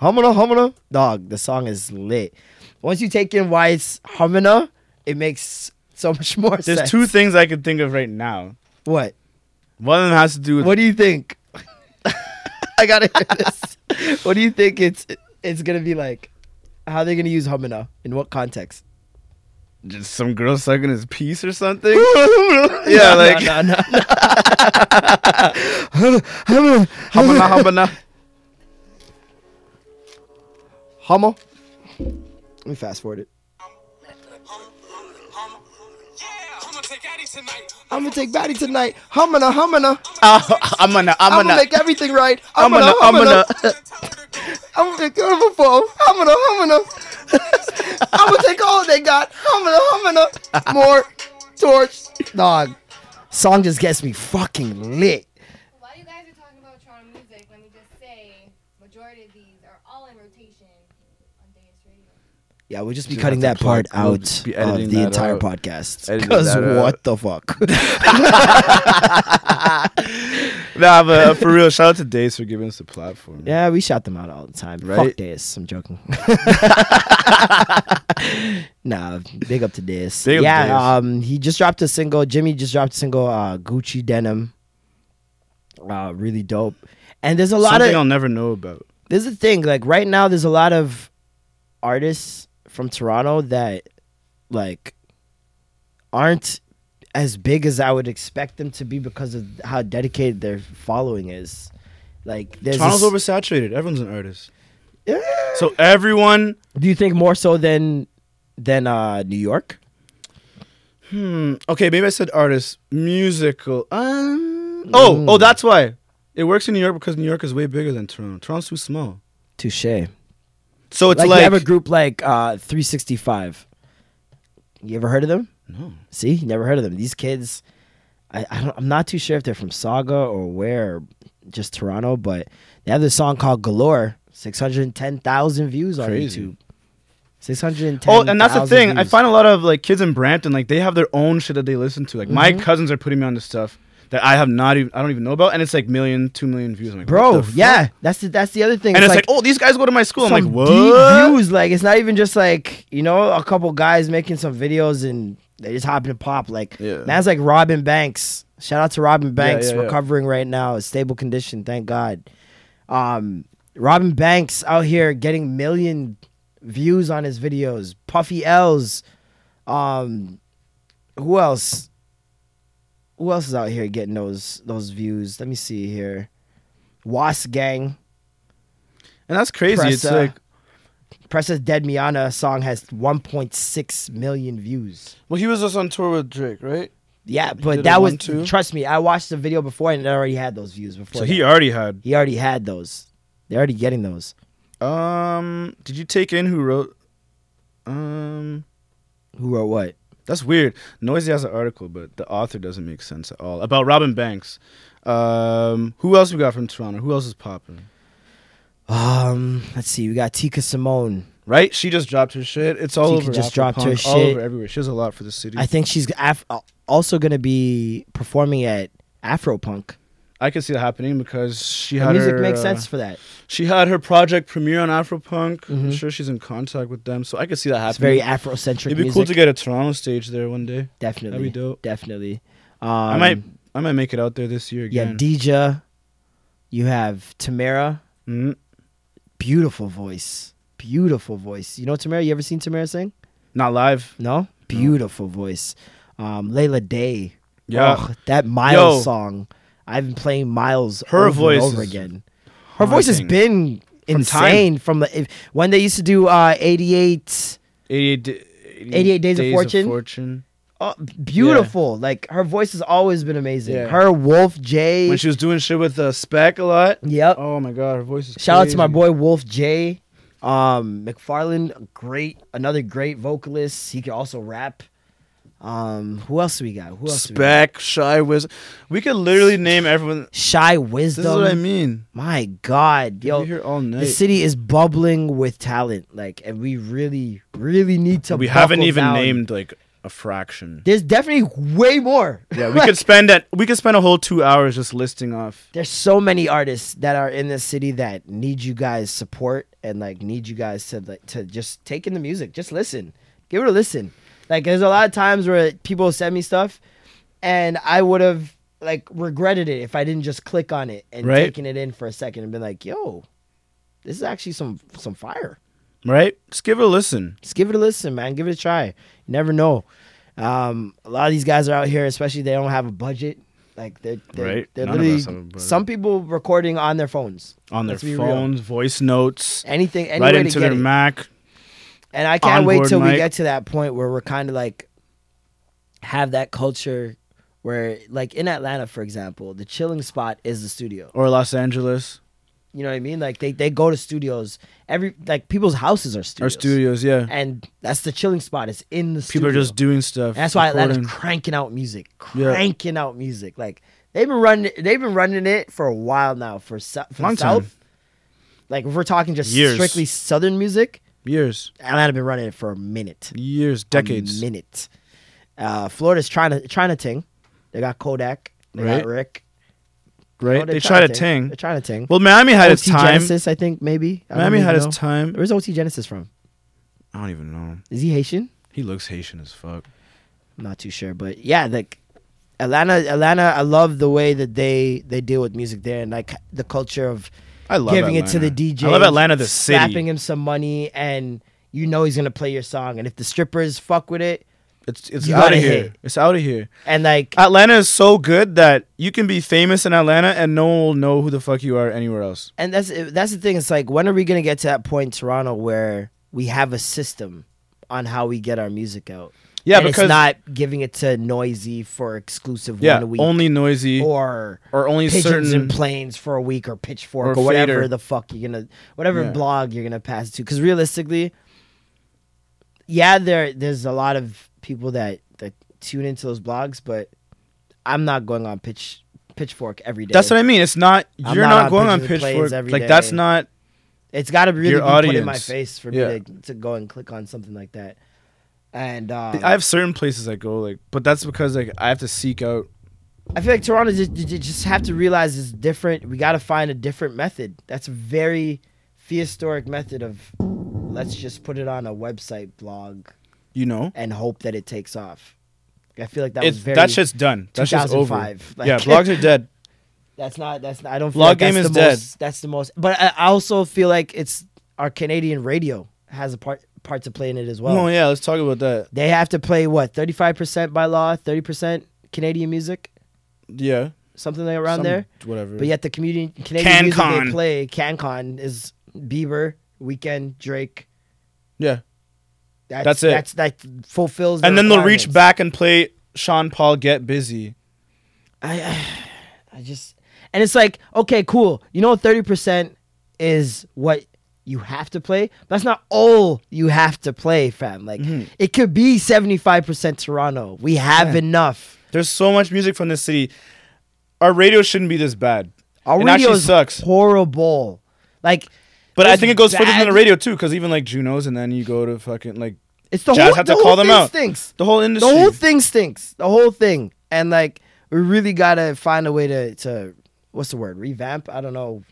C: Homina.
B: humana, humana. Dog, the song is lit. Once you take in why it's humana, it makes so much more
C: There's
B: sense.
C: two things I can think of right now.
B: What?
C: One of them has to do with
B: What do you think? I gotta hear this. what do you think it's it's gonna be like? How they gonna use humana? In what context?
C: just some girl sucking his piece or something. yeah, like
B: no, no, no.
C: Hamana Hamana.
B: Hummer. Let me fast forward it. I'm gonna take Batty tonight. Humana, humana.
C: I'm gonna, I'm
B: I'm gonna
C: gonna,
B: make everything right.
C: I'm gonna, I'm gonna.
B: I'm gonna be gonna perform. I'm gonna, I'm gonna. I'm gonna take all they got. I'm gonna, I'm gonna. More torch. Dog. Song just gets me fucking lit.
H: While you guys are talking about Toronto music, let me just say, majority of these are all in rotation on Deus Radio.
B: Yeah, we'll just be
C: Just
B: cutting
C: have
B: that
C: to
B: part
C: plug- we'll
B: out
C: just be
B: of
C: editing
B: the
C: that
B: entire
C: out.
B: podcast.
C: Editing
B: Because
C: that out.
B: what the fuck?
C: Nah, but uh, for real, shout out to Days for giving us the platform.
B: yeah, we shout them out all the time. Fuck
C: Right?
B: this. I'm joking. nah, big up to this.
C: Big up to
B: yeah,
C: Diz.
B: um, he just dropped a single. Jimmy just dropped a single. Uh, Gucci denim. Uh, really dope. And there's a lot
C: Something
B: of
C: I'll never know about.
B: This is the thing. Like right now, there's a lot of artists from Toronto that like aren't as big as I would expect them to be because of how dedicated their following is. Like there's
C: Toronto's
B: this-
C: oversaturated. Everyone's an artist.
B: Yeah.
C: So everyone,
B: Do you think more so than than uh, New York?
C: hmm, okay, maybe I said artist, musical. Um, oh,
B: Mm.
C: oh, that's why it works in New York because New York is way bigger than Toronto. Toronto's too small.
B: Touche.
C: So it's
B: Like,
C: like,
B: you have a group like uh, 365. You ever heard of them?
C: No.
B: See, you never heard of them. These kids, I, I don't, I'm not too sure if they're from Saga or where, just Toronto, but they have this song called Galore. 610,000 views on
C: Crazy.
B: YouTube. 610.
C: Oh, and that's the thing. I find a lot of like kids in Brampton, like they have their own shit that they listen to. Like my
B: Mm-hmm.
C: cousins are putting me on to stuff that I have not even, I don't even know about, and it's like million, two million views. I'm like,
B: Bro,
C: what the
B: yeah, that's the that's the other thing.
C: And it's like, oh, these guys go to my school. I'm like,
B: some
C: what?
B: deep views. Like it's not even just like you know a couple guys making some videos and they just hop and pop. Like
C: Yeah.
B: that's like Robin Banks. Shout out to Robin Banks
C: yeah, yeah.
B: recovering right now, in stable condition, thank God. Um, Robin Banks out here getting million views on his videos. Puffy L's, um, who else? Who else is out here getting those those views? Let me see here. Wasp Gang.
C: And that's crazy. it's
B: Pressa.
C: like,
B: Pressa's Dead Miana song has 1.6 million views.
C: well, he was just on tour with Drake, right?
B: Yeah, but
C: did
B: that
C: a
B: was
C: one, two?
B: trust me. I watched the video before and it already had those views before.
C: So he
B: that.
C: already had.
B: he already had those. They're already getting those.
C: Um, did you take in who wrote? Um,
B: Who wrote what?
C: that's weird. Noisy has an article, but the author doesn't make sense at all about Robin Banks. Um, who else we got from Toronto? Who else is popping?
B: Um, let's see. We got Tika Simone.
C: Right? She just dropped her shit. It's all
B: Tika
C: over.
B: just
C: Afropunk,
B: dropped her
C: All
B: shit.
C: over everywhere. She does a lot for the city. I,
B: I think she's af- also going to be performing at Afropunk.
C: could see that happening because she
B: The
C: had
B: music
C: her,
B: makes
C: uh,
B: sense for that.
C: She had her project premiere on Afropunk. I'm sure she's in contact with them, so I could see that happening.
B: It's very Afrocentric
C: It'd be
B: music.
C: cool to get a Toronto stage there one day.
B: definitely.
C: that'd be dope.
B: Definitely. Um,
C: I might I might make it out there this year
B: Yeah,
C: again.
B: Deja. You have Tamara.
C: mm
B: beautiful voice. Beautiful voice. You know Tamara? You ever seen Tamara sing?
C: Not live.
B: No? Beautiful voice. Um, Layla Day.
C: Yeah.
B: Ugh, that Miles
C: Yo.
B: song. I've been playing Miles
C: Her
B: over
C: voice
B: and over
C: is
B: again. Her voice has
C: haunting.
B: been
C: time.
B: insane from the if, when they used to do uh, 88
C: 88, d-
B: 88 Days of Fortune?
C: Fortune.
B: oh, beautiful like her voice has always been amazing
C: Yeah.
B: her wolf j
C: When she was doing shit with uh, Spec a lot.
B: yep
C: Oh my god, her voice is
B: Shout out to my
C: crazy.
B: boy Wolf J. Um, McFarlane, great, another great vocalist. He can also rap. Um, who else do we got? Who else? do we got?
C: Spec, Shy Wiz. We could literally name everyone.
B: Shy
C: This
B: Wisdom.
C: is what I mean.
B: My God,
C: Yo,
B: yo,
C: we here all
B: the
C: night.
B: city is bubbling with talent. Like, and we really, really need to.
C: we haven't
B: buckle
C: even
B: down.
C: named like a fraction.
B: There's definitely way more.
C: Yeah, we could spend that. We could spend a whole two hours just listing off.
B: There's so many artists that are in this city that need you guys support and like need you guys to like to just take in the music, just listen, give it a listen. Like there's a lot of times where people send me stuff, and I would have like regretted it if I didn't just click on it and
C: Right.
B: taken it in for a second and been like, yo, this is actually some some fire.
C: Right? Just give it a listen.
B: Just give it a listen, man. Give it a try. You never know. Um, a lot of these guys are out here, especially they don't have a budget. Like they're they're,
C: Right.
B: they're
C: None of
B: literally
C: us have a budget.
B: some people recording on their phones,
C: on their
B: Let's be real.
C: phones, voice notes,
B: Anything, any
C: right
B: way
C: into
B: to get
C: their
B: it.
C: Mac.
B: and I can't wait
C: onboard
B: till we
C: mic.
B: get to that point where we're kind of like have that culture where, like in Atlanta, for example, the chilling spot is the studio.
C: or Los Angeles
B: You know what I mean? Like they they go to studios. Every like people's houses are
C: or
B: studios.
C: studios. Yeah,
B: And that's the chilling spot. It's in the
C: people
B: studio.
C: are just doing stuff.
B: And that's why Atlanta's
C: recording.
B: cranking out music,
C: Yeah.
B: cranking out music. Like they've been running, they've been running it for a while now for, sou- for the
C: Long time.
B: South. Like if we're talking just
C: Years.
B: strictly Southern music,
C: Years,
B: Atlanta had been running it for a minute.
C: years, decades.
B: A minute. Uh, Florida's trying to trying to ting. They got Kodak. They
C: Right.
B: got Rick.
C: right?
B: Oh,
C: they
B: they're
C: tried to
B: ting.
C: ting.
B: They're trying to ting.
C: Well, Miami had its
B: OT
C: time.
B: Genesis, I think maybe. I don't
C: Miami
B: even
C: had
B: know.
C: its time.
B: Where's OT Genesis from?
C: I don't even know.
B: Is he Haitian?
C: He looks Haitian as fuck.
B: I'm not too sure, but yeah, like Atlanta, Atlanta. I love the way that they they deal with music there, and like the culture of
C: I love
B: giving it to the
C: Atlanta.
B: DJ.
C: I love Atlanta, the city.
B: slapping him some money, and you know he's gonna play your song. And if the strippers fuck with it,
C: It's it's
B: You
C: out
B: gotta
C: of here.
B: hit.
C: It's out of here.
B: and like
C: Atlanta is so good that you can be famous in Atlanta and no one will know who the fuck you are anywhere else.
B: and that's that's the thing. It's like when are we gonna get to that point, in Toronto, where we have a system on how we get our music out?
C: Yeah,
B: And
C: because-
B: it's not giving it to noisy for exclusive
C: Yeah,
B: one a week
C: only noisy or,
B: or
C: only
B: pigeons
C: certain.
B: and planes for a week or pitchfork
C: Or
B: or, whatever
C: fader.
B: the fuck you're gonna whatever
C: Yeah.
B: blog you're gonna pass it to because realistically yeah there there's a lot of people that that tune into those blogs but i'm not going on pitch pitchfork every day
C: that's what I mean. It's not.
B: I'm
C: You're
B: not
C: not,
B: on
C: going on
B: Pigeons and Planes
C: Pitchfork.
B: every
C: Like
B: day.
C: that's not.
B: it's got to really
C: Your
B: be put in my
C: audience.
B: face for
C: Yeah.
B: me to, to go and click on something like that and um,
C: I have certain places I go like, but that's because like I have to seek out.
B: I feel like Toronto just, you- you just have to realize it's different. We got to find a different method. That's a very prehistoric method of let's just put it on a website blog
C: You know,
B: and hope that it takes off. I feel like that
C: it's
B: was very.
C: that shit's done. That's just over.
B: 2005, like-
C: yeah, blogs are dead.
B: That's not. That's not, I don't. Feel
C: Blog
B: like that's
C: game
B: the
C: is dead.
B: Most, that's the most. But I, I also feel like it's our Canadian radio has a part part to play in it as well.
C: Oh yeah, let's talk about that.
B: They have to play what thirty five percent by law, thirty percent Canadian music,
C: Yeah,
B: something like around
C: some-
B: there.
C: Whatever.
B: But yet the Canadian Canadian music
C: CanCon.
B: they play, CanCon, is Bieber, Weekend, Drake.
C: yeah,
B: That's,
C: That's it.
B: That's that fulfills.
C: and then they'll reach
B: requirements.
C: back and play Sean Paul "Get Busy."
B: I just and it's like okay, cool. You know, thirty percent is what you have to play. That's not all you have to play, fam. Like
C: Mm-hmm.
B: it could be seventy five percent Toronto. We have enough.
C: There's so much music from this city. Our radio shouldn't be this bad.
B: Our
C: it
B: radio
C: actually
B: is
C: sucks.
B: horrible. Like,
C: But I
B: it's
C: think it goes further than the
B: bad.
C: radio too, because even like Junos, and then you go to fucking like
B: It's the
C: Jazz
B: whole.
C: had
B: the
C: to
B: whole
C: call them
B: thing
C: out.
B: Stinks.
C: the whole
B: the
C: industry.
B: whole thing stinks. The whole thing, and like we really gotta find a way to to what's the word revamp. I don't know.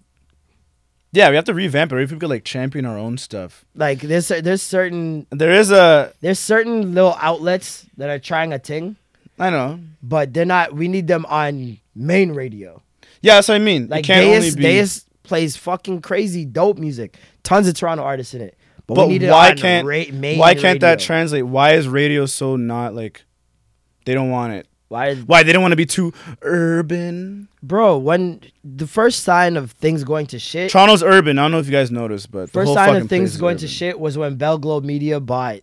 C: yeah, we have to revamp it. We have to like champion our own stuff.
B: Like there's cer- there's certain
C: There is a
B: there's certain little outlets that are trying a thing,
C: I know.
B: but they're not. We need them on main radio.
C: Yeah, that's what I mean.
B: Like
C: it can't
B: Deus,
C: only be.
B: Deus plays fucking crazy dope music. Tons of Toronto artists in it, but,
C: but
B: we need
C: why
B: it on
C: can't
B: ra- main
C: why can't that
B: radio.
C: translate? Why is radio so not like? They don't want it.
B: Why
C: Why they don't want to be too urban?
B: bro? When the first sign of things going to shit,
C: Toronto's urban. I don't know if you guys noticed, but the
B: First
C: whole
B: sign
C: fucking
B: of things
C: place
B: going
C: is
B: to
C: urban.
B: shit was when Bell Globe Media bought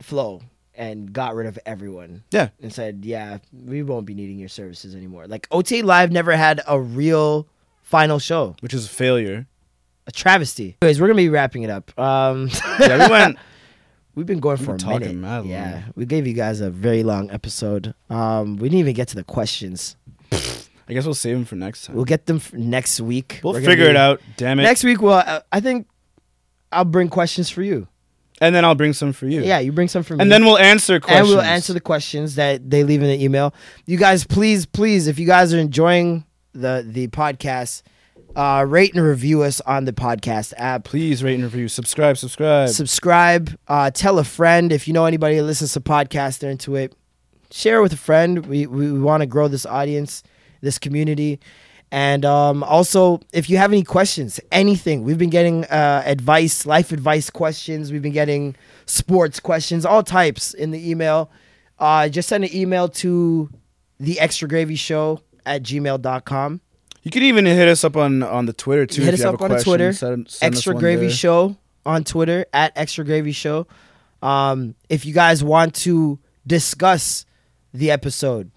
B: Flow and got rid of everyone
C: Yeah,
B: and said, "Yeah, we won't be needing your services anymore." Like OT Live never had a real final show,
C: which is a failure.
B: a travesty. Anyways, we're gonna be wrapping it up. Um,
C: Yeah, we went.
B: we've been going for
C: been
B: a
C: talking
B: minute.
C: mad long.
B: yeah, we gave you guys a very long episode. Um, we didn't even get to the questions.
C: I guess we'll save them for next time.
B: We'll get them f- next week.
C: We'll
B: We're gonna
C: figure
B: be-
C: it out. Damn it.
B: next week. Well, I- I think I'll bring questions for you.
C: and then I'll bring some for you.
B: Yeah, you bring some for me.
C: And then we'll answer questions.
B: And we'll answer the questions that they leave in the email. You guys, please, please, if you guys are enjoying the the podcast, uh, rate and review us on the podcast app.
C: Please rate and review. Subscribe. Subscribe.
B: Subscribe. Uh, tell a friend if you know anybody that listens to podcasts. They're into it. Share with a friend. We we, we want to grow this audience, this community. And um, also, if you have any questions, anything, we've been getting uh, advice, life advice questions. We've been getting sports questions, all types in the email. Uh, just send an email to the extra gravy show at gmail.com.
C: you can even hit us up on on the Twitter too.
B: Hit us
C: if you have
B: up
C: a
B: on
C: question.
B: Twitter.
C: Send- send us
B: Extra
C: one
B: Gravy
C: there.
B: Show on Twitter at Extra Gravy Show. Um, if you guys want to discuss the episode,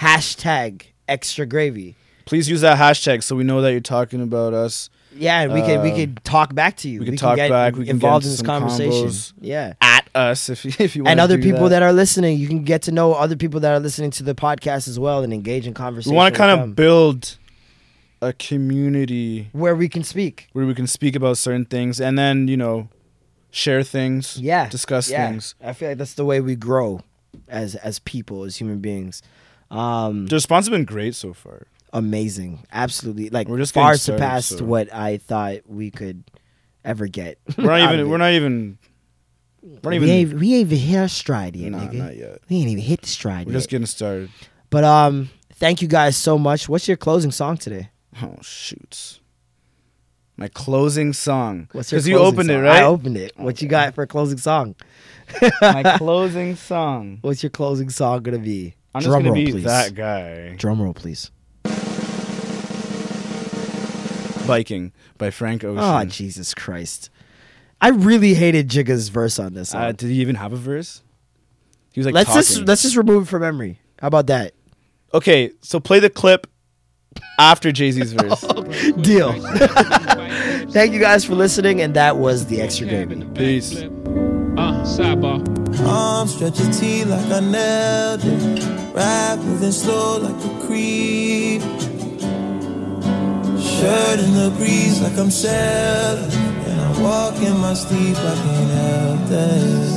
B: hashtag Extra Gravy.
C: Please use that hashtag so we know that you're talking about us.
B: Yeah, and we can we
C: Uh,
B: can talk back to you.
C: we can talk back, we can get
B: involved in
C: into
B: this
C: some
B: conversation.
C: combos.
B: Yeah.
C: At us if you- if you want
B: And other people that. are listening, you can get to know other people that are listening to the podcast as well and engage in conversation.
C: we want
B: with
C: to kind
B: them,
C: of build a community
B: where we can speak.
C: where we can speak about certain things, and then you know share things,
B: yeah
C: discuss
B: yeah.
C: things.
B: i feel like that's the way we grow as as people as human beings um
C: The response has been great so far.
B: amazing absolutely like
C: We're just
B: far
C: getting started,
B: surpassed
C: so-
B: what i thought we could ever get
C: We're not even. We're not even. We're not even.
B: we ain't, we ain't even hit our stride yet
C: Nah,
B: nigga.
C: not yet.
B: we ain't even hit the stride
C: We're
B: yet
C: just getting started.
B: but um thank you guys so much what's your closing song today
C: Oh shoots. My closing song.
B: what's your
C: you
B: closing
C: opened it,
B: song?
C: right?
B: i opened it what you got for a closing song
C: My closing song.
B: what's your closing song gonna be
C: I'm just
B: drum
C: gonna
B: roll
C: be
B: please
C: that guy.
B: drum roll please
C: Viking by Frank Ocean.
B: Oh Jesus Christ! I really hated Jigga's verse on this.
C: uh,
B: song.
C: did he even have a verse? He was like,
B: let's
C: talking.
B: just let's just remove it from memory. How about that?
C: okay, so play the clip after Jay Z's verse.
B: Deal. Thank you guys for listening, and that was the extra gravy.
C: Peace.
I: Uh, sidebar.
H: Arm stretch your T like I nailed it. Ride moving slow like a creep. Shirt in the breeze like I'm sailing. And I walk in my sleep, I can't help this.